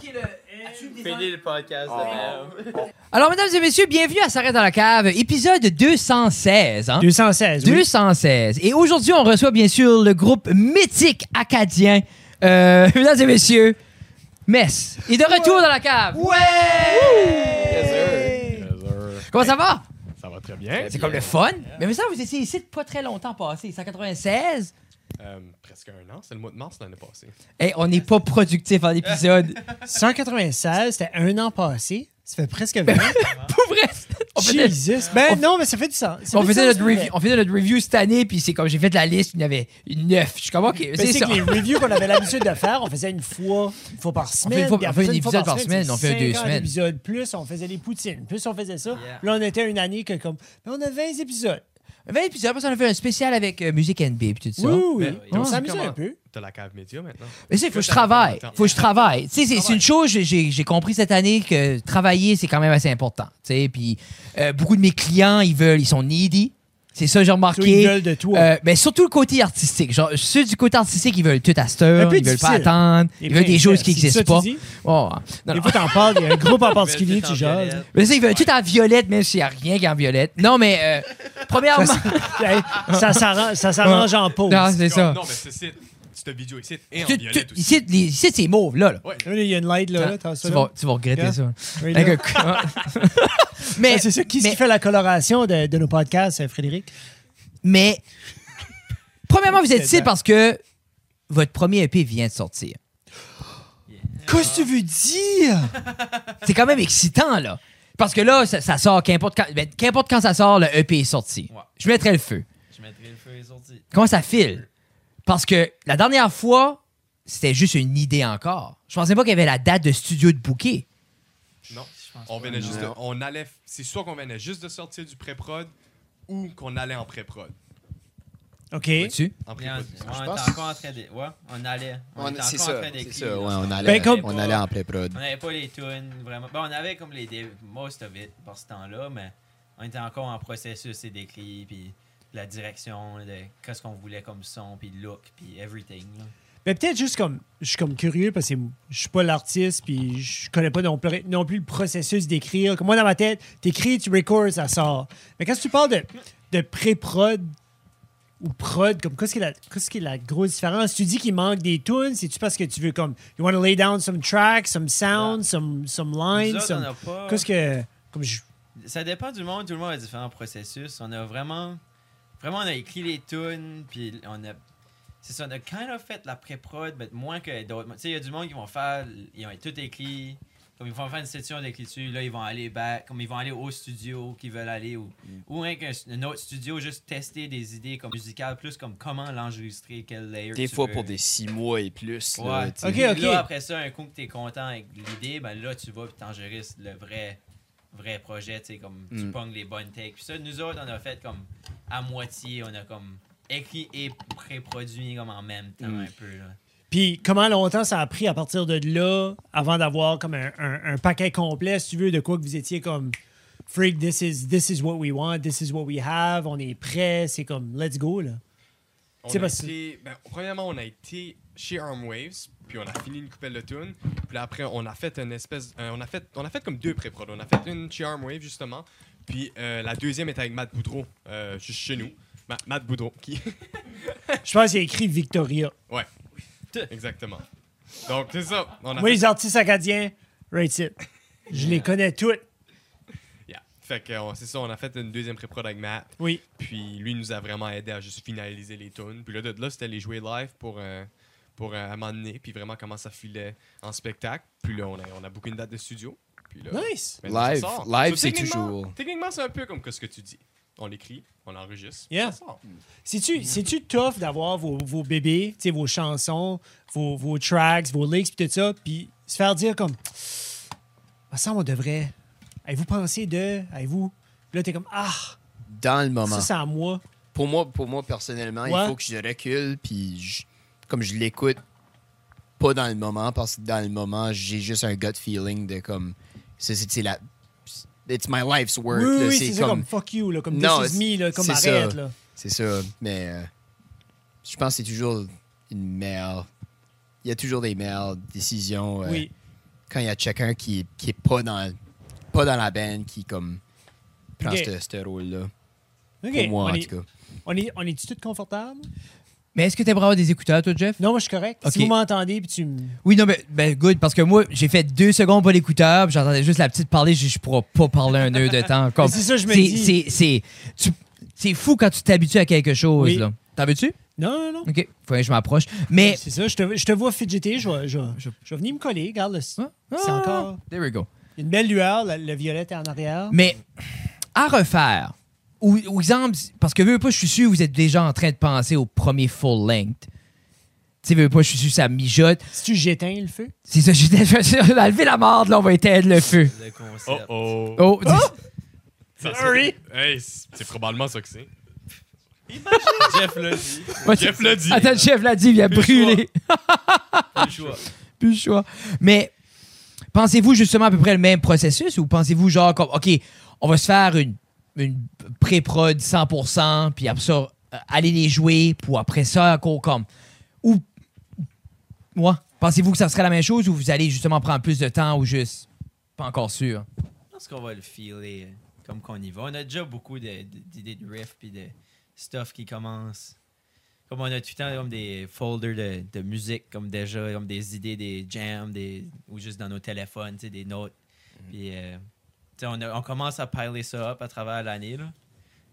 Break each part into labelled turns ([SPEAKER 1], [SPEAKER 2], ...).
[SPEAKER 1] qui est le. As-tu des
[SPEAKER 2] Finis le podcast de
[SPEAKER 3] Oh.
[SPEAKER 2] même.
[SPEAKER 4] Alors, mesdames et messieurs, bienvenue à S'arrête dans la cave, épisode 216. hein?
[SPEAKER 1] 216. oui.
[SPEAKER 4] 216. Et aujourd'hui, on reçoit bien sûr le groupe mythique acadien. Euh, mesdames et messieurs, Metz. Et de retour dans la cave.
[SPEAKER 2] Yes, sir.
[SPEAKER 4] Comment ça va?
[SPEAKER 5] Ça va très bien.
[SPEAKER 4] Hein? C'est comme le fun. Mais mais ça, vous étiez ici de pas très longtemps passé, 196.
[SPEAKER 5] Euh, presque un an. C'est le mois de mars l'année passée.
[SPEAKER 4] Hey, Eh, on n'est pas productif en épisode.
[SPEAKER 1] 196, c'était un an passé. Ça fait presque 20.
[SPEAKER 4] Pour vrai, Ben, on faisait,
[SPEAKER 1] Jesus. Ben non, mais ça fait du sens. Ça
[SPEAKER 4] on
[SPEAKER 1] fait du
[SPEAKER 4] faisait
[SPEAKER 1] sens,
[SPEAKER 4] notre
[SPEAKER 1] mais-
[SPEAKER 4] review, on faisait notre review cette année, puis c'est comme j'ai fait la liste, il y en avait une neuf. Je suis comme, ok,
[SPEAKER 1] Mais
[SPEAKER 4] c'est
[SPEAKER 1] c'est
[SPEAKER 4] ça.
[SPEAKER 1] que les reviews qu'on avait l'habitude de faire, on faisait une fois, une fois par semaine.
[SPEAKER 4] une fois-
[SPEAKER 1] puis
[SPEAKER 4] on
[SPEAKER 1] après
[SPEAKER 4] fait
[SPEAKER 1] ça,
[SPEAKER 4] un épisode par semaine,
[SPEAKER 1] c'est
[SPEAKER 4] on fait deux
[SPEAKER 1] 50
[SPEAKER 4] semaines.
[SPEAKER 1] épisodes plus, on faisait les poutines, plus on faisait ça.
[SPEAKER 4] Yeah.
[SPEAKER 1] Là, on était une année que comme, ben, on a 20 épisodes.
[SPEAKER 4] 20 épisodes, après ça, on a fait un spécial avec euh, musique NB, puis tout ça.
[SPEAKER 1] Oui, oui, oui.
[SPEAKER 4] Ben,
[SPEAKER 5] Mais t'as
[SPEAKER 1] on
[SPEAKER 5] aussi
[SPEAKER 1] s'amusait
[SPEAKER 5] comment-
[SPEAKER 1] un peu.
[SPEAKER 5] T'as la cave média maintenant.
[SPEAKER 4] Mais c'est, faut que je travaille. Faut que je travaille. Tu sais, c'est, c'est une chose, j'ai- j'ai, j'ai compris cette année que travailler, c'est quand même assez important. Tu sais, puis euh, beaucoup de mes clients, ils veulent, ils sont needy. C'est ça, j'ai
[SPEAKER 1] Toi, une
[SPEAKER 4] remarqué.
[SPEAKER 1] gueule de toi.
[SPEAKER 4] Euh, mais surtout le côté artistique. Genre, ceux du côté artistique, ils veulent tout à cette
[SPEAKER 1] Un
[SPEAKER 4] heure,
[SPEAKER 1] peu
[SPEAKER 4] ils veulent pas
[SPEAKER 1] difficile.
[SPEAKER 4] attendre,
[SPEAKER 1] Les
[SPEAKER 4] ils veulent des
[SPEAKER 1] princesses,
[SPEAKER 4] choses qui
[SPEAKER 1] Eh ben, c'est ça
[SPEAKER 4] n'existent
[SPEAKER 1] que
[SPEAKER 4] pas.
[SPEAKER 1] tu dis?
[SPEAKER 4] Oh, non,
[SPEAKER 1] Des
[SPEAKER 4] non.
[SPEAKER 1] fois, t'en parles, il y a un groupe en particulier,
[SPEAKER 2] Belle
[SPEAKER 1] tu
[SPEAKER 2] petite
[SPEAKER 1] jases.
[SPEAKER 2] Antoinette.
[SPEAKER 4] Mais ça, ils veulent tout en violette, même s'il n'y a rien qui est en violette. Non, mais euh, premièrement.
[SPEAKER 1] Hey, ça s'arrange ça s'arrange en pause.
[SPEAKER 4] non, c'est ça.
[SPEAKER 5] Non, mais c'est c'est- cette vidéo ici et en
[SPEAKER 4] Tu-
[SPEAKER 5] violette
[SPEAKER 4] tu-
[SPEAKER 5] aussi.
[SPEAKER 4] Ici, les- ici, c'est mauve, là. là.
[SPEAKER 1] Là, Il y a une light là. là, t'as ça,
[SPEAKER 4] Tu
[SPEAKER 1] là.
[SPEAKER 4] vas, tu vas regretter
[SPEAKER 1] Yeah.
[SPEAKER 4] ça.
[SPEAKER 1] Oui, là.
[SPEAKER 4] Avec un- mais
[SPEAKER 1] Ah, c'est ça. Qui,
[SPEAKER 4] mais-
[SPEAKER 1] qui fait la coloration de, de nos podcasts, euh, Frédéric?
[SPEAKER 4] Mais, premièrement, vous êtes
[SPEAKER 1] C'est
[SPEAKER 4] ici
[SPEAKER 1] ça.
[SPEAKER 4] parce que votre premier EP vient de sortir.
[SPEAKER 1] Qu'est-ce que tu veux dire?
[SPEAKER 4] C'est quand même excitant, là. Parce que là, ça, ça sort, qu'importe quand, ben, qu'importe quand ça sort, le EP est sorti.
[SPEAKER 2] Ouais.
[SPEAKER 4] Je mettrai le feu.
[SPEAKER 2] Je mettrai le feu et sorti.
[SPEAKER 4] Comment ça file? Parce que la dernière fois, c'était juste une idée encore. Je pensais pas qu'il y avait la date de studio de bouquet.
[SPEAKER 5] Non.
[SPEAKER 2] Je pense
[SPEAKER 5] On
[SPEAKER 2] pas.
[SPEAKER 5] venait juste de-
[SPEAKER 3] Non.
[SPEAKER 5] on allait. C'est soit qu'on venait juste de sortir du pré-prod ou qu'on allait en pré-prod.
[SPEAKER 1] OK.
[SPEAKER 4] Tu?
[SPEAKER 5] En
[SPEAKER 2] Mais on,
[SPEAKER 5] pré-prod.
[SPEAKER 2] on
[SPEAKER 3] Je
[SPEAKER 2] est
[SPEAKER 3] pense-
[SPEAKER 2] encore en train de. Ouais, on allait. On,
[SPEAKER 3] On-
[SPEAKER 2] était
[SPEAKER 3] C'est
[SPEAKER 2] encore en
[SPEAKER 3] ça,
[SPEAKER 2] train d'écrire.
[SPEAKER 3] c'est ça. ouais,
[SPEAKER 2] là.
[SPEAKER 3] on allait,
[SPEAKER 1] Ben, comme-
[SPEAKER 3] on allait en pré-prod.
[SPEAKER 2] On n'avait pas les tunes vraiment. Bon, on avait comme les dé- most of it par ce temps-là, mais on était encore en processus et décrit, puis la direction, de qu'est-ce qu'on voulait comme son, puis look, puis everything. là.
[SPEAKER 1] Mais peut-être juste comme. Je suis comme curieux parce que je suis pas l'artiste puis je connais pas non plus, non plus le processus d'écrire. Comme moi, dans ma tête, t'écris, tu records, ça sort. Mais quand tu parles de, de pré-prod ou prod, comme qu'est-ce qui est la, qu'est-ce qui est la grosse différence? Tu dis qu'il manque des tunes, c'est-tu parce que tu veux comme. You want to lay down some tracks, some sounds, some, some
[SPEAKER 2] Nous
[SPEAKER 1] lines,
[SPEAKER 2] autres, on
[SPEAKER 1] some.
[SPEAKER 2] a pas-
[SPEAKER 1] Qu'est-ce que. Comme je.
[SPEAKER 2] Ça dépend du monde, tout le monde a différents processus. On a vraiment. Vraiment, on a écrit les tunes, puis on a. C'est ça, on a kind of fait la pré-prod, mais moins que d'autres. Tu sais, il y a du monde qui vont faire. Ils ont tout écrit. Comme ils vont faire une session d'écriture, là, ils vont aller back. Comme ils vont aller au studio qu'ils veulent aller. Ou,
[SPEAKER 6] Mm.
[SPEAKER 2] ou un, qu'un- un autre studio, juste tester des idées comme musicales, plus comme comment l'enregistrer, quel layer.
[SPEAKER 6] Des
[SPEAKER 2] tu
[SPEAKER 6] fois
[SPEAKER 2] veux.
[SPEAKER 6] pour des six mois et plus. là,
[SPEAKER 2] Ouais.
[SPEAKER 6] tu sais.
[SPEAKER 1] Ok,
[SPEAKER 2] Puis
[SPEAKER 1] ok.
[SPEAKER 2] Là, après ça, un coup que t'es content avec l'idée, ben là, tu vas puis t'enregistres le vrai, vrai projet, tu sais, comme tu
[SPEAKER 6] Mm.
[SPEAKER 2] pognes les bonnes takes. Puis ça, nous autres, on a fait comme à moitié, on a comme écrit et pré-produit comme en même temps
[SPEAKER 6] Mm.
[SPEAKER 2] un peu, là.
[SPEAKER 1] Puis comment longtemps ça a pris à partir de là, avant d'avoir comme un, un- un paquet complet, si tu veux, de quoi que vous étiez comme Freak, this is, this is what we want, this is what we have, on est prêt, c'est comme let's go là.
[SPEAKER 5] On
[SPEAKER 1] C'est
[SPEAKER 5] a
[SPEAKER 1] parce-
[SPEAKER 5] été- ben, premièrement, on a été chez Armwaves, puis on a fini une coupelle de tune. Puis là, après, on a fait une espèce, euh, on a fait, on a fait comme deux pré-prod. On a fait une chez Armwaves justement, puis euh, la deuxième est avec Matt Boudreau, euh, juste chez nous. Ma- Matt Boudreau, qui
[SPEAKER 1] Je pense qu'il a écrit Victoria.
[SPEAKER 5] Ouais. Exactement. Donc, c'est ça. On a
[SPEAKER 1] Moi,
[SPEAKER 5] fait,
[SPEAKER 1] les artistes acadiens, right it. Je les connais toutes.
[SPEAKER 5] Yeah. Fait que, euh, c'est ça, on a fait une deuxième pré-prod avec Matt.
[SPEAKER 1] Oui.
[SPEAKER 5] Puis lui nous a vraiment aidé à juste finaliser les tunes. Puis là, de là, c'était les jouer live pour, euh, pour euh, à un moment donné, puis vraiment comment ça filait en spectacle. Puis là, on a, on a booké une date de studio. Puis là,
[SPEAKER 1] Nice.
[SPEAKER 5] maintenant, ça
[SPEAKER 6] Live.
[SPEAKER 5] sort.
[SPEAKER 6] Live, c'est
[SPEAKER 5] techniquement-
[SPEAKER 6] toujours-
[SPEAKER 5] Techniquement, c'est un peu comme que ce que tu dis. On l'écrit, on enregistre,
[SPEAKER 1] Yeah.
[SPEAKER 5] ça sort.
[SPEAKER 1] C'est-tu, c'est-tu tough d'avoir vos, vos bébés, tu sais, vos chansons, vos, vos tracks, vos licks, puis tout ça, puis se faire dire comme, "Ah, ça semble on devrait. Avez-vous pensé de, avez-vous, Puis là t'es comme ah,
[SPEAKER 6] Dans le moment.
[SPEAKER 1] ça c'est à moi.
[SPEAKER 6] Pour moi, pour moi personnellement,
[SPEAKER 1] Ouais.
[SPEAKER 6] il faut que je recule, puis je- comme je l'écoute pas dans le moment, parce que dans le moment, j'ai juste un gut feeling de comme. C'est, c'est, c'est la. It's my life's work.
[SPEAKER 1] Oui,
[SPEAKER 6] là,
[SPEAKER 1] oui, oui,
[SPEAKER 6] c'est,
[SPEAKER 1] c'est ça, comme
[SPEAKER 6] comme,
[SPEAKER 1] fuck you, là, comme
[SPEAKER 6] Non,
[SPEAKER 1] this is me, là, comme
[SPEAKER 6] c'est ça.
[SPEAKER 1] arrête. Là.
[SPEAKER 6] C'est ça. Mais euh, je pense que c'est toujours une meilleure. Il y a toujours des meilleures décisions. euh,
[SPEAKER 1] Oui.
[SPEAKER 6] quand il y a quelqu'un qui, qui est pas dans, pas dans la band qui comme prend
[SPEAKER 1] Ok.
[SPEAKER 6] ce, ce rôle-là.
[SPEAKER 1] OK.
[SPEAKER 6] Pour moi,
[SPEAKER 1] on
[SPEAKER 6] en
[SPEAKER 1] est,
[SPEAKER 6] tout cas.
[SPEAKER 1] On est, on est tous confortables?
[SPEAKER 4] Mais est-ce que t'es bravo des écouteurs, toi, Jeff?
[SPEAKER 1] Non, moi, je suis correct. Si
[SPEAKER 4] Ok.
[SPEAKER 1] vous m'entendez, puis tu me.
[SPEAKER 4] Oui, non, mais ben, good, parce que moi, j'ai fait deux secondes pas d'écouteur, puis j'entendais juste la petite parler, je, je pourrais pas parler un nœud de temps. Comme,
[SPEAKER 1] Mais c'est ça, je me
[SPEAKER 4] c'est-
[SPEAKER 1] dis.
[SPEAKER 4] c'est- C'est tu- c'est fou quand tu t'habitues à quelque chose,
[SPEAKER 1] Oui.
[SPEAKER 4] là. T'en veux-tu?
[SPEAKER 1] Non, non, non.
[SPEAKER 4] OK, faut que je m'approche. Mais,
[SPEAKER 1] C'est ça, je te, je te vois fidgeter, je vais, je, vais- je vais venir me coller. Regarde, le- c'est
[SPEAKER 4] Ah,
[SPEAKER 1] encore
[SPEAKER 4] There we go.
[SPEAKER 1] une belle lueur, la- le violet est en arrière.
[SPEAKER 4] Mais à refaire, ou, ou exemple, parce que veux veux pas, je suis sûr que vous êtes déjà en train de penser au premier full length. Tu sais, veux veux pas, je suis sûr que ça mijote.
[SPEAKER 1] Si tu j'éteins le feu,
[SPEAKER 4] C'est ça, j'ai on a levé la marde, là, on va éteindre le feu.
[SPEAKER 2] Le concept.
[SPEAKER 5] Oh
[SPEAKER 4] Oh,
[SPEAKER 5] oh. Ça, c'est-
[SPEAKER 1] Sorry.
[SPEAKER 5] Hey, c'est c'est probablement ça que c'est.
[SPEAKER 2] Jeff l'a dit.
[SPEAKER 4] Ouais,
[SPEAKER 5] Jeff l'a dit.
[SPEAKER 4] Attends, le chef l'a dit, il a
[SPEAKER 2] Plus le
[SPEAKER 4] brûlé.
[SPEAKER 2] Pas le choix.
[SPEAKER 4] Plus le choix. Mais pensez-vous justement à peu près le même processus ou pensez-vous genre comme, OK, on va se faire une, une pré-prod 100%, puis après ça, euh, aller les jouer, pour après ça, qu'on- comme. Ou. Ouais. Pensez-vous que ça serait la même chose ou vous allez justement prendre plus de temps ou juste. Pas encore sûr.
[SPEAKER 2] Je pense qu'on va le filer euh, comme qu'on y va. On a déjà beaucoup de- de- d'idées de, riffs puis de stuff qui commence. Comme on a tout le temps comme des folders de, de musique, comme déjà, comme des idées, des jams, des, ou juste dans nos téléphones, tu sais, des notes. Puis, euh, tu sais, on, a- on commence à piler ça up à travers l'année, là.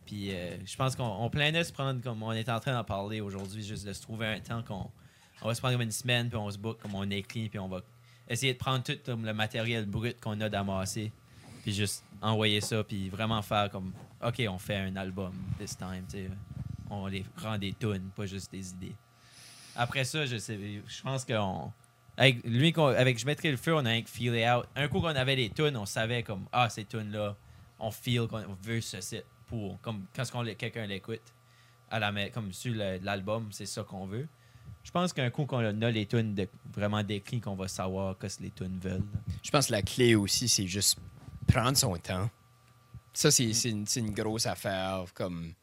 [SPEAKER 2] Puis, euh, je pense qu'on on planait se prendre, comme on est en train d'en parler aujourd'hui, juste de se trouver un temps qu'on on va se prendre comme une semaine, puis on se book, comme on écrit, puis on va essayer de prendre tout comme, le matériel brut qu'on a d'amassé puis juste envoyer ça, puis vraiment faire comme, OK, on fait un album this time, tu sais. On les rend des tunes, pas juste des idées. Après ça, je sais, je pense qu'on... Avec lui, qu'on- avec Je mettrai le feu, on a un feel it out. Un coup qu'on avait les tunes, on savait comme, ah, ces tunes-là, on feel qu'on veut ce site pour, comme quand ce qu'on l'é- quelqu'un l'écoute, à la, ma- comme sur le- l'album, c'est ça qu'on veut. Je pense qu'un coup qu'on a les tunes de, vraiment décrites, qu'on va savoir que ce que les tunes veulent.
[SPEAKER 6] Je pense que la clé aussi, c'est juste prendre son temps. Ça,
[SPEAKER 1] Mm.
[SPEAKER 6] c'est c'est une, c'est une grosse affaire. Comme.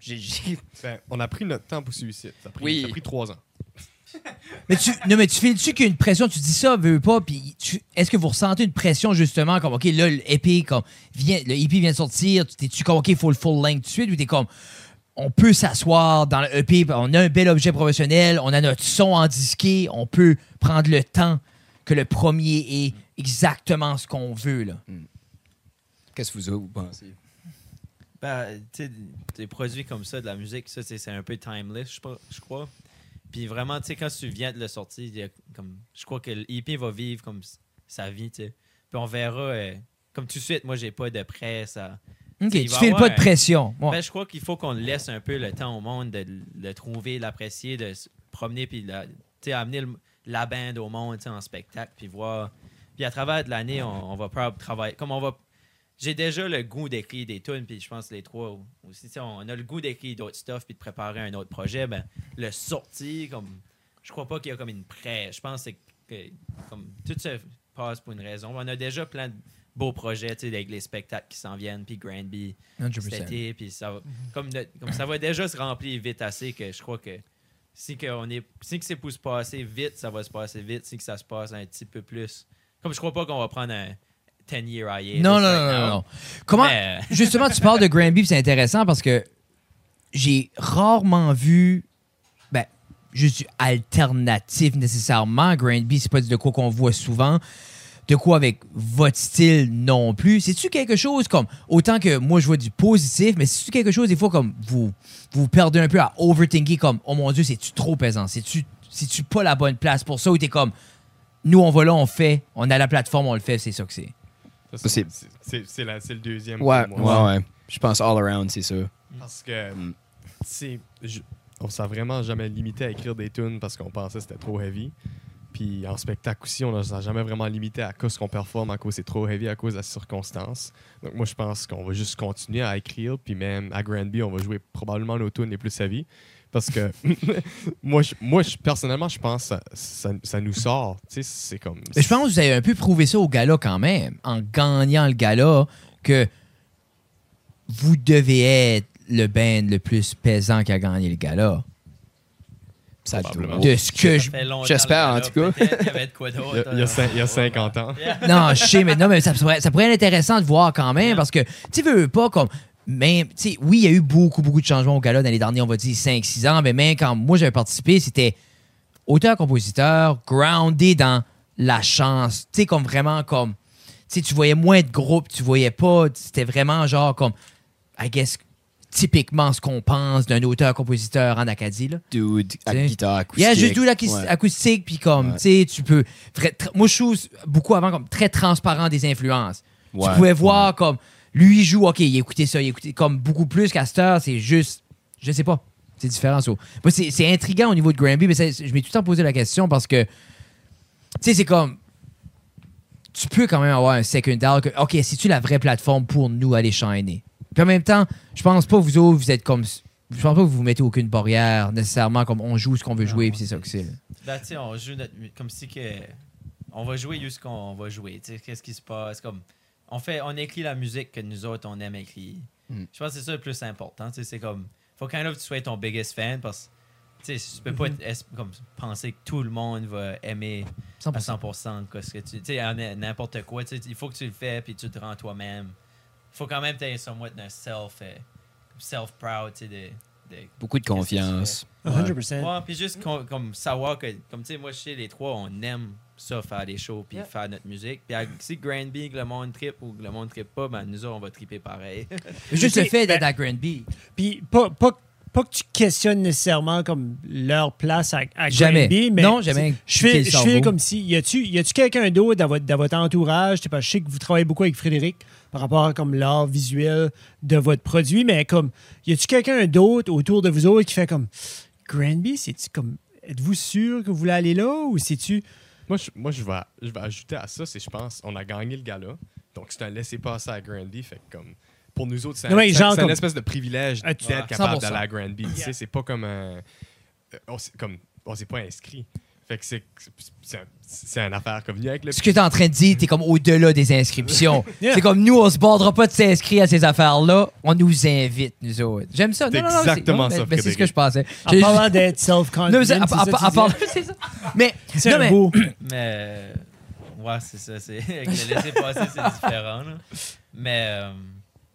[SPEAKER 6] j'ai- j'ai-
[SPEAKER 5] Ben, on a pris notre temps pour celui-ci. Ça a pris,
[SPEAKER 6] Oui.
[SPEAKER 5] ça a pris trois ans.
[SPEAKER 4] Mais tu, non, mais tu files-tu qu'il y a une pression, tu dis ça, veux veux pas, puis tu- est-ce que vous ressentez une pression justement, comme, OK, là, le EP, comme, vient, le EP vient de sortir, tu t'es-tu comme, OK, il faut le full length tout de suite, ou t'es comme, on peut s'asseoir dans le EP, puis on a un bel objet professionnel, on a notre son en disqué, on peut prendre le temps que le premier est exactement ce qu'on veut, là.
[SPEAKER 6] Qu'est-ce que vous autres, vous pensez?
[SPEAKER 2] Ben, tu sais, des produits comme ça, de la musique, ça, tu sais, c'est un peu timeless, je pense- je crois. Puis vraiment, tu sais, quand tu viens de le sortir, il y a comme, je crois que l'EP va vivre comme s- sa vie, tu sais. Puis on verra, euh, comme tout de suite, moi, j'ai pas de presse. à-
[SPEAKER 4] OK,
[SPEAKER 2] Il
[SPEAKER 4] tu
[SPEAKER 2] va
[SPEAKER 4] files
[SPEAKER 2] avoir
[SPEAKER 4] pas de
[SPEAKER 2] un-
[SPEAKER 4] pression. Ouais.
[SPEAKER 2] Ben, je crois qu'il faut qu'on laisse un peu le temps au monde de l- le trouver, l'apprécier, de se promener, puis la- tu sais, amener le- la bande au monde tu sais, en spectacle, puis voir. Puis à travers de l'année, on, on va probablement travailler. Comme on va. J'ai déjà le goût d'écrire des tunes, puis je pense les trois au- aussi. tu sais, On a le goût d'écrire d'autres stuff, puis de préparer un autre projet. Ben, le sortir, comme. Je crois pas qu'il y a comme une presse. Je pense que, c'est que comme, tout se passe pour une raison. On a déjà plein de beaux projets, tu sais, avec les spectacles qui s'en viennent, puis Granby cet
[SPEAKER 4] 100%.
[SPEAKER 2] été, puis ça va, comme, le- comme ça va déjà se remplir vite assez que je crois que si que on est si que c'est pour se passer vite, ça va se passer vite, si que ça se passe un petit peu plus. Comme je crois pas qu'on va prendre un 10 year IA.
[SPEAKER 4] Non, non, non, non, non. Comment,
[SPEAKER 2] Mais-
[SPEAKER 4] justement, tu parles de Granby, puis c'est intéressant parce que j'ai rarement vu, ben, juste du alternatif nécessairement. Granby, c'est pas de quoi qu'on voit souvent. De quoi avec votre style non plus. C'est-tu quelque chose comme, autant que moi je vois du positif, mais c'est-tu quelque chose des fois comme vous vous vous perdez un peu à overthinker comme, oh mon Dieu, c'est-tu trop pesant? C'est-tu, c'est-tu pas la bonne place pour ça? Ou t'es comme, nous on va là, on fait, on a la plateforme, on le fait, c'est ça que c'est.
[SPEAKER 5] Ça, c'est-
[SPEAKER 6] C'est-
[SPEAKER 5] c'est- C'est c'est la- c'est le deuxième.
[SPEAKER 6] Ouais,
[SPEAKER 5] pour
[SPEAKER 6] ouais,
[SPEAKER 5] moi.
[SPEAKER 6] ouais. Je pense all around, c'est ça.
[SPEAKER 5] Parce que,
[SPEAKER 6] Mm.
[SPEAKER 5] c'est. je- On s'est vraiment jamais limité à écrire des tunes parce qu'on pensait que c'était trop heavy. Puis en spectacle aussi, on ne s'est jamais vraiment limité à cause qu'on performe, à cause c'est trop heavy, à cause de la circonstance. Donc moi, je pense qu'on va juste continuer à écrire. Puis même à Granby, on va jouer probablement nos tunes les plus heavy. Parce que moi, je, moi je- personnellement, je pense que ça, ça, ça nous sort. Tu sais, c'est comme.
[SPEAKER 4] Mais je pense que vous avez un peu prouvé ça au gala quand même, en gagnant le gala, que vous devez être le band le plus pesant qui a gagné le gala.
[SPEAKER 6] Ça
[SPEAKER 5] Probablement.
[SPEAKER 6] doit.
[SPEAKER 4] de ce que je.
[SPEAKER 2] Ça fait longtemps,
[SPEAKER 6] J'espère,
[SPEAKER 2] là,
[SPEAKER 6] en tout cas.
[SPEAKER 2] peut-être qu'il y avait de quoi d'autre,
[SPEAKER 5] Il y a- il y a
[SPEAKER 2] euh,
[SPEAKER 5] cin- il y a 50 ans.
[SPEAKER 2] Yeah.
[SPEAKER 4] Non, je sais, mais non, mais ça pourrait, ça pourrait être intéressant de voir quand même parce que tu veux veux pas comme. Même, tu sais, oui, il y a eu beaucoup, beaucoup de changements au gala dans les derniers, on va dire, 5-6 ans, mais même quand moi j'avais participé, c'était auteur-compositeur, groundé dans la chance. Tu sais, comme vraiment comme. Tu sais, tu voyais moins de groupes, tu voyais pas. C'était vraiment genre comme. I guess, typiquement ce qu'on pense d'un auteur-compositeur en Acadie, là.
[SPEAKER 6] Dude, à
[SPEAKER 4] T'sais.
[SPEAKER 6] guitare
[SPEAKER 4] Il
[SPEAKER 6] acoustique.
[SPEAKER 4] y a juste de l'acoustique,
[SPEAKER 6] Ouais.
[SPEAKER 4] puis comme,
[SPEAKER 6] Ouais.
[SPEAKER 4] tu sais, tu peux. très- tr- moi, je trouve beaucoup avant comme très transparent des influences.
[SPEAKER 6] Ouais,
[SPEAKER 4] Tu pouvais voir comme, lui, il joue, OK, il écoutait ça, il écoutait comme beaucoup plus qu'à cette heure, c'est juste, je sais pas, c'est différent. ça. Moi, c'est, c'est intriguant au niveau de Granby, mais ça, je m'ai tout le temps posé la question parce que, tu sais, c'est comme, tu peux quand même avoir un second down que, OK, c'est-tu la vraie plateforme pour nous aller shiner? Puis en même temps, je pense pas vous autres, vous êtes comme. Je pense pas que vous vous mettez aucune barrière nécessairement, comme on joue ce qu'on veut
[SPEAKER 2] Non,
[SPEAKER 4] jouer,
[SPEAKER 2] on
[SPEAKER 4] puis c'est ça que c'est. là.
[SPEAKER 2] Là, tu sais, on joue notre mu- comme si que on va jouer juste qu'on va jouer. Tu sais, qu'est-ce qui se passe comme on fait, on écrit la musique que nous autres on aime écrire.
[SPEAKER 6] Mm.
[SPEAKER 2] Je pense que c'est ça le plus important. Tu sais, c'est comme faut kind of que tu sois ton biggest fan parce que tu sais, tu peux pas être- es- comme penser que tout le monde va aimer à
[SPEAKER 4] 100%.
[SPEAKER 2] 100% que ce que tu tu sais en- n'importe quoi. Tu sais, il faut que tu le fais puis tu te rends toi-même. Faut quand même t'aies somewhat d'un self self proud, tu sais, de, de
[SPEAKER 6] Beaucoup de confiance.
[SPEAKER 1] 100%.
[SPEAKER 2] Ouais, puis juste con- comme savoir que, comme tu sais, moi, je sais, les trois, on aime ça, faire des shows, puis faire notre musique. Puis à- si Granby, que le monde trip ou que le monde trip pas, ben nous autres, on va triper pareil.
[SPEAKER 4] Juste
[SPEAKER 1] Mais
[SPEAKER 4] le
[SPEAKER 1] tu sais,
[SPEAKER 4] fait d'être
[SPEAKER 1] ben-
[SPEAKER 4] à Granby.
[SPEAKER 1] Puis pas, pas, pas que tu questionnes nécessairement comme leur place à, à
[SPEAKER 4] Jamais.
[SPEAKER 1] Granby, mais
[SPEAKER 4] Non, jamais
[SPEAKER 1] Je fais,
[SPEAKER 4] quitter le
[SPEAKER 1] je
[SPEAKER 4] cerveau.
[SPEAKER 1] fais comme si y a-tu y a-tu quelqu'un d'autre dans votre, dans votre entourage, je sais pas, je sais que vous travaillez beaucoup avec Frédéric par rapport à comme l'art visuel de votre produit, mais comme y a-tu quelqu'un d'autre autour de vous autres qui fait comme Granby, c'est comme êtes-vous sûr que vous voulez aller là ou c'est tu
[SPEAKER 5] Moi, je, moi je, vais, je vais ajouter à ça, c'est je pense, on a gagné le gala. Donc, c'est un laissé-passer à Granby. Fait que comme, pour nous autres, c'est
[SPEAKER 1] Ouais,
[SPEAKER 5] un,
[SPEAKER 1] genre
[SPEAKER 5] c'est un
[SPEAKER 1] comme-
[SPEAKER 5] espèce de privilège
[SPEAKER 1] Ah,
[SPEAKER 5] d'être
[SPEAKER 1] tu-
[SPEAKER 5] capable
[SPEAKER 4] 100%.
[SPEAKER 5] d'aller à Granby. Tu sais, c'est pas comme un. euh, On, s'est- comme, on s'est pas inscrit. Fait que c'est, c'est, un- c'est une affaire comme venu avec le.
[SPEAKER 4] Ce que t'es en train de dire, t'es comme au-delà des inscriptions.
[SPEAKER 1] Yeah.
[SPEAKER 4] C'est comme nous, on se bordera pas de s'inscrire à ces affaires-là. On nous invite, nous autres. J'aime ça.
[SPEAKER 5] C'est
[SPEAKER 4] Non, non, non,
[SPEAKER 5] exactement
[SPEAKER 4] non, mais-
[SPEAKER 5] ça,
[SPEAKER 4] mais C'est ce
[SPEAKER 5] Frédéric.
[SPEAKER 4] que je pensais.
[SPEAKER 1] en
[SPEAKER 4] J'ai-
[SPEAKER 1] parlant d'être
[SPEAKER 4] Non,
[SPEAKER 1] self-confident,
[SPEAKER 4] mais c'est- à-
[SPEAKER 1] c'est ça que tu
[SPEAKER 4] à- à- à
[SPEAKER 1] dis?
[SPEAKER 4] part- c'est ça. Mais,
[SPEAKER 1] c'est
[SPEAKER 4] non,
[SPEAKER 1] un
[SPEAKER 4] mais-
[SPEAKER 1] beau.
[SPEAKER 2] Mais, euh, ouais, c'est ça. C'est, avec le laisser passer, c'est différent. là. Mais,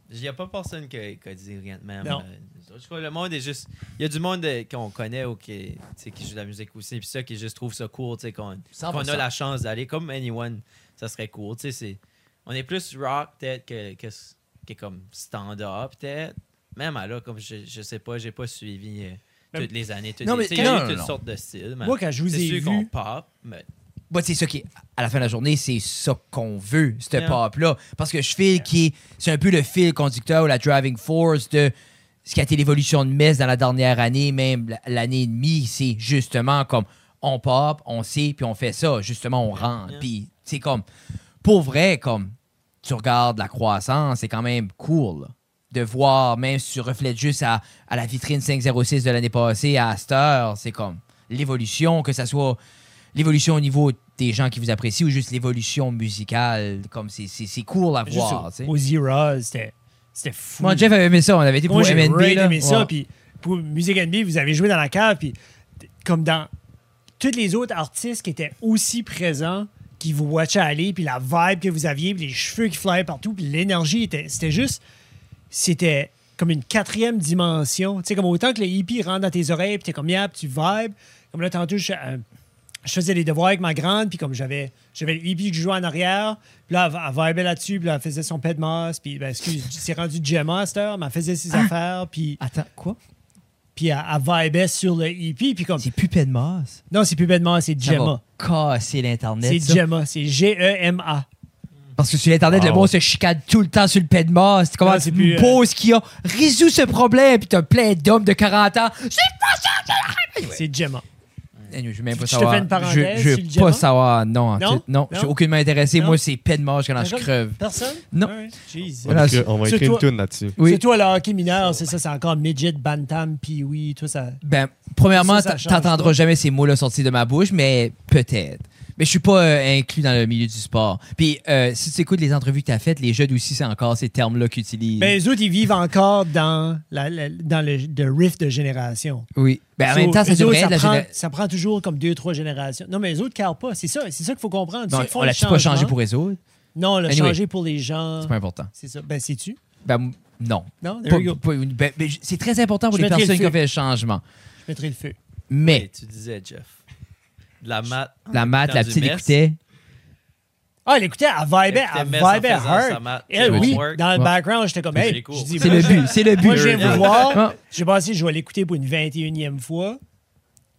[SPEAKER 2] il n'y a pas personne qui a, qui a dit rien de même.
[SPEAKER 1] Non.
[SPEAKER 2] euh, nous autres. je crois que le monde est juste. Il y a du monde euh, qu'on connaît ou qui, tu sais, qui joue de la musique aussi, puis ça, qui juste trouve ça cool, tu sais, qu'on,
[SPEAKER 4] 100%.
[SPEAKER 2] qu'on a la chance d'aller comme anyone, ça serait cool. Tu sais, c'est- on est plus rock peut-être que, que, s- que comme stand-up peut-être. Même alors, comme je, je sais pas, j'ai pas suivi euh,
[SPEAKER 1] Mais-
[SPEAKER 2] toutes les années. Toutes
[SPEAKER 4] Non,
[SPEAKER 2] les-
[SPEAKER 4] mais
[SPEAKER 2] tu sais, il y a
[SPEAKER 4] non,
[SPEAKER 2] eu
[SPEAKER 4] non,
[SPEAKER 2] toutes
[SPEAKER 4] non.
[SPEAKER 2] sortes de styles. mais
[SPEAKER 1] Moi, quand je vous
[SPEAKER 2] c'est
[SPEAKER 1] ai
[SPEAKER 2] sûr
[SPEAKER 1] vu-
[SPEAKER 2] qu'on pop, mais
[SPEAKER 4] Bah, c'est ça qui est- à la fin de la journée, c'est ça qu'on veut, ce
[SPEAKER 2] Yeah.
[SPEAKER 4] pop-là. Parce que je file qui est- c'est un peu le fil conducteur ou la driving force de ce qui a été l'évolution de Metz dans la dernière année, même l- l'année et demie. C'est justement comme on pop, on sait, puis on fait ça. Justement, on rentre.
[SPEAKER 2] Yeah.
[SPEAKER 4] Puis c'est comme, pour vrai, comme tu regardes la croissance, c'est quand même cool là, de voir, même si tu reflètes juste à, à la vitrine 506 de l'année passée, à Astor, c'est comme l'évolution, que ça soit l'évolution au niveau des gens qui vous apprécient ou juste l'évolution musicale, comme c'est- c'est c'est cool à
[SPEAKER 1] Juste
[SPEAKER 4] voir. tu sais.
[SPEAKER 1] au, au Zero, c'était c'était fou.
[SPEAKER 4] Moi, Jeff avait aimé ça, on avait été pour
[SPEAKER 1] Moi, j'ai
[SPEAKER 4] MNB.
[SPEAKER 1] vraiment
[SPEAKER 4] là.
[SPEAKER 1] aimé ça.
[SPEAKER 4] Ouais.
[SPEAKER 1] Puis pour Music NB, vous avez joué dans la cave. Puis t- comme dans tous les autres artistes qui étaient aussi présents, qui vous watchaient aller, puis la vibe que vous aviez, puis les cheveux qui flyaient partout, puis l'énergie, était, c'était juste... C'était comme une quatrième dimension. Tu sais, comme autant que le hippie rentre dans tes oreilles, puis t'es comme, yeah, puis tu vibes. Comme là, tantôt, je, euh, je faisais les devoirs avec ma grande, puis comme j'avais j'avais le hippie que je jouais en arrière, puis là, elle, elle vibait là-dessus, puis là, elle faisait son pet mas, puis ben, excuse, c'est rendu Gemma à cette heure, mais elle faisait
[SPEAKER 4] Ah.
[SPEAKER 1] ses affaires, puis,
[SPEAKER 4] Attends, quoi?
[SPEAKER 1] puis elle, elle vibait sur le hippie, puis comme...
[SPEAKER 4] C'est Pupé de Mars.
[SPEAKER 1] Non, c'est plus pet mas, c'est
[SPEAKER 4] Ça
[SPEAKER 1] Gemma.
[SPEAKER 4] va casser l'Internet.
[SPEAKER 1] C'est
[SPEAKER 4] ça.
[SPEAKER 1] Gemma, c'est E G-E-M-A.
[SPEAKER 4] Parce que sur l'Internet, le
[SPEAKER 5] Wow.
[SPEAKER 4] monde se chicane tout le temps sur le paix de mort. C'est comment
[SPEAKER 1] Non,
[SPEAKER 4] tu
[SPEAKER 1] Ah c'est plus, euh,
[SPEAKER 4] poses qu'il y a. Résous ce problème. Puis t'as plein d'hommes de 40 ans. C'est pas ça!
[SPEAKER 1] C'est Gemma.
[SPEAKER 4] Anyway, Eh, Je veux même pas
[SPEAKER 1] Je te
[SPEAKER 4] savoir.
[SPEAKER 1] fais une parenthèse
[SPEAKER 4] je, je
[SPEAKER 1] sur le
[SPEAKER 4] veux pas
[SPEAKER 1] diamant?
[SPEAKER 4] savoir. Non, en
[SPEAKER 1] Non?
[SPEAKER 4] tout. Non, je suis
[SPEAKER 1] Non?
[SPEAKER 4] aucunement intéressé.
[SPEAKER 1] Non?
[SPEAKER 4] Moi, c'est paix de mort quand je crève.
[SPEAKER 1] Personne?
[SPEAKER 4] Non.
[SPEAKER 1] Alright. Jesus.
[SPEAKER 5] On va
[SPEAKER 4] Voilà,
[SPEAKER 5] écrire- on va
[SPEAKER 1] c'est
[SPEAKER 5] écrire une
[SPEAKER 1] toi.
[SPEAKER 5] tune là-dessus.
[SPEAKER 4] Oui.
[SPEAKER 1] C'est toi le hockey mineur,
[SPEAKER 4] Oh
[SPEAKER 1] c'est ça, c'est encore midget, bantam, pee-wee, tout ça.
[SPEAKER 4] Ben, premièrement,
[SPEAKER 1] Ça, ça
[SPEAKER 4] t'a-
[SPEAKER 1] change
[SPEAKER 4] t'entendras
[SPEAKER 1] pas.
[SPEAKER 4] jamais ces mots-là sortis de ma bouche, mais peut-être. Mais je suis pas euh, inclus dans le milieu du sport. Puis euh, si tu écoutes les entrevues que tu as faites, les jeunes aussi, c'est encore ces termes-là qu'ils utilisent.
[SPEAKER 1] Ben, eux autres, ils vivent encore dans, la, la- dans le, le riff de génération.
[SPEAKER 4] oui. Ben, en
[SPEAKER 1] So,
[SPEAKER 4] même temps, ça
[SPEAKER 1] eux autres,
[SPEAKER 4] devrait être la
[SPEAKER 1] prend,
[SPEAKER 4] génération.
[SPEAKER 1] ça prend toujours comme deux, trois générations. Non, mais les autres carrent pas. C'est ça, c'est ça qu'il faut comprendre. Ceux qui font
[SPEAKER 4] On
[SPEAKER 1] le
[SPEAKER 4] l'a-tu pas changé
[SPEAKER 1] changement-
[SPEAKER 4] pour les autres?
[SPEAKER 1] Non, on l'a
[SPEAKER 4] Anyway.
[SPEAKER 1] changé pour les gens.
[SPEAKER 4] C'est pas important.
[SPEAKER 1] C'est ça. Ben, sais-tu?
[SPEAKER 4] Ben, m- non.
[SPEAKER 1] Non, there
[SPEAKER 4] Pas-
[SPEAKER 1] you go.
[SPEAKER 4] pas une- ben, ben, j- c'est très important pour
[SPEAKER 1] Je
[SPEAKER 4] les
[SPEAKER 1] mettrai le
[SPEAKER 4] personnes qui
[SPEAKER 1] feu.
[SPEAKER 4] ont fait le changement.
[SPEAKER 1] Je mettrai le feu.
[SPEAKER 4] Mais
[SPEAKER 2] Et tu disais, Jeff. De la maths.
[SPEAKER 4] Eh. la maths,
[SPEAKER 2] Dans
[SPEAKER 4] la
[SPEAKER 2] du
[SPEAKER 4] petite
[SPEAKER 2] mess.
[SPEAKER 4] écoutait.
[SPEAKER 1] Ah, elle écoutait, elle vibait, elle
[SPEAKER 2] Écoutait Mess en
[SPEAKER 1] vibait
[SPEAKER 2] faisant sa
[SPEAKER 1] hard.
[SPEAKER 2] maths,
[SPEAKER 1] Elle,
[SPEAKER 2] son
[SPEAKER 1] oui,
[SPEAKER 2] homework.
[SPEAKER 1] dans le
[SPEAKER 4] Ouais.
[SPEAKER 1] background, j'étais comme,
[SPEAKER 2] C'est
[SPEAKER 1] hey,
[SPEAKER 2] cool.
[SPEAKER 1] je dis,
[SPEAKER 4] C'est le but, c'est le but.
[SPEAKER 1] moi, je viens vous voir.
[SPEAKER 4] Ah,
[SPEAKER 1] J'ai passé, je vais l'écouter pour une 21e fois.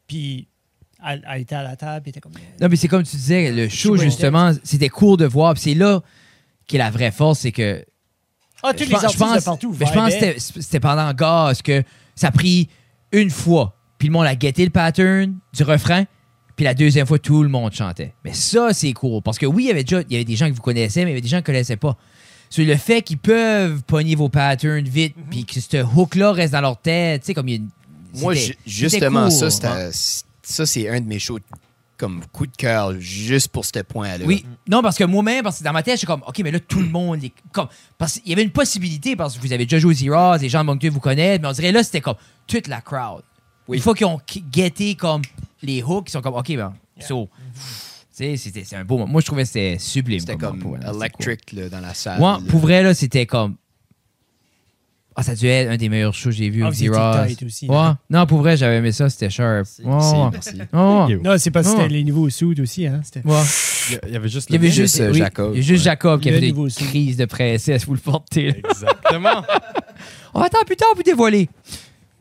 [SPEAKER 1] Puis, elle, elle était à la table, puis elle était comme... euh,
[SPEAKER 4] Non, mais c'est comme tu disais, le show,
[SPEAKER 1] Jouer.
[SPEAKER 4] justement, c'était court de voir. Puis c'est là qu'est la vraie force, c'est que
[SPEAKER 1] Ah, tous
[SPEAKER 4] Je
[SPEAKER 1] les
[SPEAKER 4] pense-
[SPEAKER 1] artistes
[SPEAKER 4] je pense-
[SPEAKER 1] de partout
[SPEAKER 4] mais Je pense que
[SPEAKER 1] vibaient.
[SPEAKER 4] c'était- c'était pendant Gaz que ça a pris une fois, puis le monde a guetté le pattern du refrain, puis la deuxième fois, tout le monde chantait. Mais ça, c'est cool. Parce que oui, il y avait déjà il y avait des gens que vous connaissez, mais il y avait des gens que vous ne connaissaient pas. Sur le fait qu'ils peuvent pogner vos patterns vite,
[SPEAKER 1] Mhm.
[SPEAKER 4] puis que ce hook-là reste dans leur tête, tu sais, comme il y a une-
[SPEAKER 6] Moi,
[SPEAKER 4] c'était-
[SPEAKER 6] ju- justement,
[SPEAKER 4] c'était
[SPEAKER 6] ça,
[SPEAKER 4] cool,
[SPEAKER 6] c'était-
[SPEAKER 4] hein.
[SPEAKER 6] ça, c'est un de mes shows comme coup de cœur, juste pour ce point-là.
[SPEAKER 4] Oui, non, parce que moi-même, parce que dans ma tête, je suis comme, OK, mais là, tout le monde est comme. Parce qu'il y avait une possibilité, parce que vous avez déjà joué aux Zeros, les gens de Moncton vous connaissent, mais on dirait là, c'était comme toute la crowd.
[SPEAKER 6] Oui.
[SPEAKER 4] Une fois qu'ils ont qui- guetté comme les hooks, ils sont comme, OK, ben, so. Tu sais, c'était- c'est un beau moment. Moi, je trouvais que c'était sublime.
[SPEAKER 6] C'était
[SPEAKER 4] moment
[SPEAKER 6] comme
[SPEAKER 4] pour- c'était
[SPEAKER 6] electric euh, là, dans la
[SPEAKER 4] cool.
[SPEAKER 6] salle.
[SPEAKER 4] Moi,
[SPEAKER 6] là.
[SPEAKER 4] pour vrai, là, c'était comme. Ah, ça a dû être un des meilleurs shows que j'ai vu
[SPEAKER 1] Ah,
[SPEAKER 4] aux
[SPEAKER 1] vous étiez
[SPEAKER 4] Zeros.
[SPEAKER 1] tight aussi.
[SPEAKER 4] Ouais. Non, pour vrai, j'avais aimé ça, c'était sharp.
[SPEAKER 2] Merci.
[SPEAKER 4] Ouais,
[SPEAKER 6] Merci,
[SPEAKER 4] ouais.
[SPEAKER 6] merci.
[SPEAKER 4] Ouais, ouais.
[SPEAKER 1] Non, c'est parce que
[SPEAKER 4] Non.
[SPEAKER 1] c'était les nouveaux suits aussi. Hein? C'était-
[SPEAKER 4] Ouais.
[SPEAKER 5] Il y a- il y avait juste
[SPEAKER 4] Il y avait
[SPEAKER 5] le-
[SPEAKER 4] juste,
[SPEAKER 6] euh,
[SPEAKER 4] oui,
[SPEAKER 6] Jacob,
[SPEAKER 4] il y a juste
[SPEAKER 6] ouais.
[SPEAKER 4] Jacob qui
[SPEAKER 1] Le
[SPEAKER 4] avait
[SPEAKER 1] nouveau
[SPEAKER 4] une
[SPEAKER 1] aussi.
[SPEAKER 4] crise de princesse, vous le portez. là.
[SPEAKER 5] Exactement.
[SPEAKER 4] On attend plus tard pour dévoiler.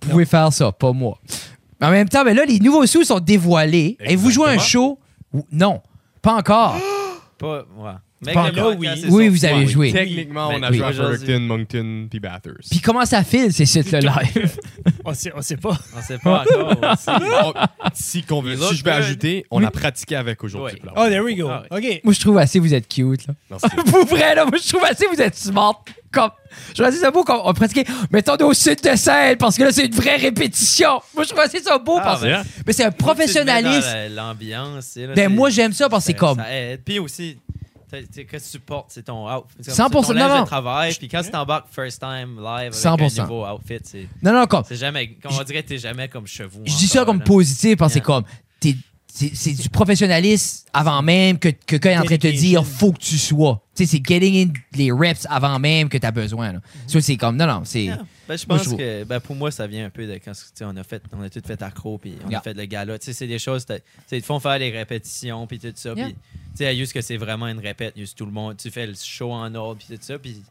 [SPEAKER 4] Vous pouvez faire ça, pas moi. Mais en même temps, ben là, les nouveaux sous sont dévoilés. Et vous jouez un show? Ou- Non, pas encore.
[SPEAKER 2] Pas, ouais. Mec,
[SPEAKER 4] Pas
[SPEAKER 2] le
[SPEAKER 4] encore,
[SPEAKER 2] podcast,
[SPEAKER 4] oui.
[SPEAKER 2] c'est
[SPEAKER 4] Oui,
[SPEAKER 2] sorti,
[SPEAKER 4] vous avez
[SPEAKER 2] ouais.
[SPEAKER 4] joué. Ben
[SPEAKER 5] Techniquement, on a
[SPEAKER 2] Oui.
[SPEAKER 5] joué à
[SPEAKER 2] Oui.
[SPEAKER 5] Fredericton, Moncton, Ben puis Bathurst.
[SPEAKER 4] Puis comment ça file, ces sites-là live?
[SPEAKER 1] On, sait, on sait pas.
[SPEAKER 2] On sait pas encore. aussi.
[SPEAKER 5] Oh, si qu'on veut-
[SPEAKER 2] Il
[SPEAKER 5] si
[SPEAKER 2] look
[SPEAKER 5] je vais
[SPEAKER 2] good.
[SPEAKER 5] ajouter, on a pratiqué avec aujourd'hui.
[SPEAKER 2] Oui.
[SPEAKER 5] pour
[SPEAKER 1] Oh, there
[SPEAKER 5] l'avoir.
[SPEAKER 1] we go.
[SPEAKER 2] Ah,
[SPEAKER 1] OK.
[SPEAKER 4] moi, je trouve assez vous êtes cute, là.
[SPEAKER 5] Merci.
[SPEAKER 4] Pour vrai, là, moi, je trouve assez vous êtes smart. Comme, je trouve assez ça beau, comme, on pratiquait, mettons au sud de scène, parce que là, c'est une vraie répétition. Moi, je trouve assez ça beau,
[SPEAKER 2] Ah,
[SPEAKER 4] parce
[SPEAKER 2] ben,
[SPEAKER 4] Mais c'est un
[SPEAKER 2] Tu
[SPEAKER 4] professionnalisme.
[SPEAKER 2] te mets dans la- L'ambiance. c'est là,
[SPEAKER 4] Ben,
[SPEAKER 2] c'est-
[SPEAKER 4] moi, j'aime ça parce que c'est
[SPEAKER 2] ça-
[SPEAKER 4] comme-
[SPEAKER 2] ça aide. Puis aussi, t'as- t'as- qu'est-ce que tu portes C'est ton outfit. C'est comme-
[SPEAKER 4] 100%
[SPEAKER 2] c'est ton linge
[SPEAKER 4] non,
[SPEAKER 2] de
[SPEAKER 4] non.
[SPEAKER 2] travail. Puis quand tu t'embarques first time live avec un
[SPEAKER 4] 100%.
[SPEAKER 2] nouveau outfit, c'est
[SPEAKER 4] Non, non, comme,
[SPEAKER 2] c'est jamais. On dirait que t'es jamais comme chevaux.
[SPEAKER 4] Je dis ça
[SPEAKER 2] encore,
[SPEAKER 4] comme
[SPEAKER 2] là.
[SPEAKER 4] positif parce que c'est
[SPEAKER 2] Yeah.
[SPEAKER 4] comme. t'es- c'est- C'est du professionnalisme avant même que, que quelqu'un est en train de te
[SPEAKER 1] Dedication.
[SPEAKER 4] dire faut que tu sois. Tu sais, c'est getting in les reps avant même que tu as besoin. là. Ça, c'est comme. Non, non, c'est.
[SPEAKER 2] Mm-hmm. Yeah. Ben, je
[SPEAKER 4] Moi,
[SPEAKER 2] pense
[SPEAKER 4] je-
[SPEAKER 2] que ben, pour moi, ça vient un peu de quand tu sais, on a fait, on a tout fait accro, puis on
[SPEAKER 4] Yeah.
[SPEAKER 2] a fait le gala. Tu sais, c'est des choses, t'as- tu sais, ils te font faire les répétitions, puis tout ça.
[SPEAKER 4] Yeah.
[SPEAKER 2] Puis, tu sais, à use que c'est vraiment une répète, use tout le monde. Tu fais le show en ordre, puis tout ça. Puis, tu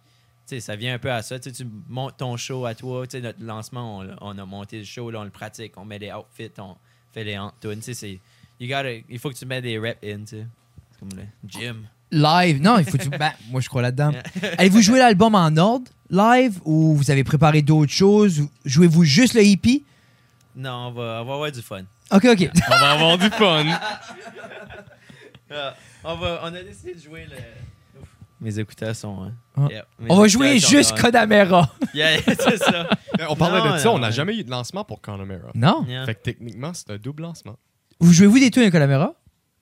[SPEAKER 2] sais, ça vient un peu à ça. Tu sais, tu montes ton show à toi. Tu sais, notre lancement, on, on a monté le show, là, on le pratique, on met les outfits, on fait les tunes. Tu sais, c'est- you gotta- il faut que tu mettes des reps in, tu sais. C'est comme le gym.
[SPEAKER 4] Live. Non, il faut. que tu- ben, moi, je crois là-dedans. Allez-vous jouer l'album en ordre, live, ou vous avez préparé d'autres choses? ou Jouez-vous juste le hippie?
[SPEAKER 2] Non, on va, on va avoir du fun.
[SPEAKER 4] Ok, ok.
[SPEAKER 5] On va avoir du fun.
[SPEAKER 2] Ah, on, va, on a décidé de jouer le. Ouf, Mes écouteurs sont. hein.
[SPEAKER 4] Ah.
[SPEAKER 2] Yep, mes
[SPEAKER 4] On va
[SPEAKER 2] écouteurs
[SPEAKER 4] jouer
[SPEAKER 2] sont
[SPEAKER 4] juste
[SPEAKER 2] on.
[SPEAKER 4] Conamera.
[SPEAKER 2] Yeah, c'est ça.
[SPEAKER 5] Ben, On parlait
[SPEAKER 2] Non,
[SPEAKER 5] de ça,
[SPEAKER 2] non,
[SPEAKER 5] on n'a
[SPEAKER 2] ouais.
[SPEAKER 5] jamais eu de lancement pour Connemara.
[SPEAKER 4] Non?
[SPEAKER 2] Yeah.
[SPEAKER 5] Fait que techniquement, c'est un double lancement.
[SPEAKER 4] Vous jouez-vous des tunes à Conamera?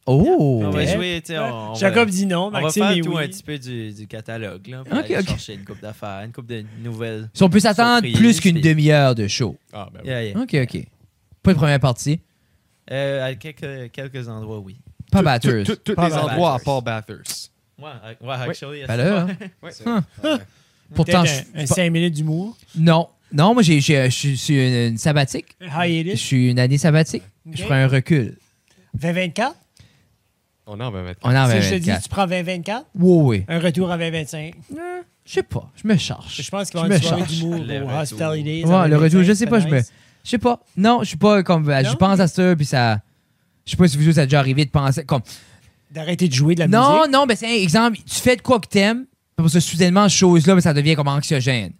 [SPEAKER 4] Oh!
[SPEAKER 2] On va
[SPEAKER 1] Ouais.
[SPEAKER 2] jouer, tu sais. on- on
[SPEAKER 1] Jacob
[SPEAKER 2] va-
[SPEAKER 1] dit non,
[SPEAKER 2] on va
[SPEAKER 1] Maxime
[SPEAKER 2] faire
[SPEAKER 1] dit
[SPEAKER 2] tout
[SPEAKER 1] oui.
[SPEAKER 2] un petit peu du, du catalogue, là. Pour
[SPEAKER 4] Ok,
[SPEAKER 2] aller
[SPEAKER 4] ok.
[SPEAKER 2] chercher une coupe d'affaires, une coupe de nouvelles.
[SPEAKER 4] Si on peut s'attendre
[SPEAKER 2] Surprise,
[SPEAKER 4] plus qu'une
[SPEAKER 2] puis-
[SPEAKER 4] demi-heure de show.
[SPEAKER 5] Ah, ben oui.
[SPEAKER 2] Yeah, yeah.
[SPEAKER 4] Ok, ok. Pas de première partie.
[SPEAKER 2] Euh, à quelques, quelques endroits, oui.
[SPEAKER 4] Pas
[SPEAKER 5] Tout-
[SPEAKER 4] batteuse.
[SPEAKER 5] tout- tout- Tous
[SPEAKER 1] Pas
[SPEAKER 5] les
[SPEAKER 2] batteuse.
[SPEAKER 5] endroits à part Bathurst.
[SPEAKER 2] Ouais, euh, ouais, actually.
[SPEAKER 4] Ben
[SPEAKER 2] yes.
[SPEAKER 4] là, hein.
[SPEAKER 5] Ouais.
[SPEAKER 4] Hein.
[SPEAKER 6] Ouais.
[SPEAKER 4] Pourtant, je,
[SPEAKER 1] Peut-être un, 5 minutes d'humour.
[SPEAKER 4] non, non, moi j'ai- j'ai- je suis sur une, une sabbatique. Je
[SPEAKER 1] Hiatus.
[SPEAKER 4] suis une année sabbatique. Je
[SPEAKER 1] Ok.
[SPEAKER 4] prends un recul. Ah,
[SPEAKER 1] 2024.
[SPEAKER 5] On en va mettre.
[SPEAKER 4] On en
[SPEAKER 1] Si
[SPEAKER 4] va
[SPEAKER 1] je te dis,
[SPEAKER 4] 24.
[SPEAKER 1] tu prends 2024,
[SPEAKER 4] Oui, oui.
[SPEAKER 1] un retour à 2025.
[SPEAKER 4] Je sais pas. Je me charge.
[SPEAKER 1] Je pense qu'il
[SPEAKER 4] Je
[SPEAKER 1] va y avoir
[SPEAKER 4] me
[SPEAKER 1] une soirée
[SPEAKER 4] charge.
[SPEAKER 1] d'humour
[SPEAKER 2] Le
[SPEAKER 1] au
[SPEAKER 2] retour.
[SPEAKER 1] Hospitality Days. à
[SPEAKER 4] Ouais, le
[SPEAKER 1] 2025,
[SPEAKER 4] retour, je sais
[SPEAKER 1] c'est
[SPEAKER 4] pas, je me-
[SPEAKER 1] nice.
[SPEAKER 4] Je sais pas. Non, je suis pas comme. Je
[SPEAKER 1] Non?
[SPEAKER 4] pense à ça, puis ça. Je sais pas si vous autres, ça a déjà arrivé de penser. Comme,
[SPEAKER 1] D'arrêter de jouer de la
[SPEAKER 4] non,
[SPEAKER 1] musique.
[SPEAKER 4] non, mais c'est un exemple. Tu fais de quoi que t'aimes, parce que soudainement, cette chose-là, ben, ça devient comme anxiogène.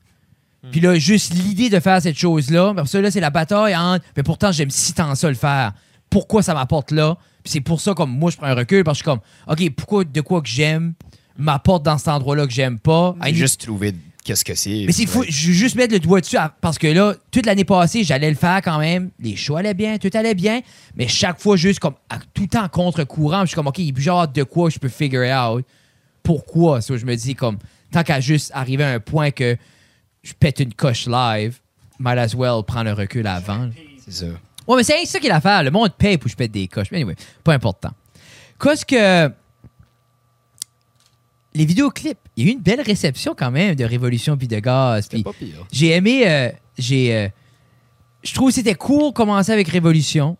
[SPEAKER 1] Hmm.
[SPEAKER 4] Puis là, juste l'idée de faire cette chose-là, parce que là, c'est la bataille entre. Mais pourtant, j'aime si tant ça le faire. Pourquoi ça m'apporte là? Puis c'est pour ça, comme moi, je prends un recul, parce que je suis comme, OK, pourquoi de quoi que j'aime m'apporte dans cet endroit-là que j'aime pas? I need-
[SPEAKER 6] Juste trouver qu'est-ce que c'est.
[SPEAKER 4] Mais c'est fou, je veux juste mettre le doigt dessus à- parce que là, toute l'année passée, j'allais le faire quand même. Les shows allaient bien, tout allait bien. Mais chaque fois, juste comme à- tout le temps contre-courant, je suis comme, OK, il est plus genre de quoi je peux figure out. Pourquoi? So, je me dis, comme, tant qu'à juste arriver à un point que je pète une coche live, might as well prendre un recul avant. là.
[SPEAKER 6] C'est ça.
[SPEAKER 4] Ouais, mais c'est ça qui est l'affaire. Le monde paye pour que je pète des coches. Mais anyway, pas important. Qu'est-ce que. Les vidéoclips, il y a eu une belle réception quand même de Révolution puis de Gaz.
[SPEAKER 6] C'est
[SPEAKER 4] Puis
[SPEAKER 6] pas pire.
[SPEAKER 4] j'ai aimé. euh, j'ai. euh, je trouve que c'était cool de commencer avec Révolution.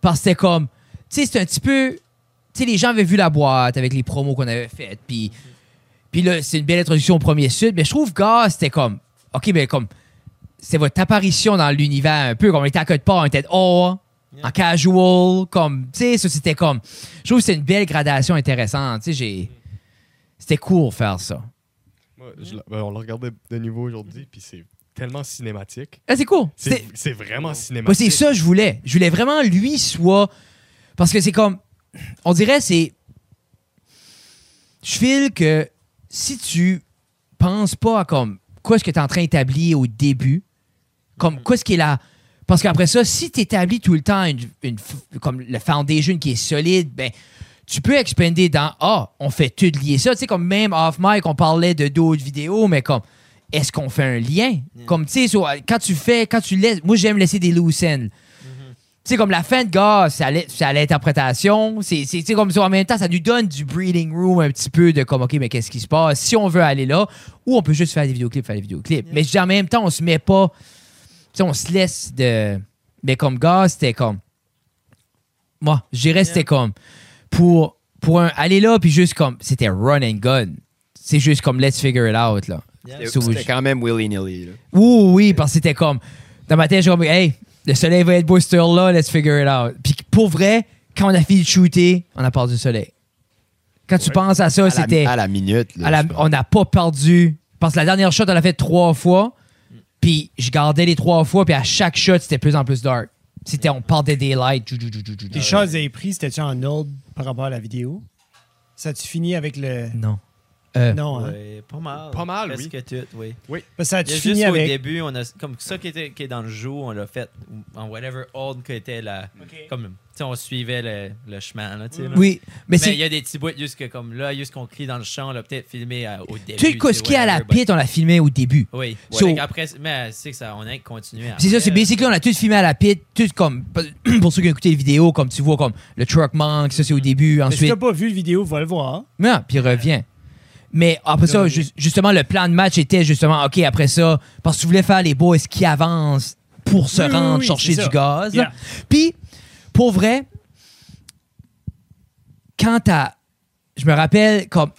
[SPEAKER 4] Parce que c'était comme. Tu sais, c'est un petit peu. Tu sais, les gens avaient vu la boîte avec les promos qu'on avait faites. Puis. Puis là, c'est une belle introduction au premier Sud. Mais je trouve que Gaz, c'était comme. OK, mais comme. C'est votre apparition dans l'univers un peu. Comme on était à côté de part, on était. Oh! En casual, comme. Tu sais, ça, c'était comme. Je trouve que c'est une belle gradation intéressante. Tu sais, j'ai. C'était cool de faire ça.
[SPEAKER 5] Moi, je l'ai- ben, on le regardait de nouveau aujourd'hui, puis c'est tellement cinématique.
[SPEAKER 4] Ah, c'est cool. C'était-
[SPEAKER 5] C'est c'est vraiment
[SPEAKER 4] Moi, c'est
[SPEAKER 5] cinématique.
[SPEAKER 4] ça que je voulais. Je voulais vraiment lui soit. Parce que c'est comme. On dirait, c'est. Je file que si tu penses pas à comme. Quoi ce que tu es en train d'établir au début, comme quoi ce qui est là. Parce qu'après ça, si tu établis tout le temps une, une f- comme le foundation qui est solide, ben tu peux expander dans Ah, on fait tout lier ça. Tu sais, comme même off mic, on parlait de d'autres vidéos, mais comme est-ce qu'on fait un lien? Comme tu sais, so, quand tu fais, quand tu laisses. Moi j'aime laisser des loose ends. Tu sais, comme la fin de gars, c'est à l'in- c'est à l'interprétation. C'est c'est- tu sais, comme ça. En même temps, ça nous donne du breathing room un petit peu de comme, OK, mais qu'est-ce qui se passe? Si on veut aller là, ou on peut juste faire des vidéoclips, faire des vidéoclips. Mais je dis, en même temps, on se met pas. Tu sais, on se laisse de. Mais comme gars, c'était comme. Moi, je dirais, c'était comme. Pour, pour un, aller là, puis juste comme. C'était run and gun. C'est juste comme, let's figure it out, là.
[SPEAKER 2] Yeah.
[SPEAKER 4] So,
[SPEAKER 6] C'était
[SPEAKER 4] je-
[SPEAKER 6] quand même willy-nilly. là.
[SPEAKER 4] oui, oui, parce que c'était comme. Dans ma tête, j'ai comme, hey, le soleil va être beau ce là let's figure it out. Puis pour vrai, quand on a fini de shooter, on a perdu du soleil. Quand tu penses à ça,
[SPEAKER 6] À la-
[SPEAKER 4] c'était.
[SPEAKER 6] À la minute. là,
[SPEAKER 4] à la-
[SPEAKER 6] je pense.
[SPEAKER 4] on n'a pas perdu. Parce que la dernière shot, on l'a fait trois fois. Puis je gardais les trois fois, puis à chaque shot, c'était plus en plus dark. C'était, on partait des lights. jou, jou, jou, jou, jou,
[SPEAKER 1] Les
[SPEAKER 4] jou.
[SPEAKER 1] choses que vous avez prises, c'était-tu en ordre par rapport à la vidéo? Ça tu fini avec le.
[SPEAKER 4] Non. Euh,
[SPEAKER 1] Non, hein?
[SPEAKER 2] Ouais, pas mal.
[SPEAKER 5] Pas mal, oui.
[SPEAKER 2] Presque tout, oui.
[SPEAKER 1] Parce que ça
[SPEAKER 2] Il y
[SPEAKER 1] tu
[SPEAKER 2] a
[SPEAKER 1] fini
[SPEAKER 2] juste au
[SPEAKER 1] avec.
[SPEAKER 2] début, on a, comme ça qui, était, qui est dans le jeu, on l'a fait ou- en whatever ordre que était la. Comme, tu sais, on suivait le, le chemin, là, tu sais. là.
[SPEAKER 4] Oui, mais,
[SPEAKER 2] Mais
[SPEAKER 4] c'est.
[SPEAKER 2] il y a des petits bouts, juste que comme là, juste qu'on crie dans le champ, on l'a peut-être filmé à- au début.
[SPEAKER 4] Tu sais, ce qui est à la
[SPEAKER 2] whatever, but-
[SPEAKER 4] pit, on l'a filmé au début.
[SPEAKER 2] Oui.
[SPEAKER 4] So-
[SPEAKER 2] Fait qu'après, mais c'est que ça, on a continué.
[SPEAKER 4] C'est ça,
[SPEAKER 2] après,
[SPEAKER 4] c'est
[SPEAKER 2] là.
[SPEAKER 4] basically, on a tout filmé à la pit, tout comme, pour ceux qui ont écouté les vidéos, comme tu vois, comme le truck manque, ça c'est au début,
[SPEAKER 1] Mais si
[SPEAKER 4] ensuite,
[SPEAKER 1] t'as pas vu la vidéo, va le voir.
[SPEAKER 4] non, Ah, puis il revient. Mais ah, après ça, ju- justement, le plan de match était justement, OK, après ça, parce que tu voulais faire les boys qui avancent pour se
[SPEAKER 1] Oui, oui,
[SPEAKER 4] rendre
[SPEAKER 1] oui,
[SPEAKER 4] chercher
[SPEAKER 1] c'est
[SPEAKER 4] du
[SPEAKER 1] ça.
[SPEAKER 4] gaz.
[SPEAKER 1] Yeah.
[SPEAKER 4] Puis, pour vrai, quand à. Je me rappelle, comme.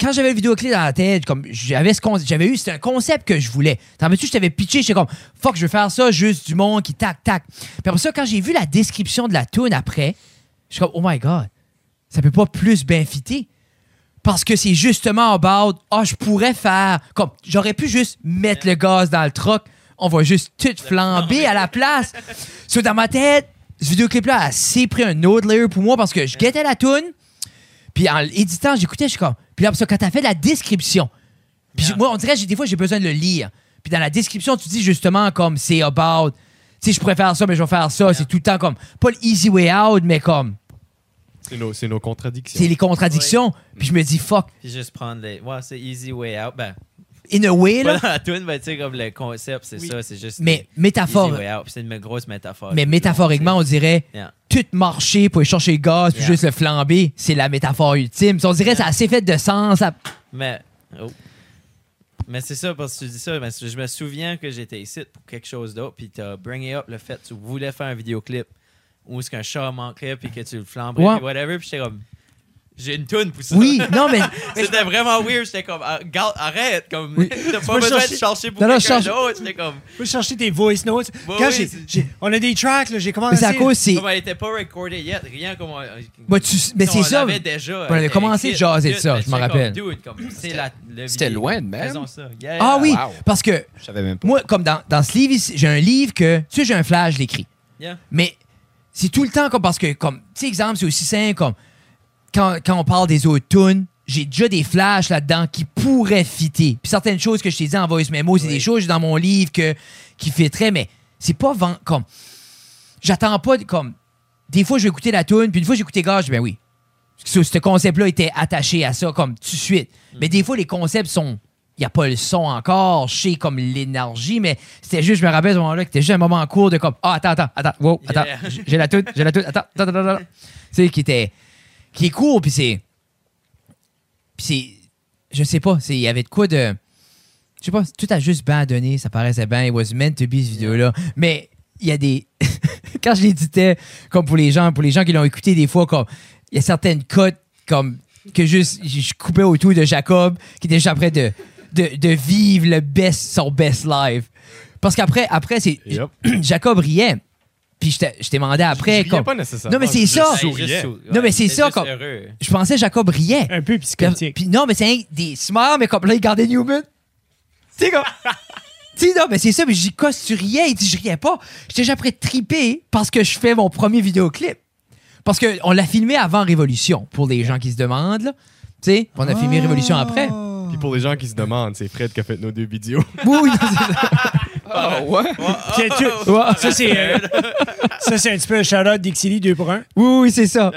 [SPEAKER 4] Quand j'avais le vidéoclip dans la tête, comme j'avais ce con- j'avais eu, c'était un concept que je voulais. T'en veux-tu, je t'avais pitché, j'étais comme, fuck, je veux faire ça, juste du monde qui tac, tac. Puis après ça, quand j'ai vu la description de la tune après, je suis comme, oh my god, ça peut pas plus bien fitter. Parce que c'est justement about, ah, je pourrais faire, comme, j'aurais pu juste mettre le gaz dans le truck, on va juste tout flamber à la place. So, dans ma tête, ce vidéoclip-là a assez pris un autre layer pour moi parce que je guettais la tune, puis en l'éditant, j'écoutais, je suis comme, puis là, parce que quand t'as fait la description, puis
[SPEAKER 2] Yeah.
[SPEAKER 4] moi, on dirait, j'ai- des fois, j'ai besoin de le lire. Puis dans la description, tu dis justement comme, c'est about, tu sais, je pourrais faire ça, mais je vais faire ça. C'est tout le temps comme, pas le easy way out, mais comme,
[SPEAKER 5] C'est nos, c'est nos contradictions.
[SPEAKER 4] c'est les contradictions. Puis je me dis, fuck,
[SPEAKER 2] Puis juste prendre les. Ouais, c'est easy way out. Ben,
[SPEAKER 4] in a way,
[SPEAKER 2] pas
[SPEAKER 4] là,
[SPEAKER 2] dans la tune, mais tu sais, comme le concept, c'est ça, c'est juste.
[SPEAKER 4] mais
[SPEAKER 2] easy
[SPEAKER 4] métaphore,
[SPEAKER 2] way out. Puis C'est une grosse métaphore.
[SPEAKER 4] mais métaphoriquement, on dirait,
[SPEAKER 2] Yeah.
[SPEAKER 4] tout marcher pour aller chercher le gaz, puis
[SPEAKER 2] Yeah.
[SPEAKER 4] juste le flamber, c'est la métaphore ultime. On dirait, ça a assez fait de sens. ça-
[SPEAKER 2] Mais. oh. Mais c'est ça, parce que tu dis ça, mais je me souviens que j'étais ici pour quelque chose d'autre, puis t'as bringé up le fait que tu voulais faire un vidéoclip où est-ce qu'un chat manquait, puis que tu le flamberais,
[SPEAKER 4] Ouais.
[SPEAKER 2] puis whatever, puis j'étais comme. J'ai une toune pour ça.
[SPEAKER 4] Oui, non, mais.
[SPEAKER 2] C'était vraiment weird, j'étais comme, ah, garde, arrête, comme,
[SPEAKER 4] Oui.
[SPEAKER 2] t'as pas
[SPEAKER 1] peux
[SPEAKER 2] besoin
[SPEAKER 1] chercher-
[SPEAKER 2] de chercher pour
[SPEAKER 4] Non, non,
[SPEAKER 2] quelqu'un
[SPEAKER 4] cherche-
[SPEAKER 2] d'autre, j'étais comme,
[SPEAKER 1] Faut chercher tes voice notes.
[SPEAKER 2] Ouais,
[SPEAKER 1] Quand
[SPEAKER 2] ouais,
[SPEAKER 1] j'ai-
[SPEAKER 2] c'est-
[SPEAKER 1] j'ai- On a des tracks, là, j'ai
[SPEAKER 4] mais
[SPEAKER 1] commencé.
[SPEAKER 4] c'est à cause, c'est.
[SPEAKER 2] comme elle était pas recordée yet, rien comme, on-
[SPEAKER 4] Bah, tu- mais
[SPEAKER 2] on
[SPEAKER 4] c'est ça.
[SPEAKER 2] l'avait déjà,
[SPEAKER 4] on avait
[SPEAKER 2] était
[SPEAKER 4] commencé de
[SPEAKER 2] écrite,
[SPEAKER 4] jaser de
[SPEAKER 2] tout,
[SPEAKER 4] ça,
[SPEAKER 2] mais
[SPEAKER 4] je m'en
[SPEAKER 2] c'est comme,
[SPEAKER 4] rappelle.
[SPEAKER 2] dude, comme, c'est la- le
[SPEAKER 6] C'était
[SPEAKER 2] vidéo.
[SPEAKER 6] loin de même.
[SPEAKER 2] Faisons ça. Yeah.
[SPEAKER 4] Ah oui,
[SPEAKER 6] Wow.
[SPEAKER 4] parce que
[SPEAKER 6] Je savais même pas.
[SPEAKER 4] moi, comme dans, dans ce livre, ici, j'ai un livre que, tu sais, j'ai un flash, je l'écris.
[SPEAKER 2] Yeah.
[SPEAKER 4] Mais c'est tout le temps comme parce que, comme, tu sais, exemple, c'est aussi simple comme quand, quand on parle des autres tunes, j'ai déjà des flashs là-dedans qui pourraient fitter. Puis certaines choses que je t'ai dit en voice memo, c'est
[SPEAKER 2] Oui.
[SPEAKER 4] des choses dans mon livre que, qui fitteraient, mais c'est pas vent comme. J'attends pas de- comme. Des fois, je vais écouter la tune, puis une fois, j'ai écouté Gage, ben oui. Parce que Ce, ce concept-là était attaché à ça, comme tout de suite. Mais des fois, les concepts sont. Il n'y a pas le son encore, je sais comme l'énergie, mais c'était juste, je me rappelle à ce moment-là, que c'était juste un moment court de comme Ah, attends, attends, attends, wow, attends,
[SPEAKER 2] Yeah.
[SPEAKER 4] j- j'ai la toute, j'ai la toute, attends, attends, attends, attends. Tu sais, qui était. qui est court, puis c'est. Puis c'est. Je sais pas, c'est- il y avait de quoi de. Je sais pas, tout a juste bien donné, ça paraissait bien, it was meant to be, cette vidéo-là. Mais il y a des. Quand je l'éditais, comme pour les gens, pour les gens qui l'ont écouté des fois, comme. Il y a certaines cotes, comme. que juste. Je je coupais autour de Jacob, qui était juste après de. de, de vivre le best, son best life. Parce qu'après, après, c'est.
[SPEAKER 5] Yep.
[SPEAKER 4] Jacob riait. Puis je t'ai- je t'ai demandé après.
[SPEAKER 5] Je riais
[SPEAKER 4] comme-
[SPEAKER 5] pas nécessairement.
[SPEAKER 4] Non, mais c'est
[SPEAKER 5] je
[SPEAKER 4] ça.
[SPEAKER 5] juste souriais.
[SPEAKER 4] Non, mais c'est ça, comme-
[SPEAKER 2] Heureux.
[SPEAKER 4] Je pensais que Jacob riait.
[SPEAKER 1] Un peu
[SPEAKER 4] Puis,
[SPEAKER 1] psychotique.
[SPEAKER 4] puis non, mais c'est un- des smiles, mais comme là, il gardait Newman. Tu sais, comme. tu sais, non, mais c'est ça, mais je dis, qu'est-ce que tu riais? Il dit, je riais pas. J'étais déjà prêt de triper parce que je fais mon premier vidéoclip. Parce qu'on l'a filmé avant Révolution, pour les gens qui se demandent, là. Tu sais, on a filmé Révolution après.
[SPEAKER 1] Ah.
[SPEAKER 5] Puis pour les gens qui se demandent, c'est Fred qui a fait nos deux vidéos.
[SPEAKER 4] Oui, oui, non, c'est ça.
[SPEAKER 6] Oh, ouais?
[SPEAKER 2] Ah!
[SPEAKER 1] Puis, tu- ça, c'est, euh, ça, c'est un petit peu un shout-out d'Ixili 2 pour 1.
[SPEAKER 4] Oui, oui, c'est ça.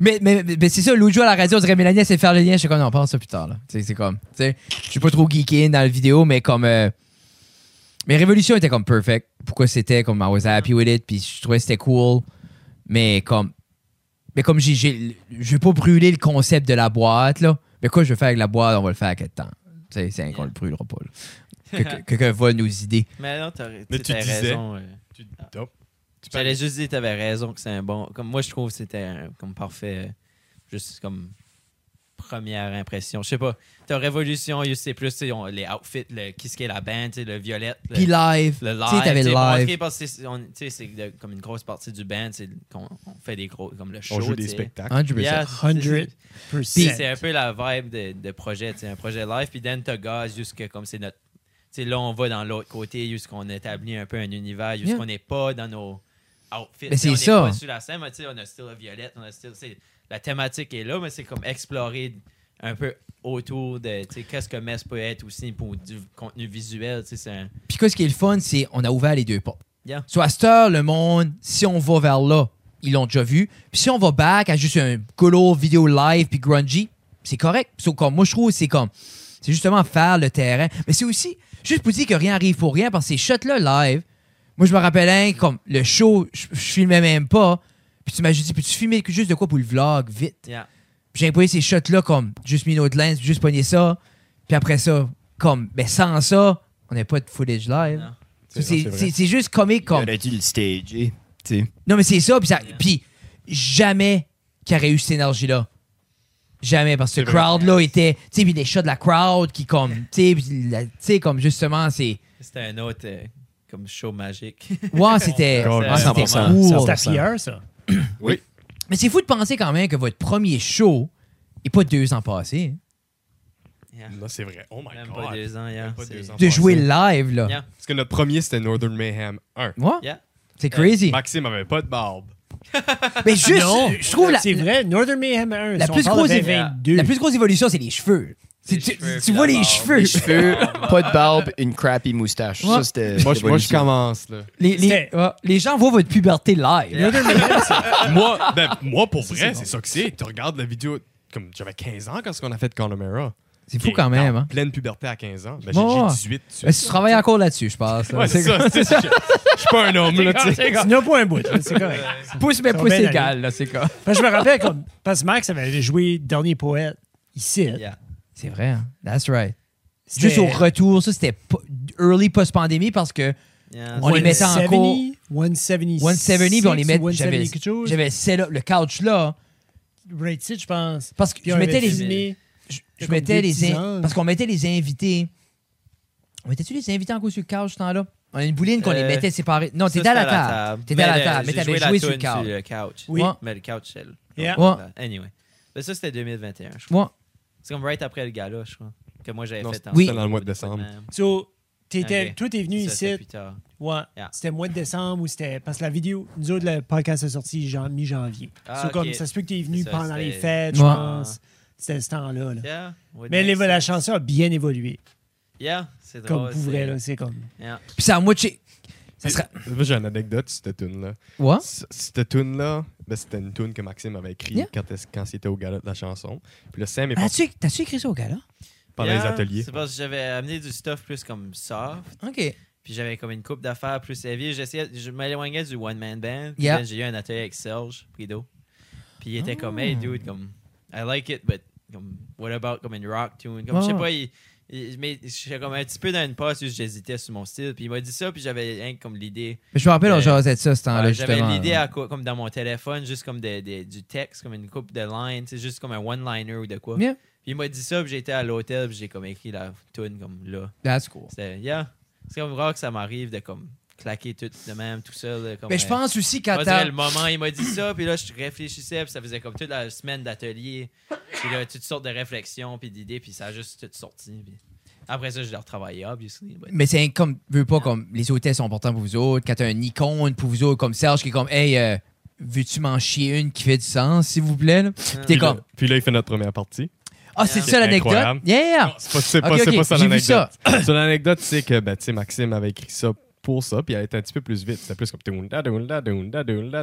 [SPEAKER 4] Mais, mais, mais- mais c'est ça, l'autre jour à la radio, on dirait Mélanie, elle sait faire le lien. Je suis comme, non, on pense ça plus tard. là. Tu sais, C'est comme, tu sais, je suis pas trop geeké dans la vidéo, mais comme. euh, mais Révolution était comme perfect. Pourquoi c'était comme, I was happy with it, puis je trouvais que c'était cool. Mais comme. Mais comme j'ai- j'ai. Je vais pas brûler le concept de la boîte, là. Mais quoi, je vais faire avec la boîte, on va le faire à quel temps. Tu sais, c'est un qu'on le brûlera pas, là. Que- que- Quelqu'un vole nos idées.
[SPEAKER 2] Mais non, t'aurais
[SPEAKER 5] Mais tu
[SPEAKER 2] t'avais
[SPEAKER 5] disais-
[SPEAKER 2] raison. euh.
[SPEAKER 5] Tu- Top. Tu parlais-
[SPEAKER 2] J'allais juste dire que t'avais raison que c'est un bon. Comme moi, je trouve que c'était un- comme parfait. euh, Juste comme première impression. Je sais pas. T'as Révolution, you sais plus tu sais, on- les outfits, le, qu'est-ce qu'est la bande, tu sais, le violette. le-
[SPEAKER 4] Puis live.
[SPEAKER 2] le live.
[SPEAKER 4] Tu sais, t'avais
[SPEAKER 2] tu
[SPEAKER 4] le
[SPEAKER 2] sais,
[SPEAKER 4] live.
[SPEAKER 2] montrer parce que c'est- on- tu sais, c'est de- comme une grosse partie du band, c'est qu'on on fait des gros, comme le show.
[SPEAKER 5] On joue des
[SPEAKER 2] tu sais.
[SPEAKER 5] spectacles.
[SPEAKER 4] 100%.
[SPEAKER 2] Yeah, c'est- c'est-
[SPEAKER 1] 100%.
[SPEAKER 2] c'est- C'est un peu la vibe de, de projet, tu sais, un projet live. Puis Dan Togas, juste que comme c'est notre. tu sais, là, on va dans l'autre côté, juste qu'on établit un peu un univers, juste
[SPEAKER 4] Yeah.
[SPEAKER 2] qu'on n'est pas dans nos outfits.
[SPEAKER 4] Mais
[SPEAKER 2] tu sais,
[SPEAKER 4] c'est
[SPEAKER 2] on est
[SPEAKER 4] ça.
[SPEAKER 2] pas sur la scène, mais tu sais, on a style la violette, on a style. c'est- La thématique est là, mais c'est comme explorer un peu autour de tu sais, qu'est-ce que Metz peut être aussi pour du contenu visuel. tu sais, C'est un.
[SPEAKER 4] Puis quoi, ce qui est le fun, c'est on a ouvert les deux portes.
[SPEAKER 2] Yeah.
[SPEAKER 4] Soit à cette heure, le monde, si on va vers là, ils l'ont déjà vu. Puis si on va back à juste un good old vidéo live puis grungy, c'est correct. So, comme, moi, je trouve que c'est comme. C'est justement faire le terrain. Mais c'est aussi, juste pour dire que rien arrive pour rien, parce que ces shots-là live, moi, je me rappelle un, comme le show, je, je filmais même pas. Puis tu m'as juste dit, peux-tu filmer juste de quoi pour le vlog, vite?
[SPEAKER 2] Yeah.
[SPEAKER 4] Puis j'ai employé ces shots-là comme juste mis notre lens, juste pogné ça. Puis après ça, comme, ben sans ça, on n'avait pas de footage live.
[SPEAKER 2] Non.
[SPEAKER 4] C'est-
[SPEAKER 5] C'est- non, c'est
[SPEAKER 4] C'est c'est juste comique comme.
[SPEAKER 6] Aurais-tu le stager? Tu sais.
[SPEAKER 4] Non, mais c'est ça. Puis ça-
[SPEAKER 2] Yeah.
[SPEAKER 4] puis jamais qu'il aurait eu cette énergie-là. Jamais, parce que ce
[SPEAKER 5] C'est vrai.
[SPEAKER 4] crowd-là était. Tu sais, puis les shots de la crowd qui, comme. Tu sais, puis la- tu sais, comme justement, c'est.
[SPEAKER 2] C'était un autre euh, comme show magique.
[SPEAKER 4] Ouais, c'était.
[SPEAKER 2] Oh,
[SPEAKER 4] ouais, c'était
[SPEAKER 6] 100%.
[SPEAKER 4] cool.
[SPEAKER 1] C'est à Pierre, ça.
[SPEAKER 4] Mais c'est fou de penser quand même que votre premier show est pas deux ans passés. hein.
[SPEAKER 2] Yeah.
[SPEAKER 5] Non, c'est vrai. Oh my
[SPEAKER 2] Même
[SPEAKER 5] god.
[SPEAKER 2] pas deux ans, yeah.
[SPEAKER 5] Même pas
[SPEAKER 2] C'est-
[SPEAKER 5] deux ans.
[SPEAKER 4] De
[SPEAKER 5] Passé.
[SPEAKER 4] jouer live, là.
[SPEAKER 2] Yeah.
[SPEAKER 5] Parce que notre premier, c'était Northern Mayhem 1.
[SPEAKER 4] Ouais,
[SPEAKER 2] Yeah. Euh,
[SPEAKER 4] c'est crazy.
[SPEAKER 5] Maxime avait pas de barbe.
[SPEAKER 4] Mais juste, je trouve la,
[SPEAKER 1] C'est vrai, Northern Mayhem 1.
[SPEAKER 4] la
[SPEAKER 1] si on
[SPEAKER 4] plus
[SPEAKER 1] parle
[SPEAKER 4] grosse
[SPEAKER 1] de
[SPEAKER 4] évo-
[SPEAKER 1] 22.
[SPEAKER 4] la plus grosse évolution, c'est les cheveux. C'est-
[SPEAKER 2] Les
[SPEAKER 4] tu
[SPEAKER 2] cheveux,
[SPEAKER 4] tu
[SPEAKER 2] puis
[SPEAKER 4] vois
[SPEAKER 2] la
[SPEAKER 4] les
[SPEAKER 2] barbe.
[SPEAKER 4] cheveux.
[SPEAKER 6] Les cheveux, pas de barbe, une crappy moustache.
[SPEAKER 4] Ouais.
[SPEAKER 6] Ça, c'était.
[SPEAKER 5] Moi, je- moi, je commence, là.
[SPEAKER 4] Les, les-
[SPEAKER 1] C'était-
[SPEAKER 4] ouais, les gens voient votre puberté live.
[SPEAKER 1] Northern Mayhem, c'est-
[SPEAKER 5] moi, ben, moi, pour vrai, c'est ça que c'est. Tu regardes la vidéo, comme j'avais 15 ans quand ce qu'on a fait Connemara.
[SPEAKER 4] C'est fou quand même. Hein.
[SPEAKER 5] Pleine puberté à 15 ans. Ben,
[SPEAKER 4] Ouais,
[SPEAKER 5] j'ai-
[SPEAKER 4] ouais.
[SPEAKER 5] j'ai 18. tout de
[SPEAKER 4] Mais
[SPEAKER 5] suite.
[SPEAKER 4] tu travailles encore là-dessus, je pense. là.
[SPEAKER 5] Ouais, c'est ça. c'est ça. Je je suis pas un homme, là, tu sais.
[SPEAKER 1] tu n'as pas un bout, là, c'est correct.
[SPEAKER 4] Pouce, mais
[SPEAKER 1] Ça va
[SPEAKER 4] pouce
[SPEAKER 1] bien
[SPEAKER 4] égal, là, c'est quoi?
[SPEAKER 1] Parce que je me rappelle, comme, parce que Max avait joué Dernier Poète ici.
[SPEAKER 2] Yeah.
[SPEAKER 4] C'est vrai, hein. that's right.
[SPEAKER 1] C'était-
[SPEAKER 4] Juste au retour, ça, c'était po- early post-pandémie parce que
[SPEAKER 2] Yeah.
[SPEAKER 4] On les mettait en
[SPEAKER 1] 170,
[SPEAKER 4] cours.
[SPEAKER 1] 176,
[SPEAKER 4] 170, puis on les met,
[SPEAKER 1] ou 170
[SPEAKER 4] j'avais
[SPEAKER 1] quelque chose.
[SPEAKER 4] j'avais le setup, le couch là,
[SPEAKER 1] Rated, je pense.
[SPEAKER 4] parce que
[SPEAKER 1] Puis
[SPEAKER 4] je
[SPEAKER 1] on
[SPEAKER 4] mettais
[SPEAKER 1] avait
[SPEAKER 4] les,
[SPEAKER 1] filmé.
[SPEAKER 4] je, je
[SPEAKER 1] comme
[SPEAKER 4] mettais
[SPEAKER 1] des
[SPEAKER 4] les in-
[SPEAKER 1] petits
[SPEAKER 4] parce qu'on mettait les invités. On mettait-tu les invités en cours sur le couch ce temps-là? On a une bouline qu'on les
[SPEAKER 2] Euh,
[SPEAKER 4] mettait séparés. Non,
[SPEAKER 2] Ça,
[SPEAKER 4] t'étais à la
[SPEAKER 2] c'était
[SPEAKER 4] table. T'étais à la table, mais
[SPEAKER 2] euh, j'ai
[SPEAKER 4] t'avais
[SPEAKER 2] joué la
[SPEAKER 4] joué sur le
[SPEAKER 2] tune
[SPEAKER 4] couch.
[SPEAKER 2] le couch.
[SPEAKER 1] Oui.
[SPEAKER 4] Ouais.
[SPEAKER 2] Mais le couch, c'est le-
[SPEAKER 1] Yeah.
[SPEAKER 4] Ouais.
[SPEAKER 2] Anyway. Mais ça, c'était 2021, je crois.
[SPEAKER 4] Moi,
[SPEAKER 2] C'est comme right après le gala, je crois. Que moi, j'avais
[SPEAKER 5] Non,
[SPEAKER 2] fait en
[SPEAKER 4] oui.
[SPEAKER 5] c'était dans le mois de décembre.
[SPEAKER 1] So, t'étais,
[SPEAKER 2] Ok.
[SPEAKER 1] toi, t'es venu
[SPEAKER 2] Ça, c'était
[SPEAKER 1] ici.
[SPEAKER 2] plus tard.
[SPEAKER 1] Ouais.
[SPEAKER 2] Yeah.
[SPEAKER 1] C'était mois de décembre ou c'était. Parce que la vidéo, nous autres, le podcast est sorti jan- mi-janvier.
[SPEAKER 2] Ah,
[SPEAKER 1] So,
[SPEAKER 2] ok.
[SPEAKER 1] comme, ça se peut que t'es venu
[SPEAKER 2] C'est ça,
[SPEAKER 1] pendant les
[SPEAKER 2] c'était-
[SPEAKER 1] fêtes, je
[SPEAKER 4] Ouais.
[SPEAKER 1] pense. C'était ce temps-là. là.
[SPEAKER 2] Yeah, would
[SPEAKER 1] Mais
[SPEAKER 2] make
[SPEAKER 1] l'évo- la
[SPEAKER 2] sense.
[SPEAKER 1] chanson a bien évolué.
[SPEAKER 2] Yeah, c'est
[SPEAKER 1] Comme
[SPEAKER 2] drôle.
[SPEAKER 1] pour
[SPEAKER 2] c'est-
[SPEAKER 1] vrai, là, c'est comme.
[SPEAKER 2] Yeah.
[SPEAKER 4] Puis ça, moi, tu Ça serait.
[SPEAKER 5] Moi, j'ai une anecdote sur cette tune-là.
[SPEAKER 4] What?
[SPEAKER 5] C- Cette tune-là, ben, c'était une tune que Maxime avait écrite
[SPEAKER 4] Yeah. Ah,
[SPEAKER 5] quand, est- quand c'était au gala de la chanson. Puis le Sam est parti
[SPEAKER 4] T'as-tu t'as-tu écrit ça au gars, là?
[SPEAKER 5] pendant les
[SPEAKER 2] Yeah,
[SPEAKER 5] ateliers.
[SPEAKER 2] C'est parce que j'avais amené du stuff plus comme soft.
[SPEAKER 4] OK.
[SPEAKER 2] Puis j'avais comme une coupe d'affaires plus heavy. J'essayais, je m'éloignais du one man band. Puis
[SPEAKER 4] Yeah.
[SPEAKER 2] là, j'ai eu un atelier avec Serge Prideau. Puis il était
[SPEAKER 4] Ah.
[SPEAKER 2] comme, hey dude, comme, I like it, but comme, what about comme une rock tune? Comme, je sais
[SPEAKER 4] Ah.
[SPEAKER 2] pas, il, il- mais j'étais comme un petit peu dans une passe où j'hésitais sur mon style. Puis il m'a dit ça, puis j'avais hein, comme l'idée.
[SPEAKER 4] Mais je me rappelle, on
[SPEAKER 2] Euh,
[SPEAKER 4] jasait de ça ce temps-là,
[SPEAKER 2] Ouais, j'avais
[SPEAKER 4] justement.
[SPEAKER 2] l'idée à quoi- comme dans mon téléphone, juste comme des- des- du texte, comme une coupe de lines, c'est juste comme un one-liner ou de quoi.
[SPEAKER 4] Yeah.
[SPEAKER 2] Puis il m'a dit ça, puis j'étais à l'hôtel, puis j'ai comme écrit la tune comme là.
[SPEAKER 4] That's cool.
[SPEAKER 2] C'était, yeah. C'est comme rare que ça m'arrive de comme claquer tout de même, tout seul. là, Comme,
[SPEAKER 4] Mais je
[SPEAKER 2] euh,
[SPEAKER 4] pense aussi
[SPEAKER 2] on
[SPEAKER 4] quand
[SPEAKER 2] dirait
[SPEAKER 4] t'as.
[SPEAKER 2] le moment, il m'a dit ça, puis là, je réfléchissais, puis ça faisait comme toute la semaine d'atelier. Puis là, toutes sortes de réflexions, puis d'idées, puis ça a juste tout sorti. puis Après ça, je l'ai retravaillé, obviously. but-
[SPEAKER 4] Mais c'est comme, veux pas, comme les hôtels sont importants pour vous autres. Quand t'as une icône pour vous autres, comme Serge qui est comme, hey, euh, veux-tu m'en chier une qui fait du sens, s'il vous plaît? là? Puis t'es
[SPEAKER 5] Puis là-
[SPEAKER 4] comme,
[SPEAKER 5] Puis là, il fait notre première partie.
[SPEAKER 4] ah, c'est
[SPEAKER 2] C'est
[SPEAKER 4] ça l'anecdote?
[SPEAKER 5] incroyable.
[SPEAKER 4] Yeah!
[SPEAKER 5] Non, C'est pas, c'est
[SPEAKER 4] Ok,
[SPEAKER 5] pas, c'est
[SPEAKER 4] ok,
[SPEAKER 5] pas ça
[SPEAKER 4] j'ai vu
[SPEAKER 5] l'anecdote. Son anecdote, c'est que ben, tu sais, Maxime avait écrit ça pour ça, puis elle était un petit peu plus vite. C'était plus comme.
[SPEAKER 4] Oui.
[SPEAKER 5] Un
[SPEAKER 6] petit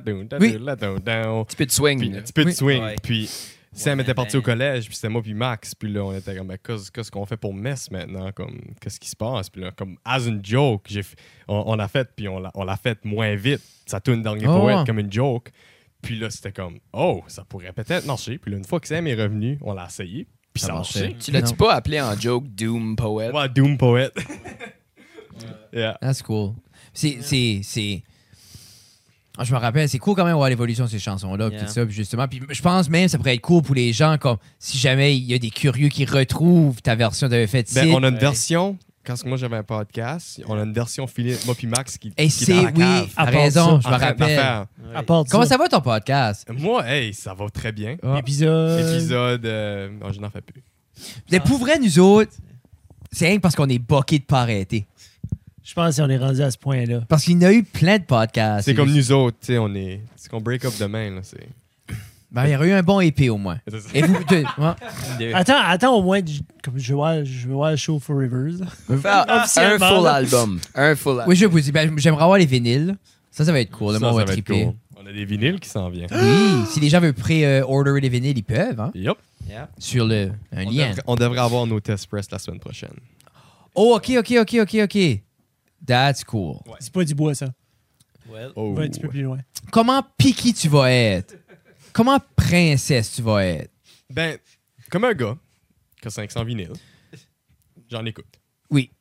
[SPEAKER 6] peu de swing. là.
[SPEAKER 5] petit peu de
[SPEAKER 4] Oui.
[SPEAKER 5] swing.
[SPEAKER 2] Ouais.
[SPEAKER 5] Puis Sam
[SPEAKER 2] Ouais,
[SPEAKER 5] était parti au
[SPEAKER 2] ben.
[SPEAKER 5] collège, puis c'était moi, puis Max. Puis là, on était comme, ben, qu'est-ce qu'est-ce qu'on fait pour Mess maintenant? Comme, qu'est-ce qui se passe? Puis là, comme, as une joke, j'ai fait- on, on l'a fait, puis on l'a- on l'a fait moins vite. Ça tourne dans les
[SPEAKER 4] Oh, ouais.
[SPEAKER 5] poètes comme une joke. Puis là, c'était comme, oh, ça pourrait peut-être marcher. Puis là, une fois que Sam est revenu, on l'a essayé, puis ça, a
[SPEAKER 4] marchait.
[SPEAKER 5] marché.
[SPEAKER 6] Tu l'as-tu
[SPEAKER 4] Non.
[SPEAKER 6] pas appelé en joke Doom Poet?
[SPEAKER 5] Ouais, Doom Poet. yeah.
[SPEAKER 4] That's cool. C'est. c'est, c'est... Ah, je me rappelle, c'est cool quand même voir l'évolution de ces chansons-là, puis
[SPEAKER 2] Yeah.
[SPEAKER 4] tout ça, puis justement. Puis je pense même que ça pourrait être cool pour les gens, comme si jamais il y a des curieux qui retrouvent ta version de fait
[SPEAKER 5] Ben, on a une
[SPEAKER 2] Ouais.
[SPEAKER 5] version, quand moi j'avais un podcast, on a une version filée, moi puis Max qui,
[SPEAKER 4] Et
[SPEAKER 5] qui est dans
[SPEAKER 4] c'est,
[SPEAKER 5] la
[SPEAKER 4] oui,
[SPEAKER 5] cave.
[SPEAKER 4] t'as
[SPEAKER 1] À part
[SPEAKER 4] raison, je
[SPEAKER 5] en
[SPEAKER 4] me
[SPEAKER 5] train de la
[SPEAKER 4] rappelle.
[SPEAKER 5] faire.
[SPEAKER 2] Ouais.
[SPEAKER 1] À part
[SPEAKER 4] Comment
[SPEAKER 1] ça,
[SPEAKER 4] ça va ton podcast?
[SPEAKER 5] Moi, hey, ça va très bien.
[SPEAKER 4] Ah.
[SPEAKER 1] épisode.
[SPEAKER 5] Épisode. euh, non, je n'en fais plus.
[SPEAKER 4] Mais pour vrai, nous autres, c'est rien que parce qu'on est boqués de pas arrêter.
[SPEAKER 1] Je pense qu'on est rendu à ce point-là.
[SPEAKER 4] Parce qu'il y en a eu plein de podcasts.
[SPEAKER 5] C'est comme
[SPEAKER 4] juste-
[SPEAKER 5] nous autres, tu sais, on est. C'est qu'on break up demain, là. C'est.
[SPEAKER 4] Ben, il y aurait eu un bon épée au moins.
[SPEAKER 5] c'est ça.
[SPEAKER 4] Et vous, deux, ouais.
[SPEAKER 2] Deux.
[SPEAKER 1] Attends, attends au moins, je- comme je vais voir, je vais voir le show for Rivers.
[SPEAKER 6] Ah, un
[SPEAKER 1] Officiellement,
[SPEAKER 6] full
[SPEAKER 1] là.
[SPEAKER 6] album. Un full album.
[SPEAKER 4] Oui, je vous dis, ben, j'aimerais avoir les vinyles. Ça, ça va être cool. Le
[SPEAKER 5] Ça,
[SPEAKER 4] monde
[SPEAKER 5] ça
[SPEAKER 4] va
[SPEAKER 5] va être
[SPEAKER 4] triper.
[SPEAKER 5] cool. On a des vinyles qui s'en viennent.
[SPEAKER 4] Oui, si les gens veulent pré-order les vinyles, ils peuvent, hein,
[SPEAKER 5] Yup.
[SPEAKER 2] Yeah.
[SPEAKER 4] sur le, un
[SPEAKER 5] On,
[SPEAKER 4] lien.
[SPEAKER 5] devrait- on devrait avoir nos tests press la semaine prochaine.
[SPEAKER 4] Oh, OK, OK, OK, OK, OK. That's cool.
[SPEAKER 1] C'est pas du bois, ça.
[SPEAKER 2] Well,
[SPEAKER 5] Oh.
[SPEAKER 1] On va un petit peu plus loin.
[SPEAKER 4] Comment piqué tu vas être? Comment princesse tu vas être?
[SPEAKER 5] Ben, comme un gars qui a 500 vinyles, j'en écoute.
[SPEAKER 4] Oui.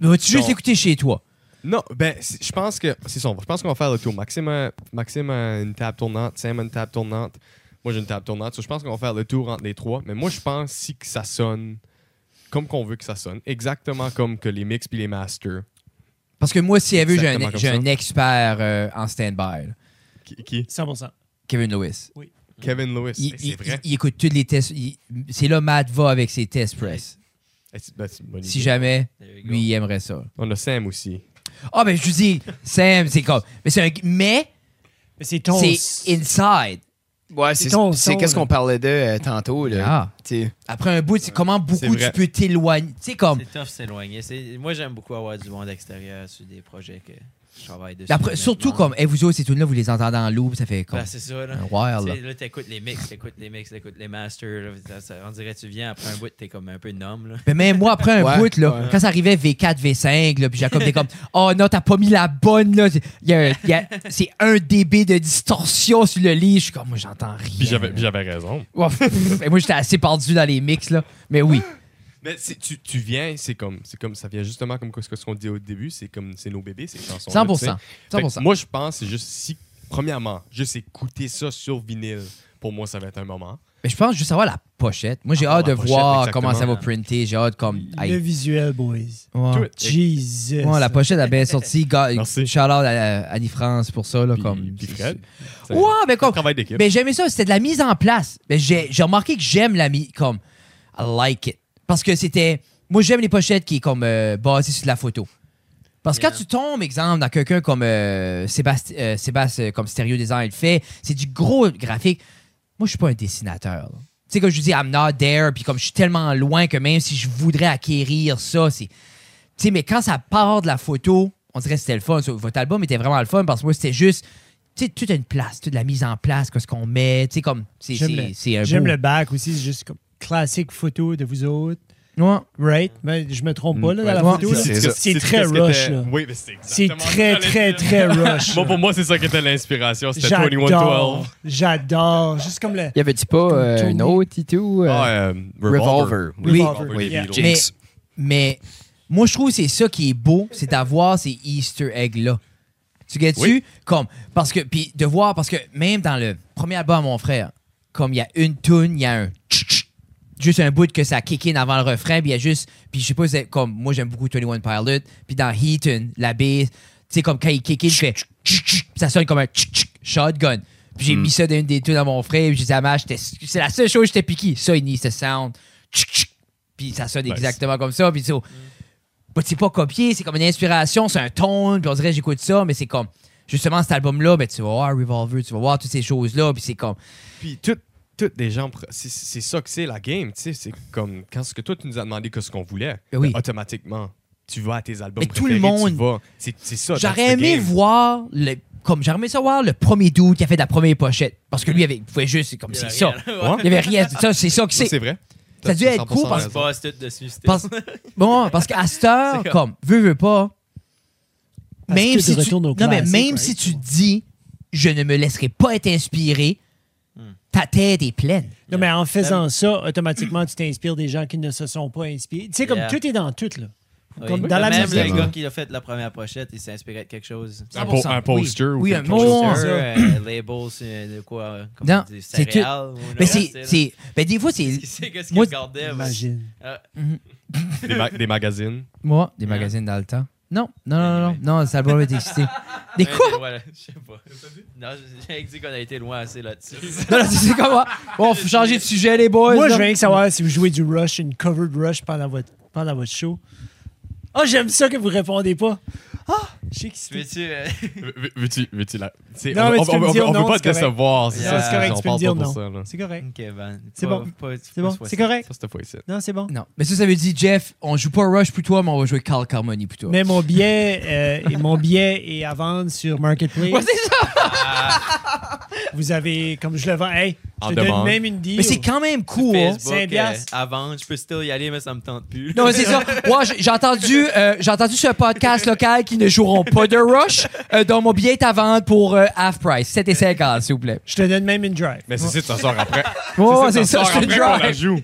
[SPEAKER 4] Vas-tu juste
[SPEAKER 5] Bon.
[SPEAKER 4] écouter chez toi?
[SPEAKER 5] Non, ben, c'est- je pense que. C'est ça, on va- je pense qu'on va faire le tour. Maxime a, Maxime a une table tournante, Sam a une table tournante, moi j'ai une table tournante. So, je pense qu'on va faire le tour entre les trois. Mais moi, je pense si que ça sonne comme qu'on veut que ça sonne, exactement comme que les mix puis les masters.
[SPEAKER 4] Parce que moi, si elle veut, j'ai un,
[SPEAKER 5] Exactement comme
[SPEAKER 4] j'ai
[SPEAKER 5] ça.
[SPEAKER 4] un expert euh, en stand-by, là.
[SPEAKER 5] Qui, qui-
[SPEAKER 1] 100%.
[SPEAKER 4] Kevin Lewis.
[SPEAKER 5] Kevin Lewis.
[SPEAKER 4] Il,
[SPEAKER 5] Eh,
[SPEAKER 4] il-
[SPEAKER 5] C'est vrai.
[SPEAKER 4] il- il écoute tous les tests. il- C'est là Matt va avec ses tests press.
[SPEAKER 5] Eh, c'est- ben, c'est une bonne
[SPEAKER 4] Si
[SPEAKER 5] idée.
[SPEAKER 4] jamais,
[SPEAKER 2] there you go.
[SPEAKER 4] lui, il aimerait ça.
[SPEAKER 5] On a Sam aussi.
[SPEAKER 4] Ah, ben, je vous dis, Sam, c'est comme. Mais c'est un. Mais,
[SPEAKER 1] Mais c'est ton.
[SPEAKER 4] c'est inside.
[SPEAKER 6] Ouais, c'est
[SPEAKER 1] C'est ton
[SPEAKER 6] c'est
[SPEAKER 1] son,
[SPEAKER 6] qu'est-ce
[SPEAKER 1] là.
[SPEAKER 6] qu'on parlait de euh, tantôt. Là.
[SPEAKER 4] Ah.
[SPEAKER 6] Tu sais,
[SPEAKER 4] Après un bout, c'est comment beaucoup tu
[SPEAKER 5] vrai.
[SPEAKER 4] peux t'éloigner. Tu sais, comme.
[SPEAKER 2] C'est tough s'éloigner. C'est- Moi, j'aime beaucoup avoir du monde extérieur sur des projets que je travaille dessus.
[SPEAKER 4] Après, surtout
[SPEAKER 2] honnêtement.
[SPEAKER 4] comme. et vous autres, ces tunes-là, vous les entendez en loop, ça fait comme.
[SPEAKER 2] Ben, c'est ça, là.
[SPEAKER 4] un wild,
[SPEAKER 2] Tu
[SPEAKER 4] là.
[SPEAKER 2] sais, Là, t'écoutes les mix, t'écoutes les mix, t'écoutes les masters. là, ça- ça- on dirait que tu viens après un bout, t'es comme un peu numb, là.
[SPEAKER 4] Mais Ben, même moi, après un
[SPEAKER 6] Ouais,
[SPEAKER 4] bout, là,
[SPEAKER 6] ouais.
[SPEAKER 4] quand ça arrivait V4, V5, là, puis Jacob était comme Oh non, t'as pas mis la bonne, là. Il y a un- il y a- c'est un dB de distorsion sur le lit. Je suis comme, moi, j'entends rien.
[SPEAKER 5] Puis j'avais puis j'avais raison.
[SPEAKER 4] Ouais, pff, Et moi, j'étais assez perdu dans les mix, là. Mais oui.
[SPEAKER 5] Mais c'est- tu, tu viens, c'est comme, c'est comme. Ça vient justement comme ce qu'on dit au début. C'est comme. C'est nos bébés, ces chansons.
[SPEAKER 4] 100%.
[SPEAKER 5] Fait que
[SPEAKER 4] 100%.
[SPEAKER 5] Moi, je pense, c'est juste si, premièrement, juste écouter ça sur vinyle, pour moi, ça va être un moment.
[SPEAKER 4] Mais je pense juste avoir la pochette. Moi, j'ai
[SPEAKER 5] Avoir
[SPEAKER 4] hâte de
[SPEAKER 5] la pochette,
[SPEAKER 4] voir
[SPEAKER 5] exactement.
[SPEAKER 4] comment ça va printer. J'ai hâte, comme.
[SPEAKER 1] Le
[SPEAKER 4] aïe.
[SPEAKER 1] visuel, boys.
[SPEAKER 4] Ouais.
[SPEAKER 5] Tout.
[SPEAKER 1] Jesus.
[SPEAKER 4] Ouais, la pochette a bien sorti. Ga-
[SPEAKER 5] Merci.
[SPEAKER 4] Shout out à à Annie France pour ça. Là,
[SPEAKER 5] Puis,
[SPEAKER 4] comme,
[SPEAKER 5] puis Fred. c'est-
[SPEAKER 4] Ouais, mais
[SPEAKER 5] c'est un
[SPEAKER 4] comme.
[SPEAKER 5] travail d'équipe.
[SPEAKER 4] Mais Ben, j'aimais ça, c'était de la mise en place. Mais j'ai j'ai remarqué que j'aime la mise. Comme, I like it. Parce que c'était. Moi, j'aime les pochettes qui est comme euh, basées sur de la photo. Parce que
[SPEAKER 2] Yeah.
[SPEAKER 4] quand tu tombes, exemple, dans quelqu'un comme euh, Sébastien, euh, Sébastien, euh, comme Stereo Design le fait, c'est du gros graphique. Moi, je suis pas un dessinateur. là. sais, comme je dis, I'm not there, puis comme je suis tellement loin que même si je voudrais acquérir ça, c'est. Tu sais, mais quand ça part de la photo, on dirait que c'était le fun. So, Votre album était vraiment le fun parce que moi, c'était juste. Tu sais, toute une place, toute la mise en place, qu'est-ce qu'on met, tu sais, comme. c'est-
[SPEAKER 1] J'aime
[SPEAKER 4] C'est c'est un
[SPEAKER 1] le- J'aime
[SPEAKER 4] beau-
[SPEAKER 1] le bac aussi, c'est juste comme classique photo de vous autres.
[SPEAKER 4] Ouais.
[SPEAKER 1] Right? Mais je me trompe pas là, dans la
[SPEAKER 4] Mm. Ouais,
[SPEAKER 1] photo. là.
[SPEAKER 6] c'est
[SPEAKER 5] ce
[SPEAKER 6] ça.
[SPEAKER 5] que-
[SPEAKER 1] C'est
[SPEAKER 5] ce
[SPEAKER 1] très
[SPEAKER 5] que
[SPEAKER 1] rush,
[SPEAKER 5] t'es-
[SPEAKER 1] là.
[SPEAKER 5] Oui, mais c'est
[SPEAKER 1] C'est
[SPEAKER 5] exactement
[SPEAKER 1] très,
[SPEAKER 5] ce que
[SPEAKER 1] très,
[SPEAKER 5] j'allais dire.
[SPEAKER 1] très rush.
[SPEAKER 5] Moi, pour moi, c'est ça qui était l'inspiration. C'était 2112.
[SPEAKER 1] J'adore. J'adore. Juste comme le.
[SPEAKER 3] Y avait-tu pas euh,
[SPEAKER 1] Tony.
[SPEAKER 3] un autre et tout? euh,
[SPEAKER 5] Ah, euh,
[SPEAKER 6] Revolver.
[SPEAKER 4] Oui.
[SPEAKER 1] Revolver.
[SPEAKER 6] Oui,
[SPEAKER 1] Yeah.
[SPEAKER 6] Beatles.
[SPEAKER 4] Mais, mais moi, je trouve que c'est ça qui est beau, c'est d'avoir ces Easter eggs-là. Tu gagnes dessus?
[SPEAKER 5] Oui.
[SPEAKER 4] Comme, parce que, puis de voir, parce que même dans le premier album, mon frère, comme il y a une tune, il y a un tch, tch, juste un bout que ça kick in avant le refrain, puis il y a juste, puis je sais pas, c'est comme, moi j'aime beaucoup 21 Pilot, puis dans Heaton, la bass, tu sais, comme quand il kick in, il fait tch, tch, puis ça sonne comme un tch, tch, shotgun. Puis j'ai mis ça dans une des tunes à mon frère, puis j'ai dit à Mash, c'est la seule chose que j'étais piqué. Ça, il need ce sound. Tch, tch, puis ça sonne exactement comme ça, puis so, bah, c'est pas copié, c'est comme une inspiration, c'est un ton, puis on dirait j'écoute ça, mais c'est comme justement cet album-là, ben, tu vas voir Revolver, tu vas voir toutes ces choses-là, puis c'est comme
[SPEAKER 5] Puis toutes toutes les gens, pr- c'est c'est ça que c'est la game, tu sais. C'est comme quand ce que toi, tu nous as demandé que ce qu'on voulait,
[SPEAKER 4] Ben oui.
[SPEAKER 5] ben, automatiquement, tu vas à tes albums
[SPEAKER 4] Mais tout
[SPEAKER 5] préférés,
[SPEAKER 4] le monde-
[SPEAKER 5] tu vas. C'est c'est ça. that's
[SPEAKER 4] j'aurais
[SPEAKER 5] the
[SPEAKER 4] aimé
[SPEAKER 5] game.
[SPEAKER 4] voir le comme j'aurais aimé savoir le premier dude qui a fait la première pochette parce que lui avait il pouvait juste c'est comme
[SPEAKER 2] Il y
[SPEAKER 4] c'est
[SPEAKER 2] a
[SPEAKER 4] ça.
[SPEAKER 2] rien, ouais.
[SPEAKER 5] Ouais.
[SPEAKER 4] Il y avait rien ça, c'est ça que
[SPEAKER 5] Ça,
[SPEAKER 4] c'est.
[SPEAKER 5] C'est vrai.
[SPEAKER 4] Ça a dû
[SPEAKER 5] T'as
[SPEAKER 4] être cool
[SPEAKER 5] 100%
[SPEAKER 4] parce-
[SPEAKER 2] On se
[SPEAKER 5] raison.
[SPEAKER 2] passe tout dessus. c'était-
[SPEAKER 4] Parce, bon, parce qu'à cette heure,
[SPEAKER 2] C'est
[SPEAKER 4] comme veux veux pas
[SPEAKER 1] Parce
[SPEAKER 4] même
[SPEAKER 1] que
[SPEAKER 4] si
[SPEAKER 1] de
[SPEAKER 4] tu
[SPEAKER 1] retour
[SPEAKER 4] non
[SPEAKER 1] au
[SPEAKER 4] mais
[SPEAKER 1] classique,
[SPEAKER 4] même
[SPEAKER 1] right?
[SPEAKER 4] si tu dis je ne me laisserai pas être inspiré,
[SPEAKER 5] Hmm.
[SPEAKER 4] ta tête est pleine.
[SPEAKER 1] Non, mais en faisant ça, automatiquement, tu t'inspires des gens qui ne se sont pas inspirés. Tu sais, comme
[SPEAKER 2] Yeah.
[SPEAKER 1] tout est dans tout, là.
[SPEAKER 2] Oui.
[SPEAKER 1] Comme dans la
[SPEAKER 2] Même
[SPEAKER 1] musique.
[SPEAKER 2] le gars qui a fait la première pochette, il s'est inspiré de quelque chose.
[SPEAKER 5] Un po- un poster
[SPEAKER 4] Oui,
[SPEAKER 5] ou
[SPEAKER 4] oui un
[SPEAKER 5] quelque chose
[SPEAKER 4] mot.
[SPEAKER 2] Sur, euh, label, c'est de quoi euh, Comme
[SPEAKER 4] Non,
[SPEAKER 2] on dit,
[SPEAKER 4] c'est tout.
[SPEAKER 2] céréales ou
[SPEAKER 4] Mais
[SPEAKER 2] non,
[SPEAKER 4] c'est.
[SPEAKER 2] tu sais, là.
[SPEAKER 4] c'est- Ben, des fois, c'est.
[SPEAKER 2] Qui sait qu'est-ce qu'il
[SPEAKER 4] Moi,
[SPEAKER 2] regardait mais-
[SPEAKER 1] Imagine.
[SPEAKER 2] Ah,
[SPEAKER 5] Des, ma- des magazines.
[SPEAKER 4] Moi, des magazines dans le temps. Non, non, non, non, non, non, ça va être excité. Des
[SPEAKER 2] ouais,
[SPEAKER 4] quoi?
[SPEAKER 2] c'est- voilà, Je sais pas. Non, je- j'ai dit qu'on a été loin assez là-dessus.
[SPEAKER 4] Non, non, c'est comment? Bon, faut changer de sujet, les boys.
[SPEAKER 1] Moi,
[SPEAKER 4] là.
[SPEAKER 1] je veux rien que savoir si vous jouez du rush, une covered rush pendant votre, pendant votre show. Ah, j'aime ça que vous répondez pas. Ah, je sais qui c'est.
[SPEAKER 2] Veux-tu. euh,
[SPEAKER 5] Veux- veux- Veux-tu veux la. c'est-
[SPEAKER 1] Non,
[SPEAKER 5] on-
[SPEAKER 1] mais
[SPEAKER 5] on-
[SPEAKER 1] tu peux
[SPEAKER 5] on-
[SPEAKER 1] me
[SPEAKER 5] on-
[SPEAKER 1] dire
[SPEAKER 5] on
[SPEAKER 1] non,
[SPEAKER 5] veut pas
[SPEAKER 1] c'est
[SPEAKER 5] te décevoir.
[SPEAKER 2] correct.
[SPEAKER 5] ça,
[SPEAKER 2] Yeah.
[SPEAKER 1] Non, c'est correct,
[SPEAKER 5] on
[SPEAKER 1] tu peux
[SPEAKER 5] parle
[SPEAKER 1] me dire
[SPEAKER 5] pas pour
[SPEAKER 1] non.
[SPEAKER 5] ça, là.
[SPEAKER 1] C'est correct.
[SPEAKER 2] Ok, ben.
[SPEAKER 1] C'est
[SPEAKER 2] pas-
[SPEAKER 1] bon.
[SPEAKER 2] pas-
[SPEAKER 1] C'est
[SPEAKER 2] pas
[SPEAKER 1] bon,
[SPEAKER 2] sois-
[SPEAKER 1] c'est correct.
[SPEAKER 5] Ça, c'était pas ici.
[SPEAKER 1] Non, c'est bon.
[SPEAKER 4] Non. Mais ça, ça veut dire, Jeff, on joue pas Rush pour toi, mais on va jouer Carl Carmoni pour toi.
[SPEAKER 1] Mais mon billet, euh, et mon billet est à vendre sur Marketplace.
[SPEAKER 4] Ouais, c'est ça!
[SPEAKER 1] Vous avez, comme je le vends, hey, je
[SPEAKER 5] En
[SPEAKER 1] te donne
[SPEAKER 5] demande.
[SPEAKER 1] même une deal.
[SPEAKER 4] Mais c'est quand même cool. hein.
[SPEAKER 2] Facebook,
[SPEAKER 1] c'est un piastre.
[SPEAKER 2] euh, avant, je peux still y aller, mais ça me tente plus.
[SPEAKER 4] Non, mais c'est ça. Moi, j'ai- j'ai entendu, euh, j'ai entendu sur un podcast local qui ne joueront pas de Rush, euh, dont mon billet est à vendre pour euh, half price, 7,50, s'il vous plaît.
[SPEAKER 1] Je te donne même une drive.
[SPEAKER 5] Mais c'est ça, ça sort après.
[SPEAKER 4] Ouais, c'est ça,
[SPEAKER 5] sort
[SPEAKER 4] je te
[SPEAKER 5] après qu'on la
[SPEAKER 4] drive.
[SPEAKER 5] joue.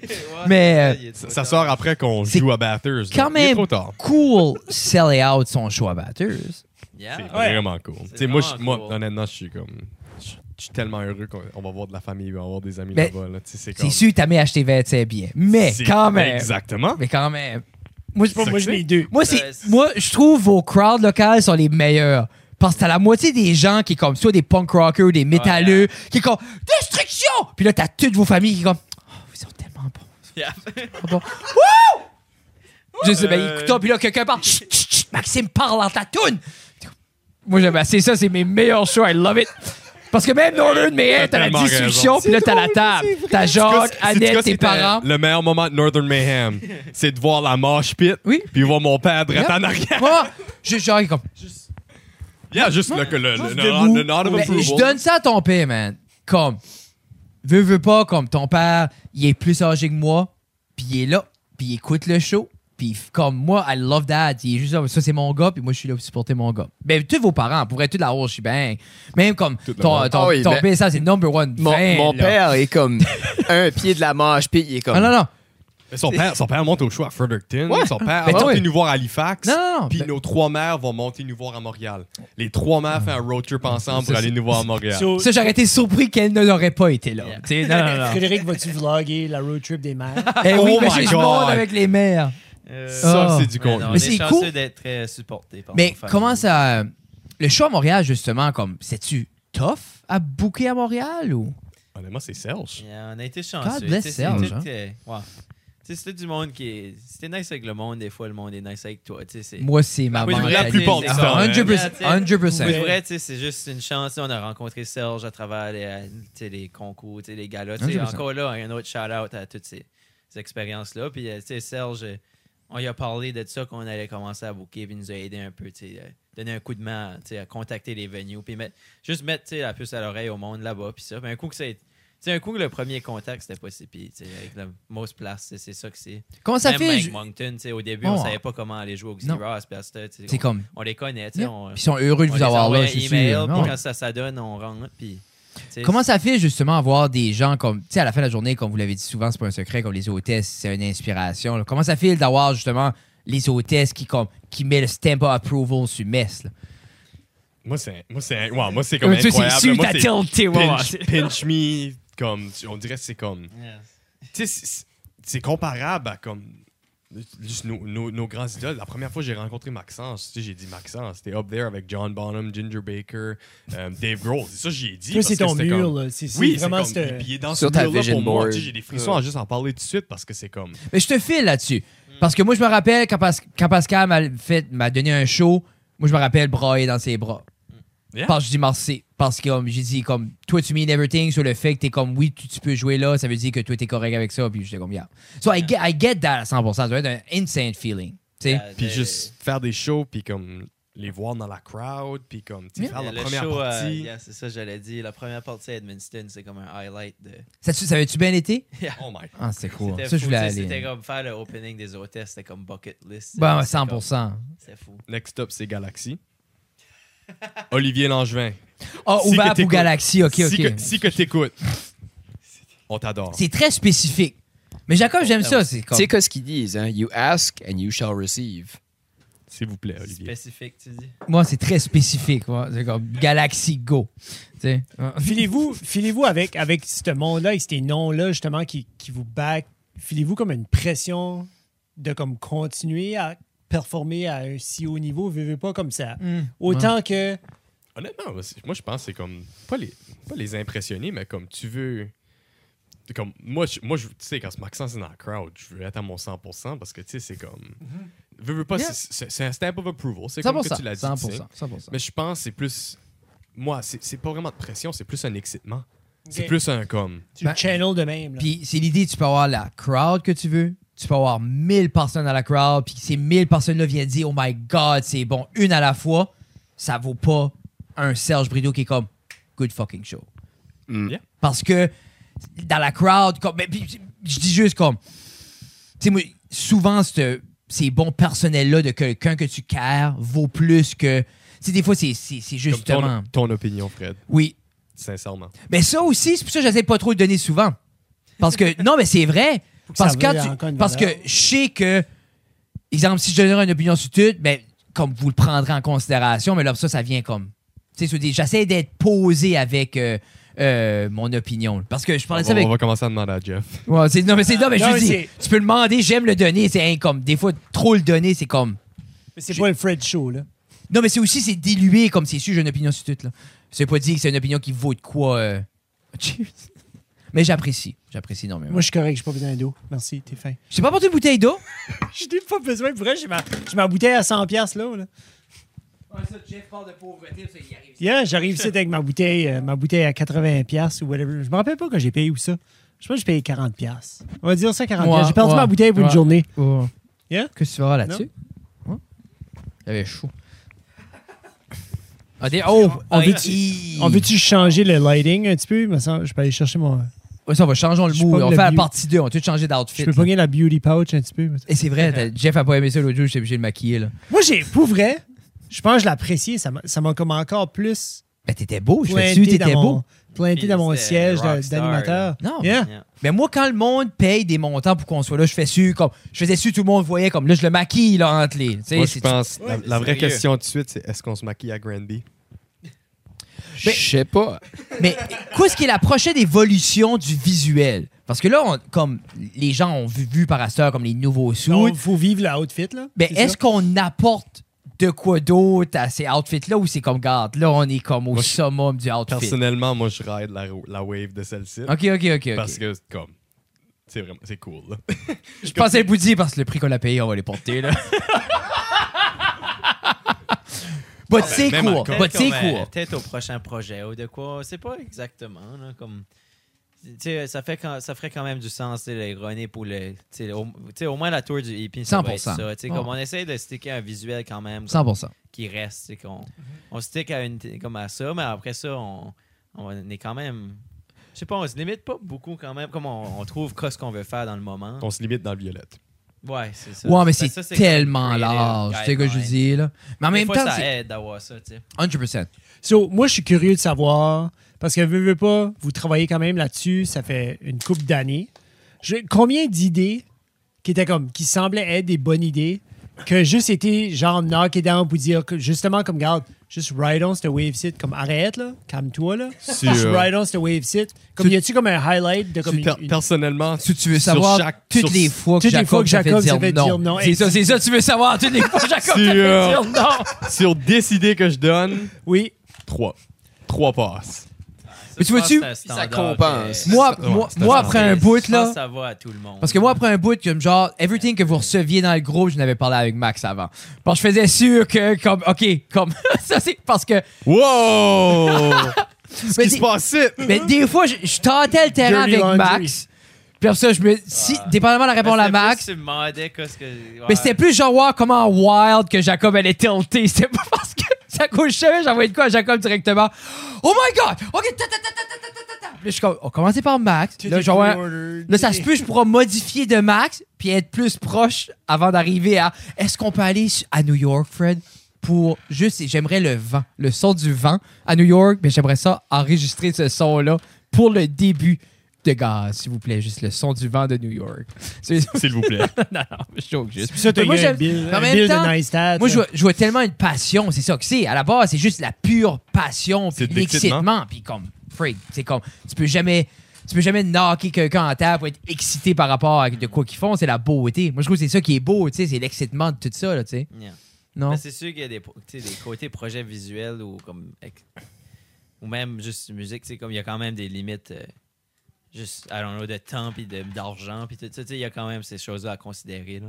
[SPEAKER 4] Mais, euh,
[SPEAKER 2] Ouais,
[SPEAKER 5] Ça- Ça sort après qu'on joue à Bathurst. là.
[SPEAKER 4] quand
[SPEAKER 5] Il est
[SPEAKER 4] même
[SPEAKER 5] trop tard.
[SPEAKER 4] cool sell out son show à batteuse.
[SPEAKER 2] Yeah.
[SPEAKER 5] C'est
[SPEAKER 1] Ouais.
[SPEAKER 5] vraiment cool.
[SPEAKER 2] C'est
[SPEAKER 5] Tu sais, moi,
[SPEAKER 2] vraiment
[SPEAKER 5] je- moi,
[SPEAKER 2] cool.
[SPEAKER 5] honnêtement, je suis comme. Je je suis tellement heureux qu'on on va voir de la famille, on va voir des amis
[SPEAKER 4] Mais
[SPEAKER 5] là-bas. Là. Tu sais, C'est
[SPEAKER 4] C'est
[SPEAKER 5] comme-
[SPEAKER 4] sûr que t'as mis acheté 25 billets. Mais
[SPEAKER 5] c'est-
[SPEAKER 4] quand même.
[SPEAKER 5] Exactement.
[SPEAKER 4] Mais quand même. Moi, je,
[SPEAKER 1] Bon, moi, je mets les deux.
[SPEAKER 4] moi, c'est-
[SPEAKER 2] Euh, c'est-
[SPEAKER 4] moi, je trouve vos crowds locales sont les meilleurs. Parce que t'as la moitié des gens qui, comme, soit des punk rockers ou des métalleux, qui, comme, destruction! Puis là, t'as toutes vos familles qui, comme, oh, vous êtes tellement bons.
[SPEAKER 2] Yeah.
[SPEAKER 4] Wouh! Je sais, ben,
[SPEAKER 2] Euh.
[SPEAKER 4] écoute, puis là, quelqu'un parle, Chut, chut, chut, Maxime parle dans ta toune! Moi, j'aime assez ça, c'est mes meilleurs shows, I love it! Parce que même Northern Mayhem, t'as la
[SPEAKER 5] tellement raison.
[SPEAKER 4] discussion, puis là, t'as la table. T'as Jacques,
[SPEAKER 5] C'est- c'est-
[SPEAKER 4] Annette,
[SPEAKER 5] c'est-
[SPEAKER 4] tes parents.
[SPEAKER 5] Le meilleur moment de Northern Mayhem, c'est de voir la mosh pit,
[SPEAKER 4] Oui.
[SPEAKER 5] puis voir mon père droit en arrière.
[SPEAKER 4] Moi, je genre comme.
[SPEAKER 5] Il y a juste le, le, le,
[SPEAKER 1] debout.
[SPEAKER 5] le, le nod of
[SPEAKER 4] Mais
[SPEAKER 5] approval.
[SPEAKER 4] je donne ça à ton père, man. Comme. Veux, veux pas, comme ton père, il est plus âgé que moi, puis il est là, puis il écoute le show, puis f- comme moi, I love that. Il est juste là, ça c'est mon gars, puis moi je suis là pour supporter mon gars. Ben, tous vos parents, pour être toute la roche, je suis bien. Même comme ton,
[SPEAKER 5] Toute la
[SPEAKER 4] ton,
[SPEAKER 5] roche.
[SPEAKER 4] ton,
[SPEAKER 6] Ah oui, mais-
[SPEAKER 4] père, ça c'est number one.
[SPEAKER 6] Mon,
[SPEAKER 4] fan,
[SPEAKER 6] mon
[SPEAKER 4] là.
[SPEAKER 6] père est comme un pied de la manche, puis il est comme.
[SPEAKER 4] Ah non, non.
[SPEAKER 5] Mais son, père, son père monte au show à Fredericton.
[SPEAKER 6] Ouais.
[SPEAKER 5] Son père
[SPEAKER 4] Mais
[SPEAKER 5] va
[SPEAKER 4] toi-
[SPEAKER 5] monter nous voir à
[SPEAKER 4] Ah,
[SPEAKER 5] Halifax.
[SPEAKER 4] ben Non, non, non.
[SPEAKER 5] Puis
[SPEAKER 4] Ben-
[SPEAKER 5] nos trois mères vont monter nous voir à Montréal. Les trois mères font un road trip ensemble pour
[SPEAKER 4] Ça,
[SPEAKER 5] aller nous voir à Montréal.
[SPEAKER 1] So,
[SPEAKER 4] Ça, j'aurais été surpris qu'elle ne l'aurait pas été là.
[SPEAKER 2] Yeah.
[SPEAKER 4] Tu sais, Non, non, non.
[SPEAKER 1] Frédéric, vas-tu vlogger la road trip des mères?
[SPEAKER 4] Eh oui,
[SPEAKER 5] Oh
[SPEAKER 4] mais
[SPEAKER 5] my
[SPEAKER 4] j'ai- je
[SPEAKER 5] God.
[SPEAKER 4] monte avec les mères.
[SPEAKER 2] Euh,
[SPEAKER 5] Ça,
[SPEAKER 4] Ah.
[SPEAKER 5] c'est du
[SPEAKER 2] ouais, non,
[SPEAKER 5] contenu.
[SPEAKER 2] on
[SPEAKER 4] Mais
[SPEAKER 2] est
[SPEAKER 4] c'est
[SPEAKER 2] chanceux
[SPEAKER 4] cool.
[SPEAKER 2] d'être euh, supporté par
[SPEAKER 4] Mais
[SPEAKER 2] nos familles.
[SPEAKER 4] comment ça. euh, Le show à Montréal, justement, comme, c'est-tu tough à booker à Montréal ou.
[SPEAKER 5] Honnêtement, Ah, c'est Serge.
[SPEAKER 2] Yeah, on a été chanceux.
[SPEAKER 4] God bless
[SPEAKER 2] tu sais,
[SPEAKER 4] Serge,
[SPEAKER 2] c'est tout,
[SPEAKER 4] hein.
[SPEAKER 2] euh, ouais. sais, c'était du monde qui est. C'était nice avec le monde, des fois, le monde est nice avec toi. Tu sais, c'est.
[SPEAKER 4] Moi, c'est ma
[SPEAKER 2] Oui,
[SPEAKER 4] mentalité.
[SPEAKER 2] la plupart du
[SPEAKER 4] Ah,
[SPEAKER 2] temps, hein.
[SPEAKER 4] 100%.
[SPEAKER 2] Pour
[SPEAKER 4] 100%.
[SPEAKER 2] de vrai, tu sais, c'est juste une chance. On a rencontré Serge à travers les, euh, tu sais, les concours, tu sais, les galas. Tu sais,
[SPEAKER 4] 100%.
[SPEAKER 2] Encore là, un autre shout-out à toutes ces, ces expériences-là. Puis, euh, tu sais, Serge, euh, on lui a parlé de ça qu'on allait commencer à booker. Puis, il nous a aidé un peu, tu sais, euh, donner un coup de main, tu sais, à contacter les venues. Puis, mettre, juste mettre, tu sais, la puce à l'oreille au monde là-bas. Puis ça. Puis, un coup que ça a été- tu sais, un coup que le premier contact, c'était pas si pire. tu sais, Avec la most place, tu sais, c'est ça que c'est.
[SPEAKER 4] Comment ça
[SPEAKER 2] Même
[SPEAKER 4] fait?
[SPEAKER 2] Mike
[SPEAKER 4] je-
[SPEAKER 2] Moncton, tu sais, au début,
[SPEAKER 4] Oh.
[SPEAKER 2] on savait pas comment aller jouer au Xy
[SPEAKER 4] Non.
[SPEAKER 2] Ross. Parce que, tu sais,
[SPEAKER 4] C'est
[SPEAKER 2] on,
[SPEAKER 4] comme.
[SPEAKER 2] on les connaît, tu sais.
[SPEAKER 4] Hmm? Puis
[SPEAKER 2] on-
[SPEAKER 4] ils sont heureux de
[SPEAKER 2] euh, on
[SPEAKER 4] vous
[SPEAKER 2] les
[SPEAKER 4] avoir
[SPEAKER 2] envoie
[SPEAKER 4] là,
[SPEAKER 2] un
[SPEAKER 4] je suis
[SPEAKER 2] email,
[SPEAKER 4] sûr.
[SPEAKER 2] puis
[SPEAKER 4] Non.
[SPEAKER 2] quand ça, ça donne, on rentre. Puis, tu sais,
[SPEAKER 4] Comment ça fait justement avoir des gens comme, tu sais, à la fin de la journée, comme vous l'avez dit souvent, c'est pas un secret, comme les hôtesses, c'est une inspiration. là. Comment ça fait d'avoir justement les hôtesses qui, comme, qui met le stamp of approval sur Metz? là?
[SPEAKER 5] Moi, c'est moi, c'est- wow, moi, c'est comme
[SPEAKER 4] Tu sais,
[SPEAKER 5] incroyable.
[SPEAKER 4] Ah, c'est su,
[SPEAKER 5] Moi,
[SPEAKER 4] t'as
[SPEAKER 5] c'est
[SPEAKER 4] tilté, ouais, ouais,
[SPEAKER 5] pinch,
[SPEAKER 4] c'est-
[SPEAKER 5] pinch me, comme, tu- on dirait que c'est comme...
[SPEAKER 2] Yes.
[SPEAKER 5] Tu sais, c'est- c'est comparable à comme... Juste nos, nos, nos grands idoles. La première fois que j'ai rencontré Maxence, tu sais, j'ai dit Maxence, t'es up there avec John Bonham, Ginger Baker, euh, Dave Grohl. C'est ça que j'ai dit.
[SPEAKER 1] Toi,
[SPEAKER 5] parce
[SPEAKER 1] c'est
[SPEAKER 5] que
[SPEAKER 1] ton
[SPEAKER 5] c'était
[SPEAKER 1] mur,
[SPEAKER 5] comme-
[SPEAKER 1] là. C'est c'est
[SPEAKER 5] Oui, c'est
[SPEAKER 1] vraiment
[SPEAKER 5] comme,
[SPEAKER 1] cette-
[SPEAKER 5] il- il est dans
[SPEAKER 6] Sur
[SPEAKER 5] ce
[SPEAKER 6] ta
[SPEAKER 5] mur-là
[SPEAKER 6] vision
[SPEAKER 5] pour moi.
[SPEAKER 6] board.
[SPEAKER 5] Tu sais, J'ai des frissons à juste en parler tout de suite parce que c'est comme...
[SPEAKER 4] Mais je te file là-dessus. Parce que moi, je me rappelle quand, Pas- quand Pascal m'a fait- m'a donné un show, moi, je me rappelle brailler dans ses bras.
[SPEAKER 5] Yeah.
[SPEAKER 4] Parce que je dis merci. Parce que comme, j'ai dit, comme, toi, tu mean everything sur le fait que t'es comme, oui, tu, tu peux jouer là, ça veut dire que toi, t'es correct avec ça. Puis j'étais comme, yeah. So I, get, I get that à 100%. Ça doit être un insane feeling. Tu sais?
[SPEAKER 2] Euh,
[SPEAKER 5] Puis
[SPEAKER 2] le-
[SPEAKER 5] juste faire des shows, puis comme les voir dans la crowd, puis comme tu sais,
[SPEAKER 4] Yeah.
[SPEAKER 5] faire la
[SPEAKER 2] le
[SPEAKER 5] première
[SPEAKER 2] show, euh,
[SPEAKER 5] partie.
[SPEAKER 2] yeah, c'est ça, j'allais dire. La première partie à Edmundston, c'est comme un highlight de.
[SPEAKER 4] Ça, tu- ça avait-tu bien été?
[SPEAKER 5] Oh my god.
[SPEAKER 4] Ah, c'est cool.
[SPEAKER 2] C'était
[SPEAKER 4] Ça, je
[SPEAKER 2] fou,
[SPEAKER 4] voulais
[SPEAKER 2] tu sais, C'était
[SPEAKER 4] aller. hein. Ben,
[SPEAKER 2] comme faire le opening des hôtesses, c'était comme bucket list.
[SPEAKER 4] Bon,
[SPEAKER 2] C'était comme-
[SPEAKER 4] 100%.
[SPEAKER 2] C'était fou.
[SPEAKER 5] Next up, c'est Galaxy. Olivier Langevin.
[SPEAKER 4] Ah,
[SPEAKER 5] Si
[SPEAKER 4] ouvert
[SPEAKER 5] que
[SPEAKER 4] pour
[SPEAKER 5] t'écoutes-
[SPEAKER 4] Galaxy, ok,
[SPEAKER 5] Si
[SPEAKER 4] ok.
[SPEAKER 5] que, si que t'écoutes, on t'adore.
[SPEAKER 4] C'est très spécifique. Mais Jacob, j'aime
[SPEAKER 2] ben
[SPEAKER 4] ça. C'est
[SPEAKER 6] Tu
[SPEAKER 4] comme.
[SPEAKER 6] sais qu'est-ce qu'ils disent, hein? You ask and you shall receive.
[SPEAKER 5] S'il vous plaît, Olivier.
[SPEAKER 2] Spécifique, tu dis.
[SPEAKER 4] Moi, c'est très spécifique. moi. C'est comme Galaxy Go. Tu sais.
[SPEAKER 1] Filez-vous filez-vous avec, avec ce monde-là, avec ces noms-là, justement, qui, qui vous back. Filez-vous comme une pression de comme continuer à performer à un si haut niveau, vivez pas comme ça. Autant que.
[SPEAKER 5] Honnêtement, moi, c'est- moi je pense que c'est comme pas les pas les impressionner, mais comme tu veux. c'est Comme, moi, je- moi je- tu sais, quand Maxence est dans la crowd, je veux être à mon 100% parce que, tu sais, c'est comme... Veux, veux pas,
[SPEAKER 4] Mm-hmm. Yeah.
[SPEAKER 5] c'est- c'est c'est un stamp of approval. C'est comme que tu
[SPEAKER 4] 100%.
[SPEAKER 5] l'as dit, tu sais.
[SPEAKER 4] 100%. 100%.
[SPEAKER 5] Mais je pense que c'est plus. Moi, c'est c'est pas vraiment de pression, c'est plus un excitement. C'est
[SPEAKER 1] Ok.
[SPEAKER 5] plus un comme.
[SPEAKER 1] Tu
[SPEAKER 4] Ben-
[SPEAKER 1] channel de même. là.
[SPEAKER 4] Puis c'est l'idée, tu peux avoir la crowd que tu veux, tu peux avoir 1000 personnes à la crowd, puis ces 1000 personnes-là viennent dire « Oh my God, c'est bon, une à la fois », ça vaut pas un Serge Brideau qui est comme « Good fucking show
[SPEAKER 6] Mm.
[SPEAKER 5] Yeah.
[SPEAKER 4] Parce que dans la crowd, comme, mais puis, je dis juste comme, tu sais, moi, souvent, ce- ces bons personnels-là de quelqu'un que tu cares vaut plus que... Tu sais, des fois, c'est c'est- c'est
[SPEAKER 5] comme ton-
[SPEAKER 4] justement...
[SPEAKER 5] ton, opinion, Fred,
[SPEAKER 4] Oui,
[SPEAKER 5] sincèrement.
[SPEAKER 4] mais ça aussi, c'est pour ça que j'essaie pas trop de donner souvent. Parce que, non, mais c'est vrai.
[SPEAKER 1] que
[SPEAKER 4] Parce,
[SPEAKER 1] ça
[SPEAKER 4] que quand
[SPEAKER 1] veuille
[SPEAKER 4] tu-
[SPEAKER 1] encore une
[SPEAKER 4] parce que
[SPEAKER 1] valeur.
[SPEAKER 4] je sais que, exemple, si je donnerais une opinion sur tout, ben, comme vous le prendrez en considération, mais là, ça, ça vient comme. Tu sais, sur des- j'essaie d'être posé avec euh, euh, mon opinion. Parce que je
[SPEAKER 5] On va,
[SPEAKER 4] parlais de ça Ah, avec.
[SPEAKER 5] on va commencer à demander à Jeff.
[SPEAKER 4] Ouais, c'est- non, mais c'est non, mais je
[SPEAKER 1] Non,
[SPEAKER 4] veux
[SPEAKER 1] mais
[SPEAKER 4] dire,
[SPEAKER 1] c'est-
[SPEAKER 4] tu peux le demander, j'aime le donner, c'est hein, comme. Des fois, trop le donner, c'est comme.
[SPEAKER 1] Mais c'est pas le Fred Show, là.
[SPEAKER 4] Non, mais c'est aussi, c'est dilué comme c'est sûr, j'ai une opinion sur tout. Là. C'est pas dit que c'est une opinion qui vaut de quoi. euh, Cheers. mais j'apprécie. J'apprécie énormément.
[SPEAKER 1] Moi, je suis correct, j'ai pas besoin d'eau. Merci, t'es fin.
[SPEAKER 4] je t'ai pas apporté de bouteille d'eau.
[SPEAKER 1] Je n'ai pas besoin, pour vrai, j'ai ma, j'ai ma bouteille à 100$ piastres, là. là.
[SPEAKER 4] Jeff parle de pauvreté, ça, il arrive.
[SPEAKER 1] Yeah, j'arrive ici avec ma bouteille, euh, ma bouteille à 80$ piastres ou whatever. Je me rappelle pas quand j'ai payé ou ça. Je pense que j'ai payé 40$. piastres. On va dire ça, 40$. piastres.
[SPEAKER 4] Ouais,
[SPEAKER 1] j'ai perdu
[SPEAKER 4] ouais,
[SPEAKER 1] ma bouteille pour
[SPEAKER 4] ouais.
[SPEAKER 1] une journée. Yeah?
[SPEAKER 4] Qu'est-ce que tu vas avoir là-dessus? Hein? J'avais chaud. Ah, des- Oh,
[SPEAKER 1] On
[SPEAKER 4] ah,
[SPEAKER 1] veut-tu-
[SPEAKER 4] hi.
[SPEAKER 1] On veut-tu changer le lighting un petit peu? Il me semble- Je peux aller chercher mon.
[SPEAKER 4] Ouais, ça, on va changer le
[SPEAKER 1] Je
[SPEAKER 4] mood.
[SPEAKER 1] pogne
[SPEAKER 4] On
[SPEAKER 1] le
[SPEAKER 4] fait la
[SPEAKER 1] bio.
[SPEAKER 4] partie 2. On va tout changer d'outfit.
[SPEAKER 1] Je peux
[SPEAKER 4] là.
[SPEAKER 1] pogner la beauty pouch un petit peu. mais-
[SPEAKER 4] Et c'est vrai, t'as- Jeff a pas aimé ça l'autre jour, j'étais obligé de le maquiller. Là.
[SPEAKER 1] Moi, j'ai, pour vrai, je pense que je l'appréciais. Ça m'a- ça m'a comme encore plus
[SPEAKER 4] Ben, t'étais beau. Je fais
[SPEAKER 1] planté
[SPEAKER 4] tu t'étais
[SPEAKER 1] dans
[SPEAKER 4] beau.
[SPEAKER 1] mon, planté
[SPEAKER 2] Puis
[SPEAKER 1] dans mon
[SPEAKER 2] c'était
[SPEAKER 1] siège de-
[SPEAKER 2] rockstar,
[SPEAKER 1] d'animateur.
[SPEAKER 4] là. Non,
[SPEAKER 1] Yeah.
[SPEAKER 2] Yeah.
[SPEAKER 4] Mais moi, quand le monde paye des montants pour qu'on soit là, je fais su, comme je faisais su, tout le monde voyait comme là, je le maquille là entre les. tu sais,
[SPEAKER 5] Moi, je
[SPEAKER 4] c'est-
[SPEAKER 5] pense. la,
[SPEAKER 2] c'est
[SPEAKER 5] la vraie
[SPEAKER 2] sérieux.
[SPEAKER 5] question tout de suite, c'est est-ce qu'on se maquille à Granby
[SPEAKER 6] Je sais pas.
[SPEAKER 4] Mais qu'est-ce qui est la prochaine évolution du visuel? Parce que là, on- comme les gens ont vu, vu par Astor comme les nouveaux suits,
[SPEAKER 1] Il faut vivre le outfit, là.
[SPEAKER 4] mais
[SPEAKER 1] C'est
[SPEAKER 4] est-ce
[SPEAKER 1] ça.
[SPEAKER 4] qu'on apporte de quoi d'autre à ces outfits-là ou c'est comme, garde, là, on est comme au
[SPEAKER 5] Moi, je-
[SPEAKER 4] summum du outfit?
[SPEAKER 5] Personnellement, moi, je ride la, la wave de celle-ci.
[SPEAKER 4] Ok, ok, ok. ok.
[SPEAKER 5] Parce que, comme. C'est vraiment, c'est cool. là.
[SPEAKER 4] Je pensais vous dire parce que le prix qu'on a payé, on va les porter là. But
[SPEAKER 2] Ben,
[SPEAKER 4] c'est
[SPEAKER 5] même
[SPEAKER 4] court,
[SPEAKER 5] encore.
[SPEAKER 4] but
[SPEAKER 2] Peut-être
[SPEAKER 4] c'est
[SPEAKER 2] qu'on va-
[SPEAKER 4] court.
[SPEAKER 2] euh, Peut-être au prochain projet ou de quoi. C'est pas exactement. là, comme, tu sais, ça, fait quand, ça ferait quand même du sens, tu sais, les runner pour le. tu sais, Au, tu sais, au moins la tour du EP, ça va être
[SPEAKER 4] 100%.
[SPEAKER 2] ça. Tu sais,
[SPEAKER 4] Oh.
[SPEAKER 2] Comme on essaie de sticker un visuel quand même comme,
[SPEAKER 4] 100%.
[SPEAKER 2] qui reste. tu sais, qu'on- on stick à, une, comme à ça, mais après ça, on, on est quand même. Je sais pas, on se limite pas beaucoup quand même. Comme on, on trouve qu'est-ce qu'on veut faire dans le moment.
[SPEAKER 5] On se limite dans le violette.
[SPEAKER 2] Ouais, c'est ça.
[SPEAKER 4] Ouais, mais
[SPEAKER 2] Ça,
[SPEAKER 4] c'est
[SPEAKER 2] Ben, ça, comme
[SPEAKER 4] tellement
[SPEAKER 2] creative
[SPEAKER 4] large, tu sais ce que je
[SPEAKER 2] guideline.
[SPEAKER 4] dis là. Mais en
[SPEAKER 2] Des
[SPEAKER 4] même
[SPEAKER 2] fois,
[SPEAKER 4] temps,
[SPEAKER 2] ça
[SPEAKER 4] c'est
[SPEAKER 2] aide d'avoir ça, tu sais.
[SPEAKER 4] 100%.
[SPEAKER 1] So, moi, je suis curieux de savoir, parce que veux, veux pas, vous travaillez quand même là-dessus, ça fait une couple d'années. Je- Combien d'idées qui étaient comme, qui semblaient être des bonnes idées, que juste été genre knock it down pour dire, que, justement, comme, garde, juste ride on cette wave sit, comme arrête là, calme-toi là.
[SPEAKER 5] Sur-
[SPEAKER 1] Juste ride on cette wave sit. Comme,
[SPEAKER 4] euh, Tu-
[SPEAKER 1] y a-tu comme un highlight de comme une-
[SPEAKER 5] Per-
[SPEAKER 1] une-
[SPEAKER 5] personnellement,
[SPEAKER 4] Si tu veux
[SPEAKER 5] Sur
[SPEAKER 4] savoir
[SPEAKER 5] chaque-
[SPEAKER 4] toutes
[SPEAKER 5] sur-
[SPEAKER 4] les fois que
[SPEAKER 1] toutes les fois
[SPEAKER 4] Jacob
[SPEAKER 1] que
[SPEAKER 4] t'a fait
[SPEAKER 1] Jacob
[SPEAKER 4] dire
[SPEAKER 1] t'a fait
[SPEAKER 4] non.
[SPEAKER 1] dire non.
[SPEAKER 4] C'est ça, c'est ça, tu veux savoir toutes les fois que Jacob t'a fait dire
[SPEAKER 5] Sur-
[SPEAKER 4] non.
[SPEAKER 5] sur décider que je donne,
[SPEAKER 1] Oui.
[SPEAKER 5] trois. Trois passes.
[SPEAKER 4] Mais tu vois-tu,
[SPEAKER 6] ça compense.
[SPEAKER 4] Moi,
[SPEAKER 5] Ouais,
[SPEAKER 4] moi,
[SPEAKER 5] c'est
[SPEAKER 4] moi
[SPEAKER 5] ça.
[SPEAKER 4] après un bout là,
[SPEAKER 2] euh, Ça va à tout le monde.
[SPEAKER 4] Parce que moi, après un bout, comme genre, everything que vous receviez dans le groupe, je n'avais parlé avec Max avant. Parce que je faisais sûr que, comme, OK, comme, ça c'est parce que.
[SPEAKER 5] Wow! Ce
[SPEAKER 4] Mais
[SPEAKER 5] qui se
[SPEAKER 4] dis-
[SPEAKER 5] passe ici?
[SPEAKER 4] Mais des fois, je, je tentais le terrain avec
[SPEAKER 1] Dirty laundry.
[SPEAKER 4] Max. Puis après ça, je me. Si, dépendamment de la réponse à Max.
[SPEAKER 2] Tu demandais qu'est-ce que.
[SPEAKER 4] Mais c'était plus genre, voir comment wild que Jacob allait tilter. C'était pas parce que. Jacob, je savais, j'envoyais de quoi à Jacob directement. Oh my god! OK, ta ta ta ta ta ta ta ta. Puis je suis comme, on commençait par Max. Là, genre, ouais, Là, ça se peut, je pourrais modifier de max puis être plus proche avant d'arriver à est-ce qu'on peut aller su- à New York, Fred, pour juste, j'aimerais le vent, le son du vent à New York, mais j'aimerais ça enregistrer ce son-là pour le début de gaz, s'il vous plaît, juste le son du vent de New York. C'est
[SPEAKER 5] S'il vous plaît.
[SPEAKER 4] non, non, je joke juste.
[SPEAKER 1] Puis ça, t'as
[SPEAKER 4] Mais Ben, moi,
[SPEAKER 1] eu un
[SPEAKER 4] j'aime-
[SPEAKER 1] bill,
[SPEAKER 4] en
[SPEAKER 1] un
[SPEAKER 4] même
[SPEAKER 1] bill
[SPEAKER 4] temps,
[SPEAKER 1] de nice hein. stat,
[SPEAKER 4] moi, je
[SPEAKER 1] là.
[SPEAKER 4] vois, je vois tellement une passion, c'est ça que c'est. À la base, c'est juste la pure passion, puis
[SPEAKER 5] C'est de l'excitement.
[SPEAKER 4] l'excitement, puis comme freak. C'est comme tu peux jamais, tu peux jamais knocker quelqu'un en terre pour être excité par rapport à de quoi qu'ils font. C'est la beauté. Moi, je trouve que c'est ça qui est beau, tu sais, c'est l'excitement de tout ça, là, tu sais.
[SPEAKER 2] Yeah.
[SPEAKER 4] Non.
[SPEAKER 2] Mais Ben, c'est sûr qu'il y a des, pro- tu sais, des côtés projets visuels ou comme. ex- Ou même juste musique, tu sais, comme il y a quand même des limites. euh, juste, I don't know, de temps puis de- d'argent puis tout ça. Tu sais, il y a quand même ces choses-là à considérer, là.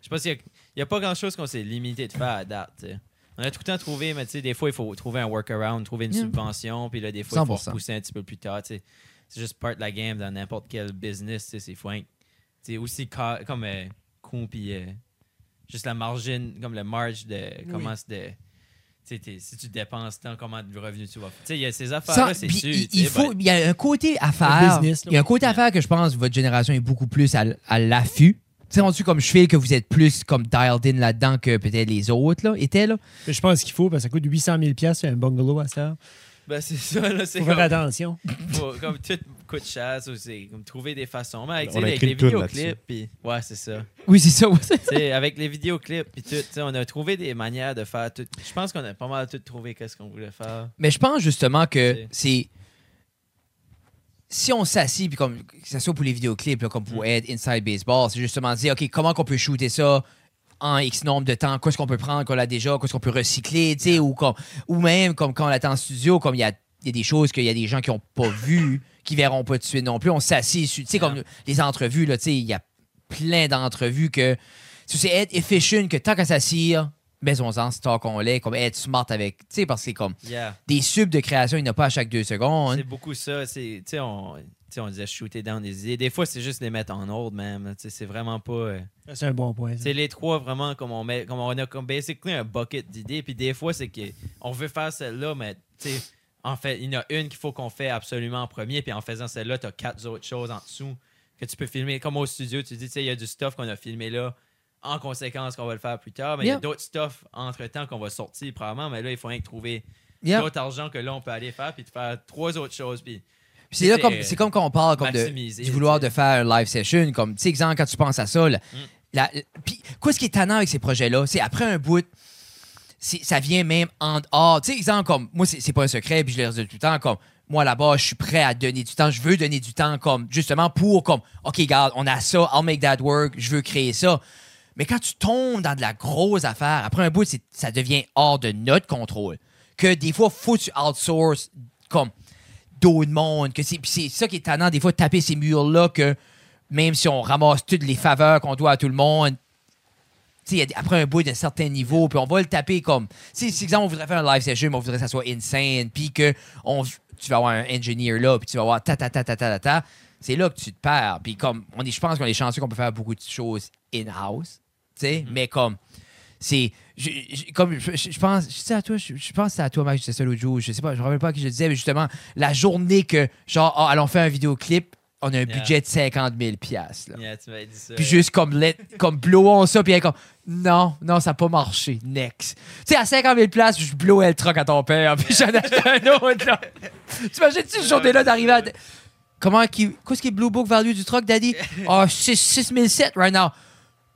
[SPEAKER 2] Je pense qu'il n'y a, pas grand-chose qu'on s'est limité de faire à date, tu sais. On a tout le temps trouvé, mais tu sais, des fois, il faut trouver un workaround, trouver une
[SPEAKER 4] Yeah.
[SPEAKER 2] subvention, puis là, des fois, il faut
[SPEAKER 4] 100%.
[SPEAKER 2] repousser un petit peu plus tard, tu sais. C'est juste part de la game dans n'importe quel business, tu sais, c'est foin. Tu sais, aussi ca- comme euh, con, puis euh, juste la margine, comme le marge de comment c'est de. tu sais, t'es- si tu dépenses tant, comment de revenus tu vas. Tu sais, il y a ces affaires-là,
[SPEAKER 4] Sans-
[SPEAKER 2] c'est
[SPEAKER 4] puis
[SPEAKER 2] sûr.
[SPEAKER 4] il,
[SPEAKER 2] tu
[SPEAKER 4] il
[SPEAKER 2] sais, ben,
[SPEAKER 4] faut,
[SPEAKER 2] but-
[SPEAKER 4] il y a un côté à faire.
[SPEAKER 1] business, là,
[SPEAKER 4] il y a un
[SPEAKER 1] oui.
[SPEAKER 4] côté à faire que je pense que votre génération est beaucoup plus à, l- à l'affût. Tu sais, on dit comme je fais que vous êtes plus comme dialed in là-dedans que peut-être les autres là, étaient là.
[SPEAKER 1] Mais Je pense qu'il faut, parce que ça coûte 800 000 piastres, un bungalow à ça.
[SPEAKER 2] ben, c'est ça, là. C'est
[SPEAKER 1] Faut faire
[SPEAKER 2] comme-
[SPEAKER 1] attention.
[SPEAKER 2] faut- comme tout coup de chasse ou c'est comme trouver des façons. Mais avec,
[SPEAKER 5] On
[SPEAKER 2] tu sais,
[SPEAKER 5] a
[SPEAKER 2] avec
[SPEAKER 5] écrit
[SPEAKER 2] les
[SPEAKER 5] une toune
[SPEAKER 2] vidéoclips, puis ouais, c'est ça.
[SPEAKER 4] Oui, c'est ça. ouais, c'est-
[SPEAKER 2] Tu sais, avec les vidéoclips, puis tout, tu sais, on a trouvé des manières de faire tout. Je pense qu'on a pas mal tout trouvé qu'est-ce qu'on voulait faire.
[SPEAKER 4] Mais je pense justement que c'est.
[SPEAKER 2] C'est-
[SPEAKER 4] Si on s'assit, puis comme, que ce soit pour les vidéoclips, là, comme pour Ed, Inside Baseball, c'est justement dire, OK, comment qu'on peut shooter ça en X nombre de temps, qu'est-ce qu'on peut prendre qu'on a déjà, qu'est-ce qu'on peut recycler, tu sais, ou, comme, ou même comme quand on attend en studio, comme il y a, il y a des choses qu'il y a des gens qui n'ont pas vues, qui verront pas tout de suite non plus. On s'assit, sur- tu sais, comme les entrevues, là, tu sais, il y a plein d'entrevues que. Si c'est être efficient, que tant qu'à s'assire, maison-en, c'est tant qu'on l'est, comme être smart avec, tu sais, parce que c'est comme
[SPEAKER 2] Yeah.
[SPEAKER 4] des subs de création, il n'y en a pas à chaque deux secondes.
[SPEAKER 2] C'est beaucoup ça. C'est, tu sais, on, tu sais, on disait shooter down des idées. Des fois, c'est juste les mettre en ordre même. là, tu sais, C'est vraiment pas. euh,
[SPEAKER 1] Ça, C'est un bon point. ça.
[SPEAKER 2] C'est les trois vraiment comme on met, comme on a comme basically un bucket d'idées. Puis des fois, c'est que on veut faire celle-là, mais tu sais, en fait, il y en a une qu'il faut qu'on fait absolument en premier. Puis en faisant celle-là, tu as quatre autres choses en dessous que tu peux filmer. Comme au studio, tu dis, tu sais, il y a du stuff qu'on a filmé là. En conséquence, qu'on va le faire plus tard. Mais il y
[SPEAKER 4] Yeah.
[SPEAKER 2] a d'autres stuff entre-temps qu'on va sortir probablement. Mais là, il faut rien que trouver
[SPEAKER 4] Yeah.
[SPEAKER 2] d'autres argent que là, on peut aller faire. Puis de faire trois autres choses. Puis
[SPEAKER 4] Puis C'est là
[SPEAKER 2] c'est,
[SPEAKER 4] comme
[SPEAKER 2] euh,
[SPEAKER 4] c'est comme quand on parle comme de,
[SPEAKER 2] maximisé,
[SPEAKER 4] du vouloir
[SPEAKER 2] tu sais. Mm.
[SPEAKER 4] de faire un live session comme tu sais exemple quand tu penses à ça là, la- la- puis quoi ce qui est tannant avec ces projets là, c'est après un bout c'est- ça vient même en dehors. Tu sais, exemple, comme moi, c'est c'est pas un secret, puis je le redis tout le temps, comme moi là-bas, je suis prêt à donner du temps, je veux donner du temps, comme justement pour, comme, OK, regarde, on a ça, I'll make that work, je veux créer ça. Mais quand tu tombes dans de la grosse affaire, après un bout, c'est- ça devient hors de notre contrôle. Que des fois, faut que tu outsources, comme, d'autres mondes. Que c'est puis c'est ça qui est tannant, des fois, de taper ces murs-là, que même si on ramasse toutes les faveurs qu'on doit à tout le monde, tu sais, il y a des- après un bout d'un certain niveau, puis on va le taper comme. Si, si, exemple, on voudrait faire un live session, mais on voudrait que ça soit insane, puis que on, tu vas avoir un engineer là, puis tu vas avoir ta ta ta ta ta ta ta, c'est là que tu te perds. Puis comme, on est, je pense qu'on est chanceux qu'on peut faire beaucoup de choses in-house, tu sais, mais comme, c'est. je- je- Comme je, je- je pense, je sais à toi, je, je pense que c'est à toi, Max, j'étais seul au jour, je sais pas, je me rappelle pas à qui je le disais, mais justement, la journée que, genre, ah, allons faire un vidéoclip, on a un
[SPEAKER 2] Yeah.
[SPEAKER 4] budget de 50 000 piastres, là.
[SPEAKER 2] Yeah, tu m'avais dit ça.
[SPEAKER 4] Puis juste comme, let, comme blowons ça, puis elle est comme, non, non, ça n'a pas marché. Next. Tu sais, à 50 000 places, je blowais le truck à ton père, puis j'en achetais un autre. là. T'imagines-tu ce journée-là d'arriver à. Comment qui. Qu'est-ce qui est Blue Book value du truck, Daddy? Ah, 6 6007 right now.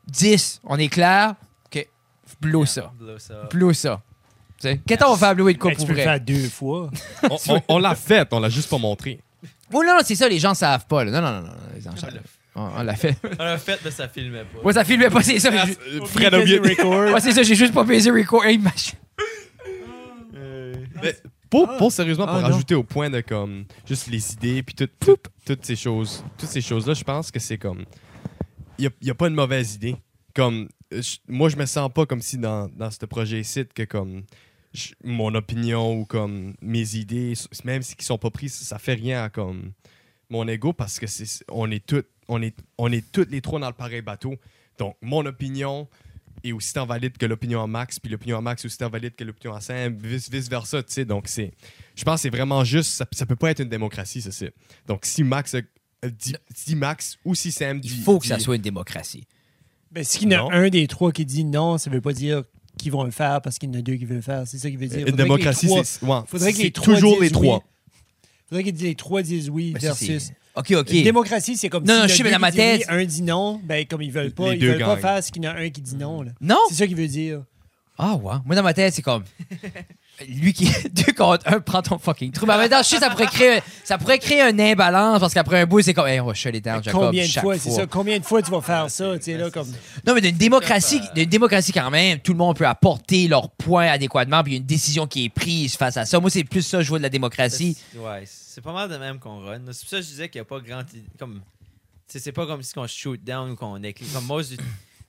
[SPEAKER 4] 10, on est clair. OK, blow
[SPEAKER 2] Yeah,
[SPEAKER 4] ça.
[SPEAKER 2] blow ça.
[SPEAKER 4] Blow ça. Tu sais, qu'est-ce qu'on va faire blower de quoi
[SPEAKER 1] Ben, tu
[SPEAKER 4] pour
[SPEAKER 1] peux le
[SPEAKER 4] vrai?
[SPEAKER 1] faire deux fois.
[SPEAKER 5] On, on- on l'a fait, on l'a juste pas montré.
[SPEAKER 4] Oh non, non, c'est ça, les gens savent pas. Là. Non, non, non, non,
[SPEAKER 1] Ah,
[SPEAKER 4] les gens
[SPEAKER 1] ben
[SPEAKER 4] savent. Ah, On, on l'a fait.
[SPEAKER 2] On l'a fait, mais ça filmait pas.
[SPEAKER 4] Moi, ça filmait pas, c'est ça.
[SPEAKER 1] Ah,
[SPEAKER 4] Je-
[SPEAKER 5] Fred a oublié-
[SPEAKER 4] Ouais, c'est ça, j'ai juste pas baisé record. Hey, mach-
[SPEAKER 5] Mais pour, pour sérieusement,
[SPEAKER 1] Ah,
[SPEAKER 5] pour
[SPEAKER 1] non.
[SPEAKER 5] rajouter au point de comme juste les idées puis tout- tout- toutes ces choses, toutes ces choses là, je pense que c'est comme il y, a pas de mauvaise idée. Comme euh, je- moi, je me sens pas comme si dans, dans ce projet ici que comme je- mon opinion ou comme mes idées, s- même si qui sont pas prises, ça fait rien à comme mon ego parce que c'est on est toutes on est on est toutes les trois dans le pareil bateau. Donc mon opinion est aussi tant valide que l'opinion à Max, puis l'opinion à Max est aussi tant valide que l'opinion à Sam, vice, vice versa, tu sais. Donc c'est, je pense, que c'est vraiment juste. Ça, ça peut pas être une démocratie, ça. c'est- Donc si Max a- a dit- si Max ou si Sam dit,
[SPEAKER 4] Il faut que ça
[SPEAKER 5] dit-
[SPEAKER 4] soit une démocratie.
[SPEAKER 1] Ben, s'il y en
[SPEAKER 5] Non.
[SPEAKER 1] a un des trois qui dit non, ça veut pas dire qu'ils vont le faire parce qu'il y en a deux qui veulent le faire. C'est ça qu'il veut dire.
[SPEAKER 5] Une
[SPEAKER 1] Faudrait que les
[SPEAKER 5] euh, démocratie,
[SPEAKER 1] trois-
[SPEAKER 5] c'est ouais,
[SPEAKER 1] faudrait que les
[SPEAKER 5] c'est
[SPEAKER 1] trois
[SPEAKER 5] toujours
[SPEAKER 1] disent
[SPEAKER 5] les trois.
[SPEAKER 1] Il faudrait que les trois disent oui
[SPEAKER 4] Ben, ça,
[SPEAKER 1] versus.
[SPEAKER 4] c'est- OK, OK.
[SPEAKER 1] Une démocratie, c'est comme
[SPEAKER 4] Non,
[SPEAKER 1] si
[SPEAKER 4] non,
[SPEAKER 1] le
[SPEAKER 4] je sais, mais
[SPEAKER 1] deux
[SPEAKER 4] dans ma
[SPEAKER 1] qui dit oui,
[SPEAKER 4] tête-
[SPEAKER 1] un dit non, ben comme ils veulent pas,
[SPEAKER 5] Les
[SPEAKER 1] ils
[SPEAKER 5] deux
[SPEAKER 1] veulent pas
[SPEAKER 5] gagnent.
[SPEAKER 1] faire ce qu'il y en a un qui dit non. là.
[SPEAKER 4] Non?
[SPEAKER 1] C'est ça qu'il veut dire.
[SPEAKER 4] Ah, ouais. Moi, dans ma tête, c'est comme. Lui qui. Deux contre un, prends ton fucking trou. Mais en même temps, je sais, ça pourrait créer, ça pourrait créer un imbalance parce qu'après un bout, c'est comme. Hey, on va shut it down, Jacob.
[SPEAKER 1] combien de
[SPEAKER 4] chaque
[SPEAKER 1] fois, c'est ça, combien de fois tu vas
[SPEAKER 5] Ah,
[SPEAKER 1] faire ça, tu sais là comme
[SPEAKER 4] Non, mais d'une démocratie, d'une démocratie quand même, tout le monde peut apporter leur point adéquatement, puis il y a une décision qui est prise face à ça. Moi, c'est plus ça, je vois de la démocratie.
[SPEAKER 2] C'est- Ouais, c'est pas mal de même qu'on run. C'est pour ça que je disais qu'il n'y a pas grand. Comme, tu sais, c'est pas comme si qu'on shoot down ou qu'on écrit. Comme, moi, je-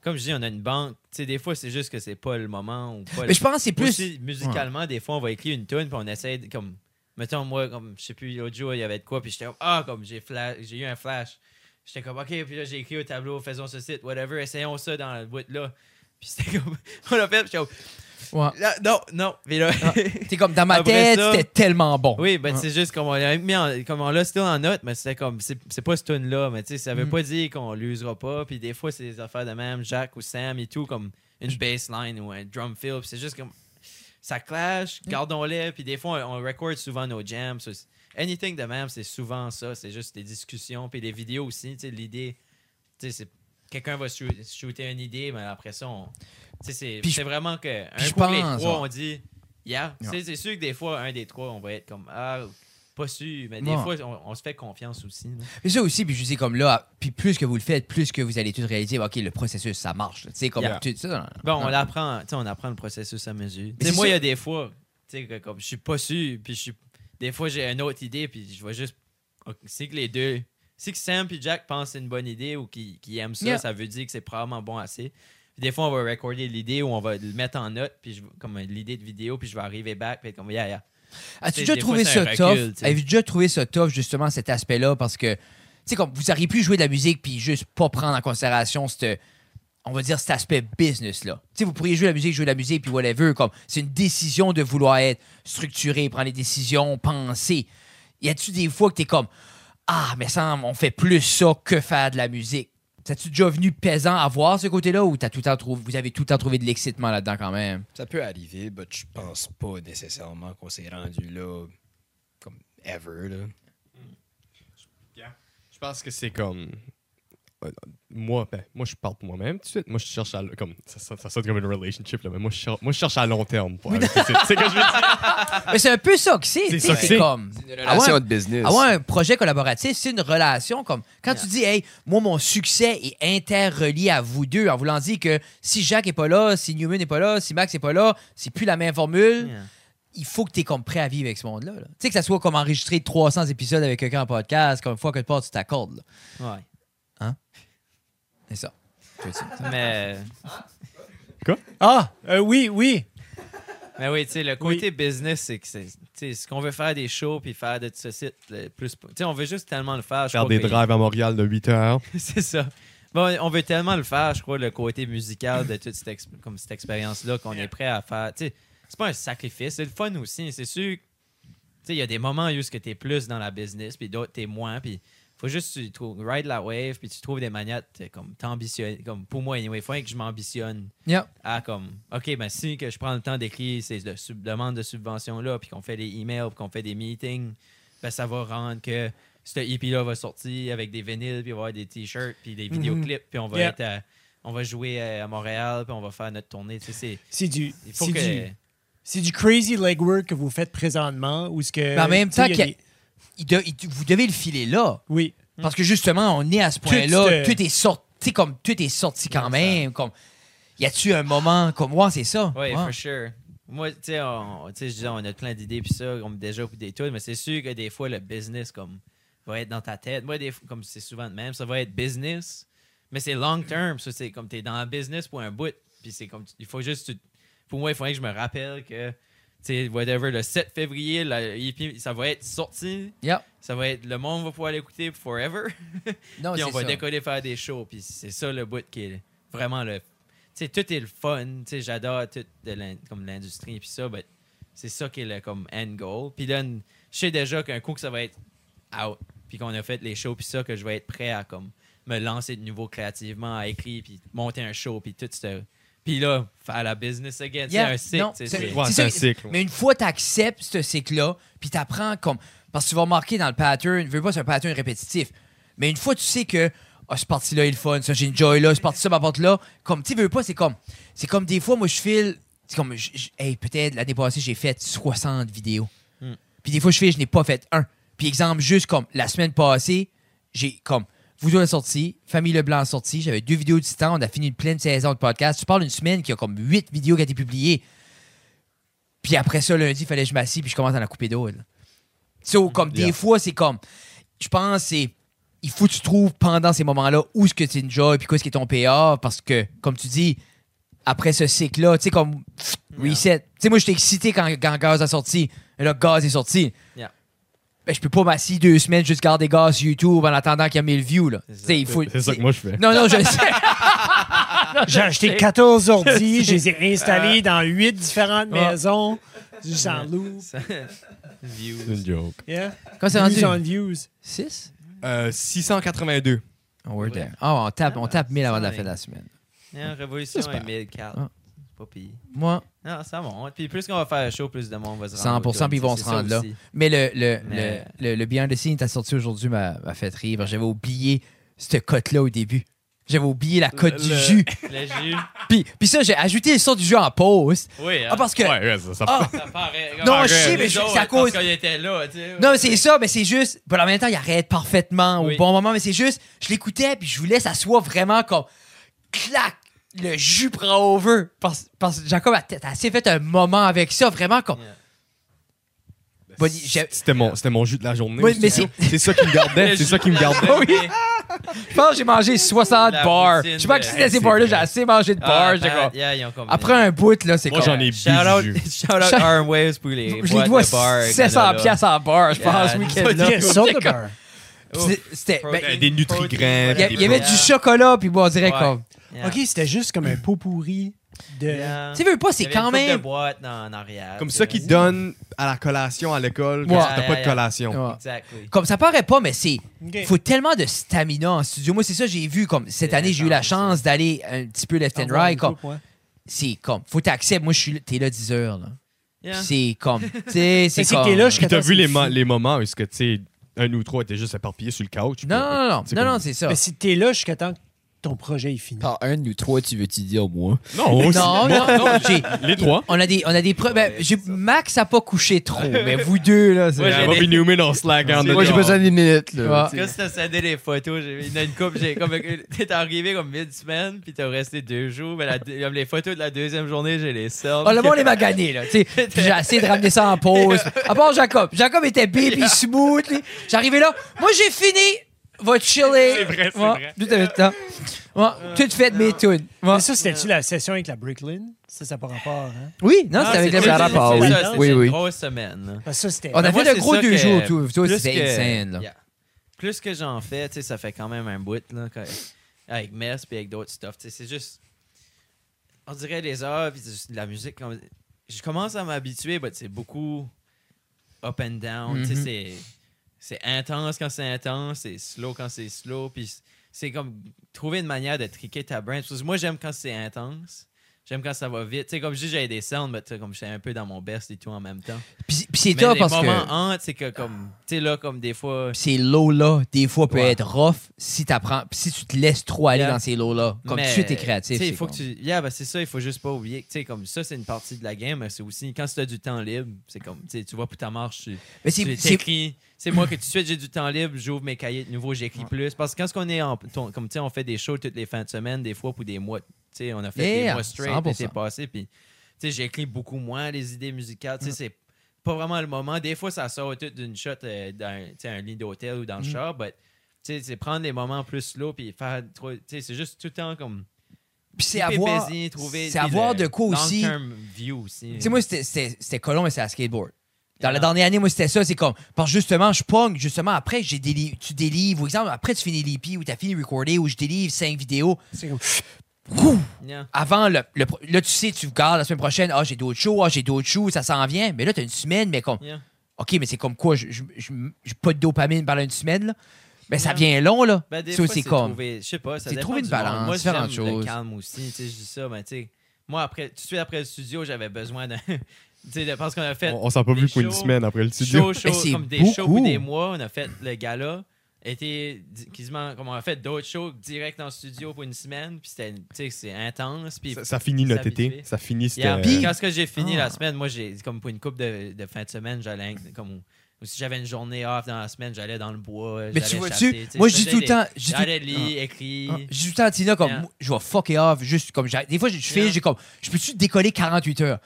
[SPEAKER 2] comme je dis, on a une banque. Tu sais, des fois, c'est juste que c'est pas le moment ou pas le-
[SPEAKER 4] Mais je pense que c'est plus.
[SPEAKER 2] Aussi, musicalement, des fois, on va écrire une tune puis on essaie de, comme. Mettons, moi, comme, je sais plus, l'autre jour, il y avait de quoi, puis j'étais comme, ah, comme, j'ai flash- j'ai eu un flash. J'étais comme, ok, puis là, j'ai écrit au tableau, faisons ce site, whatever, essayons ça dans le boîte là. Puis c'était comme, on l'a fait, puis j'étais comme,
[SPEAKER 4] Ouais.
[SPEAKER 2] là, non, non, puis là.
[SPEAKER 4] C'est comme dans ma
[SPEAKER 2] Après
[SPEAKER 4] tête,
[SPEAKER 2] ça-
[SPEAKER 4] c'était tellement bon.
[SPEAKER 2] Oui, ben
[SPEAKER 4] Ouais.
[SPEAKER 2] c'est juste comme on l'a mis en, comme on l'a still en note, mais c'était comme c'est c'est pas ce tune là, mais tu sais ça veut
[SPEAKER 4] Mhm.
[SPEAKER 2] pas dire qu'on l'usera pas, puis des fois c'est des affaires de même Jacques ou Sam et tout comme une bassline ou un drum fill, puis c'est juste comme ça clash,
[SPEAKER 4] Mm.
[SPEAKER 2] gardons-les, puis des fois on, on record souvent nos jams, so c'est- anything de même, c'est souvent ça, c'est juste des discussions puis des vidéos aussi, tu sais l'idée tu sais c'est quelqu'un va shoo- shooter une idée, mais après ça on tu sais c'est
[SPEAKER 4] Puis je-
[SPEAKER 2] c'est vraiment que un
[SPEAKER 4] puis je
[SPEAKER 2] pour les
[SPEAKER 4] pense,
[SPEAKER 2] trois,
[SPEAKER 4] ouais.
[SPEAKER 2] on dit Yeah.
[SPEAKER 6] Yeah.
[SPEAKER 2] C'est, c'est sûr que des fois, un des trois, on va être comme Ah, pas sûr. Mais des
[SPEAKER 4] Ouais.
[SPEAKER 2] fois, on, on se fait confiance aussi. là.
[SPEAKER 4] Mais ça aussi, puis je dis comme là, puis plus que vous le faites, plus que vous allez tout réaliser, OK, le processus, ça marche. là. Tu sais, comme
[SPEAKER 2] Yeah.
[SPEAKER 4] tout ça. non, non,
[SPEAKER 2] Bon, Ben, on
[SPEAKER 4] non.
[SPEAKER 2] l'apprend, tu sais, on apprend le processus à mesure.
[SPEAKER 4] Mais
[SPEAKER 2] Tu sais,
[SPEAKER 4] c'est
[SPEAKER 2] moi, il y a
[SPEAKER 4] sûr-
[SPEAKER 2] des fois, tu sais, que comme je suis pas sûr, puis je suis. Des fois, j'ai une autre idée, puis je vois juste. ok, C'est que les deux. Si que Sam et Jack pensent que c'est une bonne idée ou qu'ils, qu'ils aiment ça,
[SPEAKER 4] Yeah.
[SPEAKER 2] ça veut dire que c'est probablement bon assez. Puis des fois, on va recorder l'idée ou on va le mettre en note, puis je- comme l'idée de vidéo, puis je vais arriver back, puis être comme, yeah, yeah.
[SPEAKER 4] As-tu
[SPEAKER 2] C'est-
[SPEAKER 4] déjà
[SPEAKER 2] des
[SPEAKER 4] trouvé
[SPEAKER 2] fois, c'est
[SPEAKER 4] ça
[SPEAKER 2] un recul,
[SPEAKER 4] tough?
[SPEAKER 2] tu sais.
[SPEAKER 4] Avez-vous déjà trouvé ça tough, justement, cet aspect-là? Parce que, tu sais, comme vous auriez pu jouer de la musique puis juste pas prendre en considération cette, on va dire, cet aspect business-là. Tu sais, vous pourriez jouer de la musique, jouer de la musique puis whatever. Comme, c'est une décision de vouloir être structuré, prendre des décisions, penser. Y a-tu des fois que t'es comme, ah, mais ça, on fait plus ça que faire de la musique? T'as-tu déjà venu pesant à voir ce côté-là ou t'as tout le temps trouvé, vous avez tout le temps trouvé de l'excitement là-dedans quand même?
[SPEAKER 6] Ça peut arriver, mais je pense pas nécessairement qu'on s'est rendu là comme ever. Là.
[SPEAKER 5] Je pense que c'est comme. euh, Moi, ben, moi, je parle pour moi-même tout de suite. Moi, je cherche à. Comme, ça, ça, ça sonne comme une relationship, là, mais moi je, cherche, moi, je cherche à long terme. pour avec- C'est c'est que je veux dire.
[SPEAKER 4] Mais c'est un peu ça que c'est.
[SPEAKER 5] C'est
[SPEAKER 4] tu sais,
[SPEAKER 5] ça que c'est.
[SPEAKER 4] comme. Ah ouais,
[SPEAKER 6] Relation de business.
[SPEAKER 4] Avoir un projet collaboratif, c'est une relation. Comme quand tu dis, hey, moi, mon succès est interrelié à vous deux, en voulant dire que si Jacques est pas là, si Newman n'est pas là, si Max n'est pas là, c'est plus la même formule.
[SPEAKER 2] Yeah.
[SPEAKER 4] Il faut que tu es comme prêt à vivre avec ce monde-là. là. Tu sais, que ça soit comme enregistrer 300 épisodes avec quelqu'un en podcast, comme une fois que tu pars, tu t'accordes. là.
[SPEAKER 2] Ouais.
[SPEAKER 4] Hein? C'est ça. Je dis.
[SPEAKER 2] Mais,
[SPEAKER 1] Ah, euh, oui, oui.
[SPEAKER 2] mais oui, tu sais, le côté business, c'est que c'est. tu sais, ce qu'on veut faire des shows puis faire de ce site le plus. Tu sais, on veut juste tellement le faire. je
[SPEAKER 5] Faire
[SPEAKER 2] crois
[SPEAKER 5] des
[SPEAKER 2] que-
[SPEAKER 5] drives à Montréal de 8 heures.
[SPEAKER 2] c'est ça. Bon, on veut tellement le faire, je crois, le côté musical de toute cette, ex- comme cette expérience-là qu'on est prêt à faire. Tu sais, c'est pas un sacrifice, c'est le fun aussi. C'est sûr que, tu sais, il y a des moments où tu es plus dans la business, puis d'autres, tu es moins. Puis faut juste que tu trouves, ride la wave, puis tu trouves des manières de comme, t'ambitionner. Comme pour moi, anyway, il faut que je m'ambitionne
[SPEAKER 4] Yeah.
[SPEAKER 2] à comme, OK, ben si que je prends le temps d'écrire ces de- sub- demandes de subvention-là, puis qu'on fait des emails, puis qu'on fait des meetings, ben ça va rendre que ce EP-là va sortir avec des vinyles, puis il va y avoir des t-shirts, puis des
[SPEAKER 1] Mhm.
[SPEAKER 2] vidéoclips, puis on va
[SPEAKER 1] Yeah.
[SPEAKER 2] être à- on va jouer à à Montréal, puis on va faire notre tournée. Tu sais, c'est-
[SPEAKER 1] C'est du,
[SPEAKER 2] il faut
[SPEAKER 1] c'est
[SPEAKER 2] que...
[SPEAKER 1] du, c'est du crazy legwork que vous faites présentement ou ce que.
[SPEAKER 4] Mais en même
[SPEAKER 1] tu sais,
[SPEAKER 4] temps
[SPEAKER 1] il y a
[SPEAKER 4] qu'il y a-
[SPEAKER 1] des-
[SPEAKER 4] Il de- il- vous devez le filer là.
[SPEAKER 1] Oui.
[SPEAKER 2] Hmm.
[SPEAKER 4] Parce que justement, on est à ce
[SPEAKER 1] Tout,
[SPEAKER 4] point-là.
[SPEAKER 1] euh,
[SPEAKER 4] Tout est sorti comme tout est sorti quand même. Comme, y a-tu un moment comme moi, c'est ça?
[SPEAKER 2] Oui,
[SPEAKER 4] Ouais.
[SPEAKER 2] for sure. Moi, tu sais, on- tu sais, je disais, on a plein d'idées, puis ça, on déjà pris des trucs, mais c'est sûr que des fois, le business, comme, va être dans ta tête. Moi, des fois, comme c'est souvent de même, ça va être business, mais c'est long term. Ça, c'est comme, t'es dans le business pour un bout, puis c'est comme, tu- il faut juste, tu- pour moi, il faudrait que je me rappelle que, tu sais, whatever, le 7 février, la EP, ça va être sorti,
[SPEAKER 4] Yeah.
[SPEAKER 2] ça va être, le monde va pouvoir l'écouter forever.
[SPEAKER 4] Non,
[SPEAKER 2] Puis
[SPEAKER 4] Ah,
[SPEAKER 2] on
[SPEAKER 4] c'est
[SPEAKER 2] va
[SPEAKER 4] ça.
[SPEAKER 2] décoller faire des shows. Puis c'est ça le bout qui est vraiment le. Tu sais, tout est le fun. Tu sais, j'adore tout de l'in- comme l'industrie. Puis ça, but c'est ça qui est le comme end goal. Puis là, n- je sais déjà qu'un coup que ça va être out. Puis qu'on a fait les shows. Puis ça, que je vais être prêt à comme me lancer de nouveau créativement, à écrire. Puis monter un show. Puis tout ce. Puis là, faire la business again.
[SPEAKER 4] Yeah,
[SPEAKER 2] C'est un
[SPEAKER 4] non,
[SPEAKER 2] cycle. tu sais,
[SPEAKER 4] c'est-
[SPEAKER 2] c'est-
[SPEAKER 5] Ouais,
[SPEAKER 4] c'est
[SPEAKER 5] c'est un
[SPEAKER 4] ça,
[SPEAKER 5] cycle, ouais.
[SPEAKER 4] Mais une fois tu acceptes ce cycle-là, puis tu apprends comme. Parce que tu vas remarquer dans le pattern, je veux pas, c'est un pattern répétitif. Mais une fois tu sais que. Ah, ce parti-là est le fun, ça, j'ai une joy là, ce parti-là m'apporte là. Comme, tu veux pas, c'est comme. C'est comme des fois, moi, je file. C'est comme. je- je- hey, peut-être l'année passée, j'ai fait 60 vidéos.
[SPEAKER 2] Hmm.
[SPEAKER 4] Puis des fois, je file, je n'ai pas fait un. Puis exemple, juste comme la semaine passée, j'ai comme. Vous autres sorti, Famille Leblanc a sorti, j'avais deux vidéos du temps, on a fini une pleine saison de podcast. Tu parles d'une semaine qui a comme huit vidéos qui ont été publiées. Puis après ça, lundi, fallait que je m'assis puis je commence à la couper d'autres. là. So, comme des
[SPEAKER 5] Yeah.
[SPEAKER 4] fois, c'est comme. Je pense c'est. Il faut que tu trouves pendant ces moments-là où est-ce que tu enjoy puis quoi est-ce qui est ton payoff parce que, comme tu dis, après ce cycle-là, tu sais, comme pff, reset. Tu sais, moi, j'étais excité quand, quand Gaz a sorti. Et là, Gaz est sorti.
[SPEAKER 2] Yeah.
[SPEAKER 4] Ben, je peux pas m'assis deux semaines juste garder Gaz sur YouTube en attendant qu'il y a 1000 views, là.
[SPEAKER 2] C'est ça.
[SPEAKER 4] Tu sais, il faut.
[SPEAKER 5] C'est ça que moi je fais.
[SPEAKER 4] Non, non, je le sais.
[SPEAKER 1] J'ai acheté 14 ordi, je les ai installés dans 8 différentes maisons. J'en loue.
[SPEAKER 2] ça- Views.
[SPEAKER 5] C'est une joke.
[SPEAKER 1] Yeah.
[SPEAKER 4] Comment c'est
[SPEAKER 1] Views on
[SPEAKER 4] rendu?
[SPEAKER 1] views.
[SPEAKER 4] 6?
[SPEAKER 5] Euh, 682.
[SPEAKER 4] we're there. Ah, on tape, on tape 1000 avant de la
[SPEAKER 2] Ça,
[SPEAKER 4] fin de la semaine.
[SPEAKER 2] Yeah, Révolution
[SPEAKER 4] C'est pas-
[SPEAKER 2] et 1004.
[SPEAKER 4] Ah.
[SPEAKER 2] C'est pas pire.
[SPEAKER 4] Moi,
[SPEAKER 2] Non, Ah, ça monte. Puis plus qu'on va faire le show, plus de monde va se rendre.
[SPEAKER 4] 100%, puis ils vont se rendre là. Mais le, le,
[SPEAKER 2] Mais-
[SPEAKER 4] le, le, le behind the scenes t'as sorti aujourd'hui m'a, m'a fait rire. J'avais oublié cette cote-là au début. J'avais oublié la cote du
[SPEAKER 2] le-
[SPEAKER 4] jus.
[SPEAKER 2] Le jus.
[SPEAKER 4] Puis, puis ça, j'ai ajouté le sort du jus en pause.
[SPEAKER 2] Oui. hein.
[SPEAKER 4] Ah, parce que.
[SPEAKER 5] Ouais, ouais, ça, ça
[SPEAKER 4] Ah,
[SPEAKER 2] Ça paraît.
[SPEAKER 4] Non,
[SPEAKER 2] Ah,
[SPEAKER 4] je sais,
[SPEAKER 2] les
[SPEAKER 4] mais je-
[SPEAKER 2] autres,
[SPEAKER 4] c'est à cause-
[SPEAKER 2] Parce qu'on était là, tu sais.
[SPEAKER 4] non, mais c'est ça, mais c'est juste. Puis en même temps, il arrête parfaitement au
[SPEAKER 2] Oui.
[SPEAKER 4] bon moment, mais c'est juste. Je l'écoutais, puis je voulais que ça soit vraiment comme. Clac! Le jus prend over. Parce, parce que Jacob a, a assez fait un moment avec ça, vraiment comme.
[SPEAKER 2] Yeah.
[SPEAKER 4] Bon, j'ai-
[SPEAKER 5] C'était mon, c'était mon jus de la journée.
[SPEAKER 4] Oui, mais
[SPEAKER 5] c'est c'est ça qui me gardait. C'est ça qui me gardait.
[SPEAKER 4] Ah Oui. je pense que j'ai mangé 60
[SPEAKER 2] La
[SPEAKER 4] bars.
[SPEAKER 2] poutine
[SPEAKER 4] Je sais pas
[SPEAKER 2] de-
[SPEAKER 4] si c'est ces
[SPEAKER 5] c'est
[SPEAKER 4] bars-là,
[SPEAKER 5] vrai.
[SPEAKER 4] j'ai assez mangé de bars.
[SPEAKER 2] Ah,
[SPEAKER 4] j'ai
[SPEAKER 2] Pat,
[SPEAKER 4] comme-
[SPEAKER 2] yeah, ils ont comme-
[SPEAKER 4] Après un bout, là, c'est
[SPEAKER 5] Moi,
[SPEAKER 4] comme-
[SPEAKER 5] j'en ai bu
[SPEAKER 2] Shout
[SPEAKER 5] du
[SPEAKER 2] out,
[SPEAKER 5] jus.
[SPEAKER 2] shout out
[SPEAKER 4] Shout-
[SPEAKER 2] Arm Waves pour les.
[SPEAKER 4] Je
[SPEAKER 2] boîtes
[SPEAKER 4] les
[SPEAKER 2] de
[SPEAKER 4] dois
[SPEAKER 2] bar,
[SPEAKER 4] 700
[SPEAKER 2] Canada.
[SPEAKER 4] pièces en bar, je pense, ce
[SPEAKER 2] Yeah.
[SPEAKER 4] week-end-là.
[SPEAKER 1] Yeah, sort the bar.
[SPEAKER 4] C'était- C'était... ben,
[SPEAKER 2] Protein,
[SPEAKER 5] des nutri-grains,
[SPEAKER 2] protein,
[SPEAKER 4] Il y a-
[SPEAKER 5] des
[SPEAKER 4] il y avait
[SPEAKER 5] Yeah.
[SPEAKER 4] du chocolat, puis bon, on dirait
[SPEAKER 2] Ouais.
[SPEAKER 4] comme...
[SPEAKER 2] Yeah.
[SPEAKER 1] OK, c'était juste comme un pot pourri de.
[SPEAKER 2] Yeah.
[SPEAKER 4] Tu veux pas,
[SPEAKER 2] Il y
[SPEAKER 4] c'est
[SPEAKER 2] avait une
[SPEAKER 4] quand
[SPEAKER 2] couple de
[SPEAKER 4] même...
[SPEAKER 2] boîtes en en arrière.
[SPEAKER 5] Comme
[SPEAKER 2] tu
[SPEAKER 5] ça
[SPEAKER 2] sais.
[SPEAKER 5] qui donne à la collation à l'école quand
[SPEAKER 4] Ouais.
[SPEAKER 5] t'as pas de collation.
[SPEAKER 4] Ouais.
[SPEAKER 2] Exactly.
[SPEAKER 4] Comme ça paraît pas, mais c'est...
[SPEAKER 1] OK.
[SPEAKER 4] faut tellement de stamina en studio. Moi, c'est ça j'ai vu. Comme cette
[SPEAKER 2] C'est
[SPEAKER 4] année, j'ai eu la
[SPEAKER 2] intense,
[SPEAKER 4] chance d'aller un petit peu left and
[SPEAKER 1] Au revoir,
[SPEAKER 4] right.
[SPEAKER 1] les
[SPEAKER 4] Comme,
[SPEAKER 1] coupes, ouais.
[SPEAKER 4] c'est comme, faut t'accepter. Moi, je suis, là- t'es là 10 heures. Là.
[SPEAKER 2] Yeah.
[SPEAKER 4] C'est comme, tu sais, c'est
[SPEAKER 1] Mais c'est
[SPEAKER 4] comme.
[SPEAKER 1] que là, je
[SPEAKER 5] Puis t'as
[SPEAKER 1] Attends, c'est
[SPEAKER 5] vu les, mo-
[SPEAKER 1] fou.
[SPEAKER 5] les moments où est-ce que tu sais un ou trois étaient juste éparpillés sur le couch.
[SPEAKER 4] Non, non, non,
[SPEAKER 5] C'est
[SPEAKER 4] non,
[SPEAKER 5] comme-
[SPEAKER 4] non, c'est ça.
[SPEAKER 1] Mais si t'es là jusqu'à temps que ton projet est fini.
[SPEAKER 6] Par un ou trois, tu veux-tu dire moi?
[SPEAKER 5] Non, aussi-
[SPEAKER 4] Non, non, non, j'ai-
[SPEAKER 5] Les trois.
[SPEAKER 4] On a des, on a des preuves. ben, j'ai- Max a pas couché trop, mais vous deux là, c'est.
[SPEAKER 2] Moi, j'ai
[SPEAKER 5] Elle va
[SPEAKER 2] des-
[SPEAKER 5] puis nous mettre dans Slack. hein,
[SPEAKER 6] Moi, j'ai
[SPEAKER 5] dedans.
[SPEAKER 6] besoin d'une minute, là.
[SPEAKER 4] Ah.
[SPEAKER 2] Quand t'as scindé les photos, j'ai- il y en a une coupe, j'ai comme t'es arrivé comme mid-semaine, puis t'as resté deux jours, mais la deux- comme les photos de la deuxième journée, j'ai les seules.
[SPEAKER 4] Oh, le monde est magané, là. tu sais. Puis J'ai essayé de ramener ça en pause. À part Jacob. Jacob était baby smooth. lui. J'arrivais là. Moi, j'ai fini. va chiller.
[SPEAKER 5] C'est vrai, c'est
[SPEAKER 4] Ouais,
[SPEAKER 5] vrai.
[SPEAKER 4] Tout à fait. temps. Ouais, tout fait de mes tunes. Ouais.
[SPEAKER 1] Mais ça, c'était-tu la session avec la Bricklin? Ça, ça n'a pas rapport, hein?
[SPEAKER 4] Oui, non, c'était avec
[SPEAKER 2] Ah, c'est-
[SPEAKER 4] les
[SPEAKER 2] c'est-
[SPEAKER 4] Sarah
[SPEAKER 2] c'est
[SPEAKER 4] Paul.
[SPEAKER 2] ça, c'est-
[SPEAKER 4] Oui,
[SPEAKER 2] c'est
[SPEAKER 4] oui.
[SPEAKER 2] une grosse semaine.
[SPEAKER 1] Parce que ça, c'était...
[SPEAKER 4] On a
[SPEAKER 2] Ben, moi,
[SPEAKER 4] fait
[SPEAKER 2] c'est
[SPEAKER 4] le gros
[SPEAKER 2] ça
[SPEAKER 4] deux
[SPEAKER 2] que-
[SPEAKER 4] jours, tout. tout,
[SPEAKER 2] Plus
[SPEAKER 4] C'était
[SPEAKER 2] que-
[SPEAKER 4] insane, là.
[SPEAKER 2] Yeah. Plus que j'en fais, tu sais, ça fait quand même un bout, là, quand- avec Mess puis avec d'autres stuff. tu sais, C'est juste. On dirait les heures, puis c'est de la musique. comme- Je commence à m'habituer, mais c'est beaucoup up and down. tu sais,
[SPEAKER 4] Mhm.
[SPEAKER 2] c'est- C'est intense quand c'est intense, c'est slow quand c'est slow, puis c'est comme trouver une manière de triquer ta brain. Parce que moi, j'aime quand c'est intense. J'aime quand ça va vite. Tu sais, comme je dis, j'avais des sounds, mais tu sais, comme je suis un peu dans mon best et tout en même temps.
[SPEAKER 4] Puis puis c'est
[SPEAKER 2] Mais
[SPEAKER 4] top
[SPEAKER 2] les
[SPEAKER 4] parce
[SPEAKER 2] moments
[SPEAKER 4] que
[SPEAKER 2] hantes, c'est que comme, tu sais, là, comme des fois,
[SPEAKER 4] ces lows-là, des fois, peuvent
[SPEAKER 2] Ouais.
[SPEAKER 4] être rough si, t'apprends- puis si tu te laisses trop aller
[SPEAKER 2] Yeah.
[SPEAKER 4] dans ces lows-là. Comme
[SPEAKER 2] Mais,
[SPEAKER 4] tu es créatif.
[SPEAKER 2] tu sais,
[SPEAKER 4] c'est
[SPEAKER 2] il faut que
[SPEAKER 4] comme-
[SPEAKER 2] tu. Yeah, ben c'est ça, il faut juste pas oublier. que, Tu sais, comme ça, c'est une partie de la game, mais c'est aussi quand tu as du temps libre, c'est comme, tu sais, tu vois, pour ta marche, tu,
[SPEAKER 4] Mais
[SPEAKER 2] tu
[SPEAKER 4] c'est- c'est
[SPEAKER 2] t'écris. C'est moi que tout de suite, j'ai du temps libre, j'ouvre mes cahiers de nouveau, j'écris plus. Parce que quand on est en. ton- comme, tu sais, on fait des shows toutes les fins de semaine, des fois, pour des mois. Tu sais, on a fait des
[SPEAKER 4] Yeah,
[SPEAKER 2] mois straight, puis
[SPEAKER 4] 100%.
[SPEAKER 2] c'est passé, puis, tu sais, j'écris beaucoup moins les idées musicales. Tu
[SPEAKER 4] Mm.
[SPEAKER 2] sais, c'est pas vraiment le moment. Des fois, ça sort tout d'une shot euh, dans tu sais, un lit d'hôtel ou dans le
[SPEAKER 4] Mm.
[SPEAKER 2] char, but, tu sais, c'est prendre des moments plus slow puis faire trop- tu sais, c'est juste tout le temps comme
[SPEAKER 4] Puis c'est
[SPEAKER 2] keep it
[SPEAKER 4] avoir,
[SPEAKER 2] busy, trouver
[SPEAKER 4] c'est
[SPEAKER 2] puis
[SPEAKER 4] avoir
[SPEAKER 2] euh, le
[SPEAKER 4] de quoi aussi. Tu
[SPEAKER 2] long-term view aussi.
[SPEAKER 4] sais, moi, c'était- c'était c'était Colomb et c'est à skateboard. Dans la
[SPEAKER 2] Yeah.
[SPEAKER 4] dernière année, moi, c'était ça. C'est comme, parce que justement, je pogne, justement, après, j'ai des li- tu délivres. Ou exemple, après, tu finis l'EP ou t'as fini de recorder ou je délivre cinq vidéos.
[SPEAKER 1] C'est comme...
[SPEAKER 2] Yeah.
[SPEAKER 4] Avant, le, le pro- là, tu sais, tu regardes la semaine prochaine, ah, j'ai d'autres shows, ah, j'ai d'autres shows, ça s'en vient. Mais là, t'as une semaine, mais comme,
[SPEAKER 2] Yeah.
[SPEAKER 4] OK, mais c'est comme quoi, je- je- je- j'ai pas de dopamine pendant une semaine, là. Mais ça
[SPEAKER 2] Yeah.
[SPEAKER 4] vient long, là.
[SPEAKER 2] Ben, des
[SPEAKER 4] Ça,
[SPEAKER 2] fois,
[SPEAKER 4] c'est
[SPEAKER 2] c'est
[SPEAKER 4] comme.
[SPEAKER 2] trouver, je sais pas, ça
[SPEAKER 4] c'est
[SPEAKER 2] dépend
[SPEAKER 4] trouver une
[SPEAKER 2] du monde.
[SPEAKER 4] balance,
[SPEAKER 2] Moi,
[SPEAKER 4] différentes
[SPEAKER 2] j'aime
[SPEAKER 4] choses.
[SPEAKER 2] le calme aussi, tu sais, je dis ça, mais tu sais, moi après tout de suite après le studio, j'avais besoin d'un tu sais, de- parce qu'on a fait
[SPEAKER 5] On, on s'en a pas
[SPEAKER 2] des
[SPEAKER 5] vu pour une
[SPEAKER 2] shows-
[SPEAKER 5] semaine après le studio.
[SPEAKER 2] show, show,
[SPEAKER 4] Mais Ben, c'est
[SPEAKER 2] comme des shows
[SPEAKER 4] beaucoup.
[SPEAKER 2] pour des mois. On a fait le gala. Était di- quasiment, comme on a fait d'autres shows direct dans le studio pour une semaine. Puis c'était, tu sais, c'est intense. Puis
[SPEAKER 5] Ça, ça finit notre été.
[SPEAKER 2] s'habituer.
[SPEAKER 5] Ça finit cette.
[SPEAKER 2] Yeah,
[SPEAKER 5] euh,
[SPEAKER 2] puis quand ce que j'ai fini
[SPEAKER 4] Ah.
[SPEAKER 2] la semaine, moi, j'ai comme pour une coupe de, de fin de semaine, j'allais comme ou, si j'avais une journée off dans la semaine, j'allais dans le bois.
[SPEAKER 4] Mais
[SPEAKER 2] j'allais
[SPEAKER 4] tu
[SPEAKER 2] chasser,
[SPEAKER 4] vois-tu,
[SPEAKER 2] tu sais,
[SPEAKER 4] moi, je dis
[SPEAKER 2] faisais
[SPEAKER 4] tout le
[SPEAKER 2] des-
[SPEAKER 4] temps. je dis tout-
[SPEAKER 2] J'allais lire, écrire.
[SPEAKER 4] Ah, J'ai tout le temps à Tina comme
[SPEAKER 2] Yeah.
[SPEAKER 4] moi, je vais fuck it off juste comme j'ai- des fois je je file
[SPEAKER 2] Yeah.
[SPEAKER 4] j'ai comme je peux tu décoller 48 heures.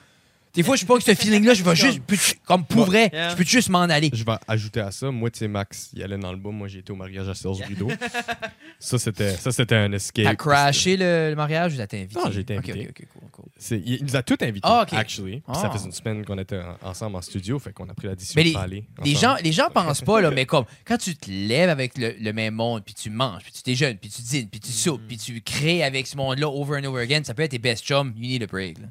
[SPEAKER 4] Des fois je sais pas que ce feeling là je vais juste peux-tu- comme pour vrai
[SPEAKER 2] Yeah.
[SPEAKER 4] je peux juste m'en aller.
[SPEAKER 5] Je vais ajouter à ça, moi, tu sais, Max, il allait dans le bas, moi, j'ai été au mariage à Serge Rideau. ça, c'était ça, c'était un escape.
[SPEAKER 4] T'as crashé le, le mariage ou t'as été invité?
[SPEAKER 5] Non, j'ai été
[SPEAKER 4] Ok,
[SPEAKER 5] invité.
[SPEAKER 4] ok, ok, cool, cool.
[SPEAKER 5] C'est- Il, il nous a tous invités,
[SPEAKER 4] Ah, ok.
[SPEAKER 5] actually. Puis Ça
[SPEAKER 4] Ah.
[SPEAKER 5] faisait une semaine qu'on était en- ensemble en studio, fait qu'on a pris la décision
[SPEAKER 4] Mais
[SPEAKER 5] de
[SPEAKER 4] les,
[SPEAKER 5] pas aller
[SPEAKER 4] les gens,
[SPEAKER 5] ensemble.
[SPEAKER 4] les gens pensent pas, là, mais comme quand tu te lèves avec le, le même monde, puis tu manges, puis tu déjeunes, puis tu dînes, puis
[SPEAKER 2] Mm.
[SPEAKER 4] tu soupes, puis tu crées avec ce monde-là over and over again, ça peut être tes best chums, you need a break. là.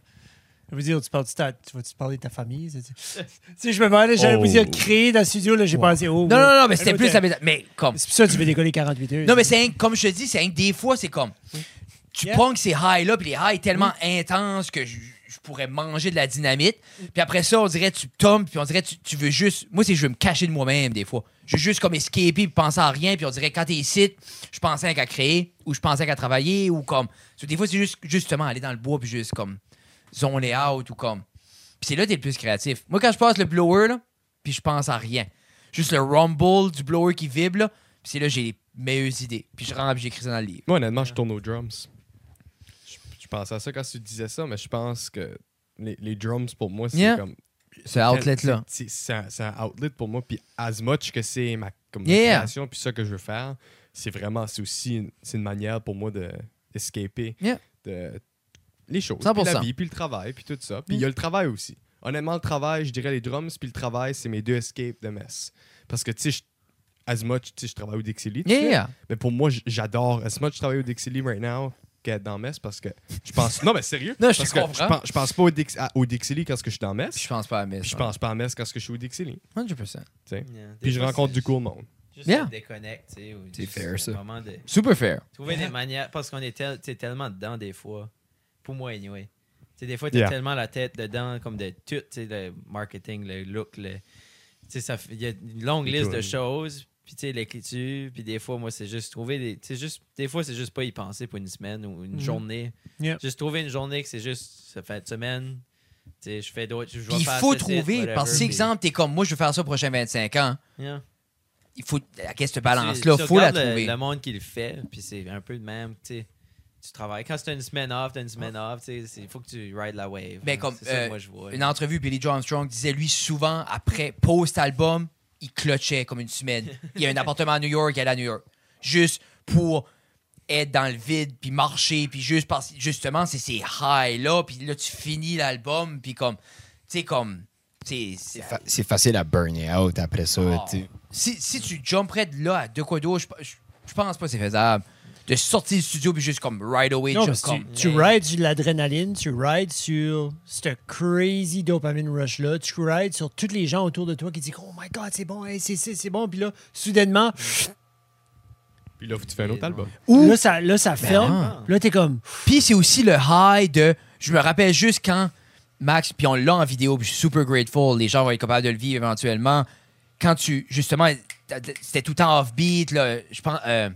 [SPEAKER 1] Je veux dire, tu, parles de ta, tu vas-tu parler de ta famille? c'est- Tu sais, je me demandais, j'allais vous
[SPEAKER 5] Oh.
[SPEAKER 1] dire créer dans le studio, là, j'ai pensé, oh.
[SPEAKER 4] Non,
[SPEAKER 1] oui.
[SPEAKER 4] non, non, mais c'était
[SPEAKER 1] Un
[SPEAKER 4] plus
[SPEAKER 1] hôtel.
[SPEAKER 4] la Mais comme.
[SPEAKER 1] C'est pour ça que tu veux décoller 48 heures.
[SPEAKER 4] Non, mais c'est un- comme je te dis, c'est un- des fois, c'est comme. Tu
[SPEAKER 1] Yeah.
[SPEAKER 4] ponges ces highs-là, puis les highs tellement intenses que je, je pourrais manger de la dynamite. Puis après ça, on dirait tu tombes, puis on dirait tu, tu veux juste. Moi, c'est que je veux me cacher de moi-même des fois. Je veux juste comme escaper, puis penser à rien. Puis on dirait quand t'es ici, je pensais qu'à créer, ou je pensais qu'à travailler, ou comme. So, des fois, c'est juste justement aller dans le bois, puis juste comme zoner out, ou comme. Puis c'est là que t'es le plus créatif. Moi, quand je passe le blower, là, puis je pense à rien. Juste le rumble du blower qui vibre, là. Puis c'est là que j'ai les meilleures idées. Puis je rentre, puis j'écris ça dans le livre.
[SPEAKER 5] Moi, honnêtement, je tourne aux drums. Je, je pensais à ça quand tu disais ça, mais je pense que les, les drums, pour moi, c'est
[SPEAKER 4] Yeah.
[SPEAKER 5] comme...
[SPEAKER 4] Ce outlet-là.
[SPEAKER 5] C'est c'est un, c'est un outlet pour moi, puis as much que c'est ma, comme ma
[SPEAKER 4] Yeah.
[SPEAKER 5] création, puis ça que je veux faire, c'est vraiment, c'est aussi une, c'est une manière pour moi de- d'escaper
[SPEAKER 4] Yeah.
[SPEAKER 5] de, les choses, puis
[SPEAKER 4] 100%.
[SPEAKER 5] la vie, puis le travail, puis tout ça.
[SPEAKER 4] Mm.
[SPEAKER 5] Puis il y a le travail aussi. Honnêtement, le travail, je dirais les drums, puis le travail, c'est mes deux escapes de messe. Parce que, tu sais, je- as much, tu sais, je travaille au Dixili. tout ça.
[SPEAKER 4] Yeah!
[SPEAKER 5] Mais pour moi, j- j'adore. As much je travaille au Dixili right now qu'être dans Metz parce que je pense. Non, mais sérieux.
[SPEAKER 4] Non, je
[SPEAKER 5] Parce
[SPEAKER 4] te
[SPEAKER 5] que
[SPEAKER 4] comprends.
[SPEAKER 5] Je pense, je pense pas au, Dix- à- au Dixili quand ce que je suis dans Metz.
[SPEAKER 4] Puis je pense pas à Miss.
[SPEAKER 5] Puis je pense pas à Metz quand ce que je suis au Dixili. tu
[SPEAKER 4] 100%.
[SPEAKER 5] sais.
[SPEAKER 2] Yeah. Des
[SPEAKER 5] Puis je
[SPEAKER 2] fois,
[SPEAKER 5] rencontre
[SPEAKER 2] c'est
[SPEAKER 5] du cool monde.
[SPEAKER 2] Juste
[SPEAKER 4] Yeah.
[SPEAKER 2] se déconnecte, tu sais. ou
[SPEAKER 6] C'est
[SPEAKER 2] juste
[SPEAKER 6] fair, ça.
[SPEAKER 2] un moment de-
[SPEAKER 4] Super fair.
[SPEAKER 2] Trouver des manières, parce qu'on est tel- tu sais, tellement dedans des fois. Pour moi, anyway. Tu sais, des fois, t'as
[SPEAKER 5] Yeah.
[SPEAKER 2] tellement la tête dedans, comme de tout, tu sais, le marketing, le look, le. tu sais, ça fait- Il y a une longue
[SPEAKER 5] Et
[SPEAKER 2] liste
[SPEAKER 5] toi,
[SPEAKER 2] de
[SPEAKER 5] oui.
[SPEAKER 2] choses, puis tu sais, l'écriture, puis des fois, moi, c'est juste trouver des. tu sais, juste, des fois, c'est juste pas y penser pour une semaine ou une
[SPEAKER 1] Mhm.
[SPEAKER 2] journée.
[SPEAKER 1] Yeah.
[SPEAKER 2] Juste trouver une journée que c'est juste, ça fait une semaine, tu sais, je fais d'autres. je vais
[SPEAKER 4] Puis il
[SPEAKER 2] faire
[SPEAKER 4] faut
[SPEAKER 2] ce site,
[SPEAKER 4] trouver,
[SPEAKER 2] whatever,
[SPEAKER 4] parce que si,
[SPEAKER 2] puis-
[SPEAKER 4] exemple, t'es comme moi, je veux faire ça prochain 25 ans,
[SPEAKER 2] Yeah.
[SPEAKER 4] il faut. La question de
[SPEAKER 2] Tu-
[SPEAKER 4] balance-là,
[SPEAKER 2] tu
[SPEAKER 4] faut la
[SPEAKER 2] regardes le-
[SPEAKER 4] trouver.
[SPEAKER 2] Le monde qui le fait, puis c'est un peu de même, tu sais. Tu travailles. Quand c'est une semaine off, t'as une semaine off, tu sais, il faut que tu ride la wave.
[SPEAKER 4] Ah. Ben,
[SPEAKER 2] hein.
[SPEAKER 4] comme,
[SPEAKER 2] c'est ça
[SPEAKER 4] euh,
[SPEAKER 2] que moi je vois.
[SPEAKER 4] Une entrevue, Billy John Armstrong disait, lui, souvent, après post-album, il clutchait comme une semaine. Il y a un appartement à New York, il allait à New York. juste pour être dans le vide, puis marcher, puis juste parce justement, c'est ces highs-là, puis là, tu finis l'album, puis comme, tu sais, comme, tu sais, c'est-
[SPEAKER 6] Fa- C'est facile à burner out après ça.
[SPEAKER 4] Ah.
[SPEAKER 6] tu sais.
[SPEAKER 4] si, si tu jumperais de là à deux quoi d'eau, je je- je pense pas que c'est faisable. De sortir du studio, puis juste comme right away,
[SPEAKER 1] Non,
[SPEAKER 4] just
[SPEAKER 1] parce que
[SPEAKER 4] comme,
[SPEAKER 1] tu, tu
[SPEAKER 4] hey.
[SPEAKER 1] rides sur de l'adrénaline, tu rides sur ce crazy dopamine rush-là, tu rides sur tous les gens autour de toi qui disent Oh my god, c'est bon, hey, c'est- c'est c'est bon. Puis là, soudainement,
[SPEAKER 5] Puis là, faut que tu fais un autre album.
[SPEAKER 1] là, ça, là,
[SPEAKER 4] Ben
[SPEAKER 1] ça ferme.
[SPEAKER 2] ah.
[SPEAKER 1] Puis Là, t'es comme
[SPEAKER 4] Puis c'est aussi le high de. Je me rappelle juste quand Max, puis on l'a en vidéo, puis je suis super grateful, les gens vont être capables de le vivre éventuellement. Quand tu. Justement, t'as- t'as- c'était tout le temps offbeat, là. Je pense. euh,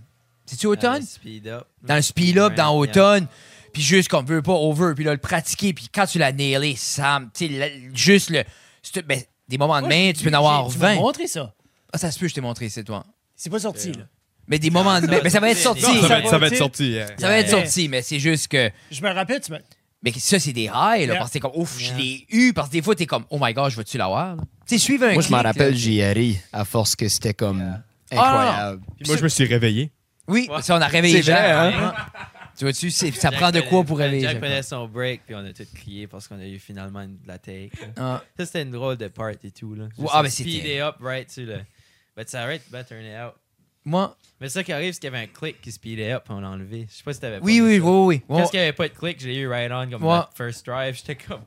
[SPEAKER 4] C'est-tu
[SPEAKER 2] Dans
[SPEAKER 4] automne?
[SPEAKER 2] le speed up.
[SPEAKER 4] Dans le speed-up,
[SPEAKER 2] Euh, Ouais,
[SPEAKER 4] dans
[SPEAKER 2] yeah.
[SPEAKER 4] automne. Puis juste qu'on veut pas over, puis là, le pratiquer, puis quand tu l'as nailé, Sam, tu sais, la- juste le. c'est- ben, des moments de main, tu peux en avoir
[SPEAKER 1] Tu
[SPEAKER 4] 20.
[SPEAKER 1] m'as montré ça.
[SPEAKER 4] Ah, ça se peut, je t'ai montré, c'est toi.
[SPEAKER 1] C'est pas sorti, là.
[SPEAKER 4] Mais des moments de
[SPEAKER 2] Ça
[SPEAKER 4] main.
[SPEAKER 2] va
[SPEAKER 4] Mais ça va être
[SPEAKER 2] sortir.
[SPEAKER 4] sorti.
[SPEAKER 5] Non, ça, va être, ça va
[SPEAKER 1] sortir.
[SPEAKER 5] être sorti. hein.
[SPEAKER 4] Ça va être
[SPEAKER 1] Yeah.
[SPEAKER 4] sorti, mais c'est juste que.
[SPEAKER 1] Je me rappelle, tu m'as.
[SPEAKER 4] Mais ça, c'est des highs, là,
[SPEAKER 1] Yeah.
[SPEAKER 4] parce que t'es comme, ouf,
[SPEAKER 1] Yeah.
[SPEAKER 4] je l'ai eu, parce que des fois, t'es comme, oh my god, je veux-tu l'avoir? là? Tu sais, suivre un
[SPEAKER 6] Moi, je
[SPEAKER 4] clic,
[SPEAKER 6] m'en
[SPEAKER 4] euh, là.
[SPEAKER 6] rappelle, j'y ai ri à force que c'était comme incroyable.
[SPEAKER 5] Puis moi, je me suis réveillé.
[SPEAKER 4] Oui, ça, on a réveillé
[SPEAKER 6] C'est
[SPEAKER 4] Jacques.
[SPEAKER 6] vrai, hein?
[SPEAKER 4] Tu vois-tu, c'est- ça
[SPEAKER 2] Jack
[SPEAKER 4] prend de quoi
[SPEAKER 2] prenait-
[SPEAKER 4] pour réveiller
[SPEAKER 2] Jack
[SPEAKER 4] Jacques.
[SPEAKER 2] prenait son break, puis on a tout crié parce qu'on a eu finalement une- de la take.
[SPEAKER 4] Ah.
[SPEAKER 2] Ça, c'était une drôle de part et tout. Là.
[SPEAKER 4] Ouais, ah, mais c'était-
[SPEAKER 2] Speed it up, right, tu le. Ben, ça arrête, ben, turn it out.
[SPEAKER 4] Moi,
[SPEAKER 2] Mais ça qui arrive, c'est qu'il y avait un clic qui speedait up, puis on l'a enlevé. Je sais pas si t'avais
[SPEAKER 4] oui,
[SPEAKER 2] pas vu
[SPEAKER 4] oui, oui,
[SPEAKER 2] ça.
[SPEAKER 4] oui. oui.
[SPEAKER 2] Parce qu'il n'y avait pas de clic, je l'ai eu right on comme
[SPEAKER 4] Ouais.
[SPEAKER 2] notre first drive. J'étais comme,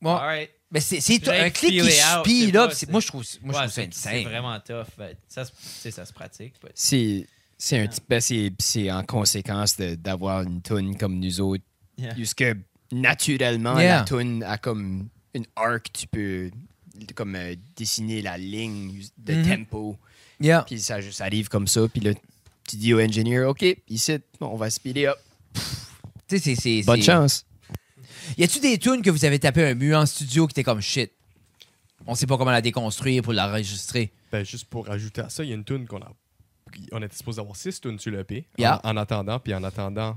[SPEAKER 4] Moi-
[SPEAKER 2] alright.
[SPEAKER 4] mais c'est c'est
[SPEAKER 2] Jacques
[SPEAKER 4] un clic
[SPEAKER 2] feel
[SPEAKER 4] qui
[SPEAKER 2] it out,
[SPEAKER 4] speed
[SPEAKER 2] c'est
[SPEAKER 4] up.
[SPEAKER 2] pas-
[SPEAKER 4] c'est- Moi, je trouve, moi, je
[SPEAKER 2] Ouais,
[SPEAKER 4] trouve ça
[SPEAKER 2] c'est- C'est
[SPEAKER 4] insane.
[SPEAKER 2] vraiment tough. but Ça, se- tu sais, ça se pratique. but-
[SPEAKER 6] C'est c'est un petit peu c'est c'est en conséquence de- d'avoir une tune comme nous autres
[SPEAKER 2] Yeah.
[SPEAKER 6] jusque naturellement
[SPEAKER 4] Yeah.
[SPEAKER 6] la tune a comme une arc tu peux comme euh, dessiner la ligne de
[SPEAKER 4] Mhm.
[SPEAKER 6] tempo
[SPEAKER 4] Yeah.
[SPEAKER 6] puis ça juste arrive comme ça puis là tu dis au engineer OK ici on va speeder up
[SPEAKER 4] Tu sais, c'est- c'est-
[SPEAKER 6] bonne
[SPEAKER 4] c'est-
[SPEAKER 6] chance
[SPEAKER 4] Y a-tu des tunes que vous avez tapé un mur en studio qui était comme shit? On sait pas comment la déconstruire pour l'enregistrer.
[SPEAKER 5] Ben, juste pour ajouter à ça, il y a une tune qu'on a. On était supposé avoir six tunes sur l'EP.
[SPEAKER 4] Yeah.
[SPEAKER 5] En, en attendant, puis en attendant,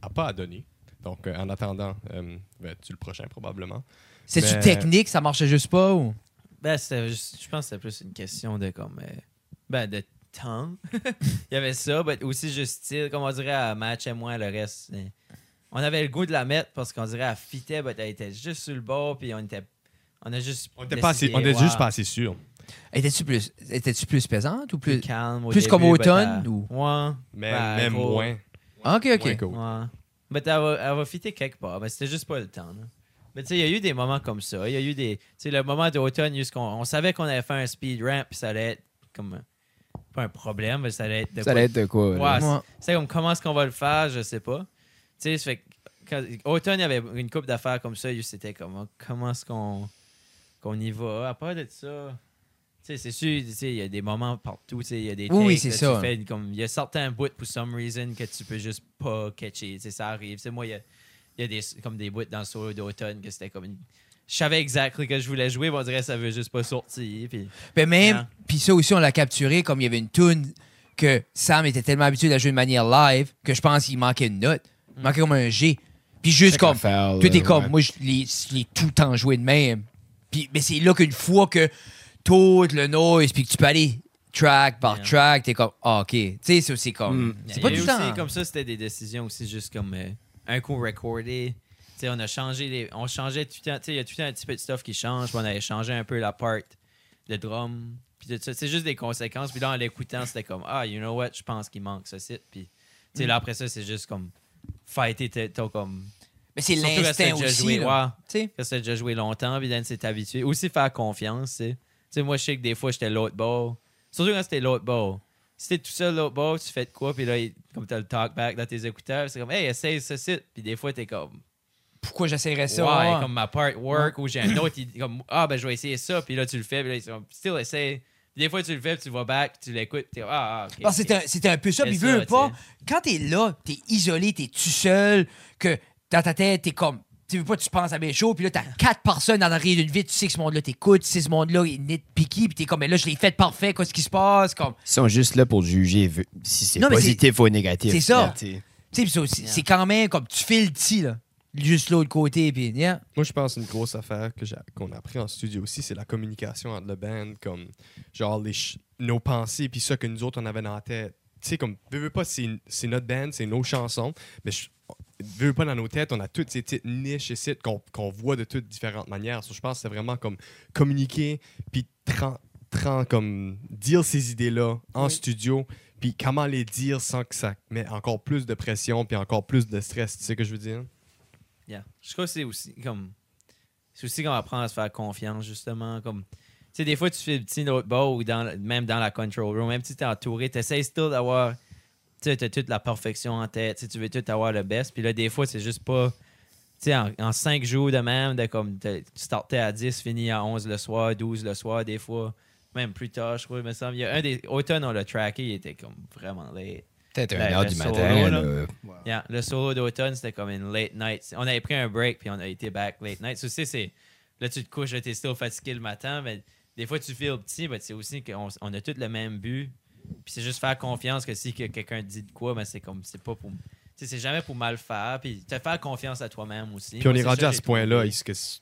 [SPEAKER 5] à pas à donner. Donc, euh, en attendant, euh, ben, tu le prochain probablement.
[SPEAKER 4] C'est-tu
[SPEAKER 6] Ben-
[SPEAKER 5] Mais-
[SPEAKER 4] technique? Ça marchait juste pas? Ou...
[SPEAKER 2] Ben, c'était juste- je pense que c'était plus une question de comme. euh, ben, de temps. Il y avait ça, mais aussi juste style, comme on dirait à Match et moi, le reste. euh, On avait le goût de la mettre parce qu'on dirait à fitait, mais elle était juste sur le bord, puis on était. On a juste.
[SPEAKER 5] On était, pas assez-
[SPEAKER 2] décidé,
[SPEAKER 5] on était
[SPEAKER 2] ouais,
[SPEAKER 5] juste pas assez sûr.
[SPEAKER 4] Étais-tu plus, étais-tu plus pesante ou
[SPEAKER 2] plus
[SPEAKER 4] plus.
[SPEAKER 2] calme. au
[SPEAKER 4] plus
[SPEAKER 2] début,
[SPEAKER 4] comme
[SPEAKER 2] but
[SPEAKER 4] automne,
[SPEAKER 2] elle-
[SPEAKER 4] ou-
[SPEAKER 2] Ouais.
[SPEAKER 5] Mais
[SPEAKER 2] ben,
[SPEAKER 5] même
[SPEAKER 2] gros,
[SPEAKER 5] moins.
[SPEAKER 4] Ah, Ok, ok.
[SPEAKER 5] moins qu'au-
[SPEAKER 2] Ouais. Mais elle va, elle va fitter quelque part. Mais c'était juste pas le temps. là. Mais tu sais, il y a eu des moments comme ça. Il y a eu des. Tu sais, le moment d'automne, où on, on savait qu'on allait faire un speed ramp, puis ça allait être comme. un- Pas un problème, mais ça allait être. de
[SPEAKER 6] ça
[SPEAKER 2] quoi-
[SPEAKER 6] va être de quoi là.
[SPEAKER 2] Ouais, c'est-
[SPEAKER 4] Ouais.
[SPEAKER 2] c'est comme comment est-ce qu'on va le faire, je sais pas. Tu sais, ça fait que quand, automne, il y avait une coupe d'affaires comme ça. C'était comme oh, comment est-ce qu'on qu'on y va. À part de ça, tu sais, c'est sûr, tu sais, il y a des moments partout. tu sais, Il y a des
[SPEAKER 4] Oui, oui,
[SPEAKER 2] takes
[SPEAKER 4] c'est
[SPEAKER 2] que tu
[SPEAKER 4] ça.
[SPEAKER 2] fais, comme- Il y a certains bouts, pour some reason, que tu peux juste pas catcher. Tu sais, ça arrive. Tu sais, moi, il y a, il y a des, comme des bouts dans le solo d'automne que c'était comme une- Je savais exactement que je voulais jouer, mais on dirait que ça veut juste pas sortir. Puis...
[SPEAKER 4] Mais Ben, même,
[SPEAKER 2] Ouais.
[SPEAKER 4] puis ça aussi, on l'a capturé comme il y avait une tune que Sam était tellement habitué à jouer de manière live que je pense qu'il manquait une note. Il manquait comme un G. Puis juste
[SPEAKER 6] Check
[SPEAKER 4] comme.
[SPEAKER 6] affaire, là,
[SPEAKER 4] Tout est comme.
[SPEAKER 6] ouais.
[SPEAKER 4] Moi, je l'ai je l'ai tout le temps joué de même. Puis, mais c'est là qu'une fois que tout le noise, puis que tu peux aller track par
[SPEAKER 2] Yeah.
[SPEAKER 4] track, t'es comme, ah, ok. Tu sais, c'est aussi comme.
[SPEAKER 6] Mm.
[SPEAKER 4] C'est
[SPEAKER 2] Il y
[SPEAKER 4] pas
[SPEAKER 2] a
[SPEAKER 4] tout
[SPEAKER 2] eu
[SPEAKER 4] le
[SPEAKER 2] aussi,
[SPEAKER 4] temps.
[SPEAKER 2] comme ça, c'était des décisions aussi juste comme euh, un coup recordé. Tu sais, on a changé les, on changeait tout le temps, tu sais, il y a tout le temps un petit peu de stuff qui change, puis on avait changé un peu la part de drum, puis tout ça. C'est juste des conséquences. Puis là, en l'écoutant, c'était comme ah, you know what, je pense qu'il manque ce site. Puis
[SPEAKER 4] Mm.
[SPEAKER 2] tu sais, là après ça, c'est juste comme fighter t'as- t'as comme
[SPEAKER 4] Mais c'est
[SPEAKER 2] Surtout quand
[SPEAKER 4] l'instinct
[SPEAKER 2] t'as déjà
[SPEAKER 4] aussi.
[SPEAKER 2] joué,
[SPEAKER 4] là.
[SPEAKER 2] ouais.
[SPEAKER 4] Tu sais.
[SPEAKER 2] que c'est déjà joué longtemps, puis Dan s'est habitué. Aussi faire confiance, tu sais. Tu sais, moi, je sais que des fois, j'étais l'autre bord. Surtout quand c'était l'autre bord. Si t'es tout seul l'autre bord, tu fais de quoi, puis là, il- comme t'as le talkback dans tes écouteurs, c'est comme, hey, essaye ce site. Puis des fois, t'es comme,
[SPEAKER 4] Pourquoi j'essaierais
[SPEAKER 2] ouais,
[SPEAKER 4] ça? ouais.
[SPEAKER 2] comme ma part work, ou j'ai un autre, il dit comme, ah, ben, je vais essayer ça, puis là, tu le fais, puis là, c'est comme, still, essaye. Puis des fois, tu le fais, puis tu vas back, puis tu l'écoutes, puis t'es comme, ah, ah, ok.
[SPEAKER 4] Parce que
[SPEAKER 2] ok.
[SPEAKER 4] c'était un- c'était un, peu ça,
[SPEAKER 2] C'est
[SPEAKER 4] puis
[SPEAKER 2] ça,
[SPEAKER 4] veux
[SPEAKER 2] tu
[SPEAKER 4] pas,
[SPEAKER 2] sais.
[SPEAKER 4] quand t'es là, t'es isolé, t'es tout seul, que dans ta tête, t'es comme, tu veux pas, tu penses à mes shows, puis là, t'as quatre personnes dans l'arrière d'une vie, tu sais que ce monde-là t'écoute, tu sais ce monde-là, il est nitpicky, puis t'es comme, mais là, je l'ai fait parfait, qu'est-ce qui se passe, comme,
[SPEAKER 6] ils sont juste là pour juger v- si c'est
[SPEAKER 4] Non, mais
[SPEAKER 6] positif ou négatif
[SPEAKER 4] c'est ça.
[SPEAKER 6] là, tu sais.
[SPEAKER 4] tu sais, puis ça aussi,
[SPEAKER 2] Yeah.
[SPEAKER 4] c'est quand même comme, tu files le petit, là, juste l'autre côté, puis, yeah.
[SPEAKER 5] Moi, je pense une grosse affaire que j'ai- qu'on a appris en studio aussi, c'est la communication entre le band, comme genre les ch- nos pensées, puis ça que nous autres, on avait dans la tête. tu sais, comme, veux, veux pas, c'est c'est notre band, c'est nos chansons, mais je veux veux pas dans nos têtes, on a toutes ces petites niches ici qu'on qu'on voit de toutes différentes manières. So, je pense que c'est vraiment comme communiquer, puis tran, tran- comme dire ces idées-là en studio, puis comment les dire sans que ça met encore plus de pression, puis encore plus de stress, tu sais ce que je veux dire?
[SPEAKER 2] Yeah. Je crois que c'est aussi comme. C'est aussi qu'on apprend à se faire confiance, justement. Comme. Tu sais, des fois, tu fais le petit l'autre bord ou dans, la- même dans la control room, même si t'es entouré, t'essayes still d'avoir. Tu sais, t'as toute la perfection en tête. Tu sais, tu veux tout avoir le best. Puis là, des fois, c'est juste pas. Tu sais, en, en cinq jours de même, de comme. t'as- Tu startais à 10, fini à 11 le soir, 12 le soir, des fois. Même plus tard, je crois, il me semble. Il y a un des. Automne, on l'a tracké, il était comme vraiment late.
[SPEAKER 7] Peut-être
[SPEAKER 2] Ben,
[SPEAKER 7] 1h
[SPEAKER 2] le
[SPEAKER 7] du
[SPEAKER 2] solo,
[SPEAKER 7] matin.
[SPEAKER 2] là.
[SPEAKER 7] là.
[SPEAKER 2] Yeah, le solo d'automne, c'était comme une late night. On avait pris un break, puis on a été back late night. Ça, c'est- c'est, là, tu te couches, là, t'es still fatigué le matin, mais des fois, tu fais petit, mais c'est aussi qu'on on a tous le même but. Puis c'est juste faire confiance que si que quelqu'un dit de quoi, mais c'est comme, c'est pas pour. tu sais, c'est jamais pour mal faire, puis te faire confiance à toi-même aussi.
[SPEAKER 5] Puis on
[SPEAKER 2] Moi,
[SPEAKER 5] est
[SPEAKER 2] c'est
[SPEAKER 5] rendu
[SPEAKER 2] ça,
[SPEAKER 5] à
[SPEAKER 2] j'ai
[SPEAKER 5] ce point-là,
[SPEAKER 2] trouvé.
[SPEAKER 5] est-ce que c-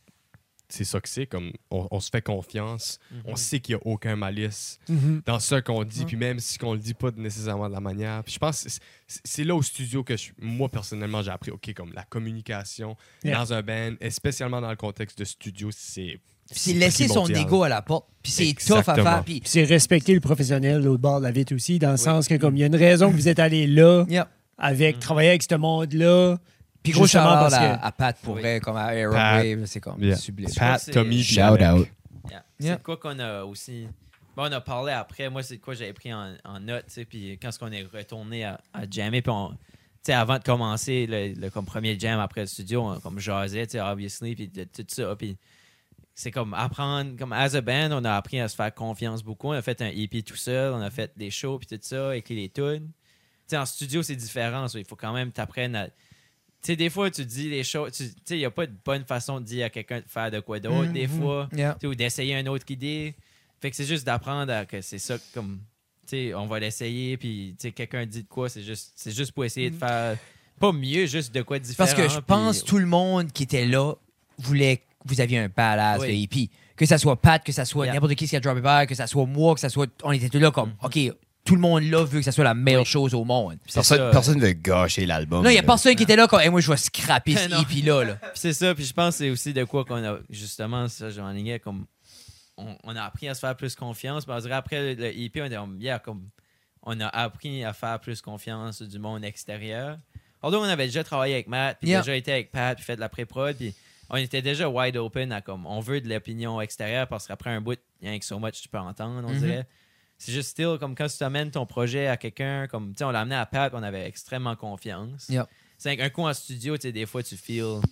[SPEAKER 5] c'est ça que c'est, comme on, on se fait confiance,
[SPEAKER 2] Mhm.
[SPEAKER 5] on sait qu'il n'y a aucun malice
[SPEAKER 4] Mm-hmm.
[SPEAKER 5] dans ce qu'on dit, puis même si on le dit pas nécessairement de la manière. Puis je pense que c'est- c'est- c'est là au studio que je- moi, personnellement, j'ai appris, OK, comme la communication
[SPEAKER 1] Yeah.
[SPEAKER 5] dans un band, et spécialement dans le contexte de studio, c'est.
[SPEAKER 4] Puis c'est laisser son
[SPEAKER 5] primordial.
[SPEAKER 4] ego à la porte. Puis c'est tough à
[SPEAKER 5] Exactement.
[SPEAKER 4] faire. Puis
[SPEAKER 1] Puis c'est respecter le professionnel l'autre bord de la vite aussi, dans le sens que comme il y a une raison que vous êtes allé là,
[SPEAKER 4] Yeah.
[SPEAKER 1] avec travailler avec ce monde-là.
[SPEAKER 4] Puis gros
[SPEAKER 1] Justement
[SPEAKER 4] shout-out
[SPEAKER 1] parce
[SPEAKER 4] à,
[SPEAKER 1] que-
[SPEAKER 4] à Pat pour
[SPEAKER 2] Oui.
[SPEAKER 4] vrai, comme à Aaron
[SPEAKER 5] Pat.
[SPEAKER 4] Wave, c'est comme
[SPEAKER 5] Yeah.
[SPEAKER 4] sublime.
[SPEAKER 2] Je crois que
[SPEAKER 5] Pat,
[SPEAKER 2] c'est-
[SPEAKER 5] Tommy, puis
[SPEAKER 7] Shout
[SPEAKER 5] Alec.
[SPEAKER 7] out.
[SPEAKER 2] Yeah.
[SPEAKER 4] Yeah.
[SPEAKER 2] C'est de quoi qu'on a aussi. Bon, on a parlé après. Moi, c'est de quoi j'avais pris en, en note. tu sais, Puis quand on est retourné à, à jammer, puis on- tu sais, avant de commencer le, le- comme premier jam après le studio, on comme jasait, tu sais, obviously, puis de- tout ça. Puis c'est comme apprendre, comme as a band, on a appris à se faire confiance beaucoup. On a fait un EP tout seul, on a fait des shows, puis tout ça, écrit les tunes. Tu sais, en studio, c'est différent. ça. Il faut quand même t'apprennes à. Tu sais, des fois, tu dis les choses. Tu tu sais, il n'y a pas de bonne façon de dire à quelqu'un de faire de quoi d'autre. Des fois,
[SPEAKER 4] Mm. Yeah.
[SPEAKER 2] tu sais, ou d'essayer une autre idée. Fait que c'est juste d'apprendre à- que c'est ça comme tu sais on va l'essayer puis tu sais quelqu'un dit de quoi, c'est juste c'est juste pour essayer de faire pas mieux, juste de quoi de différent.
[SPEAKER 4] Mm. Parce que je pense
[SPEAKER 2] puis-
[SPEAKER 4] tout le monde qui était là voulait que vous aviez un badass
[SPEAKER 2] Oui.
[SPEAKER 4] de hippie. Que ça soit Pat, que ça soit
[SPEAKER 2] Yeah.
[SPEAKER 4] n'importe qui qui a droppé par, que ça soit moi, que ça soit. On était tous là comme, OK,
[SPEAKER 2] Mm-hmm.
[SPEAKER 4] tout le monde là veut que ça soit la meilleure chose au monde.
[SPEAKER 2] puis c'est ça.
[SPEAKER 7] Personne, personne veut gâcher
[SPEAKER 6] Oh
[SPEAKER 7] l'album.
[SPEAKER 4] Là, il n'y a
[SPEAKER 7] là.
[SPEAKER 4] personne qui était là comme, hey, moi, je vais scraper
[SPEAKER 2] Ben non.
[SPEAKER 4] ce hippie là. là.
[SPEAKER 2] Puis c'est ça, puis je pense que c'est aussi de quoi qu'on a justement ça j'en lignais comme on, on a appris à se faire plus confiance, mais on dirait après le, le EP on est on- yeah, comme on a appris à faire plus confiance du monde extérieur. Although on avait déjà travaillé avec Matt, puis
[SPEAKER 4] Yeah.
[SPEAKER 2] déjà été avec Pat, puis fait de la pré-prod, puis on était déjà wide open à comme on veut de l'opinion extérieure parce qu'après un bout, il y a que so much tu peux entendre, on
[SPEAKER 4] Mhm.
[SPEAKER 2] dirait. C'est juste still comme quand tu amènes ton projet à quelqu'un, comme tu sais, on l'a amené à Pat, puis on avait extrêmement confiance.
[SPEAKER 4] Yeah.
[SPEAKER 2] C'est un coup en studio, tu sais, des fois tu feel.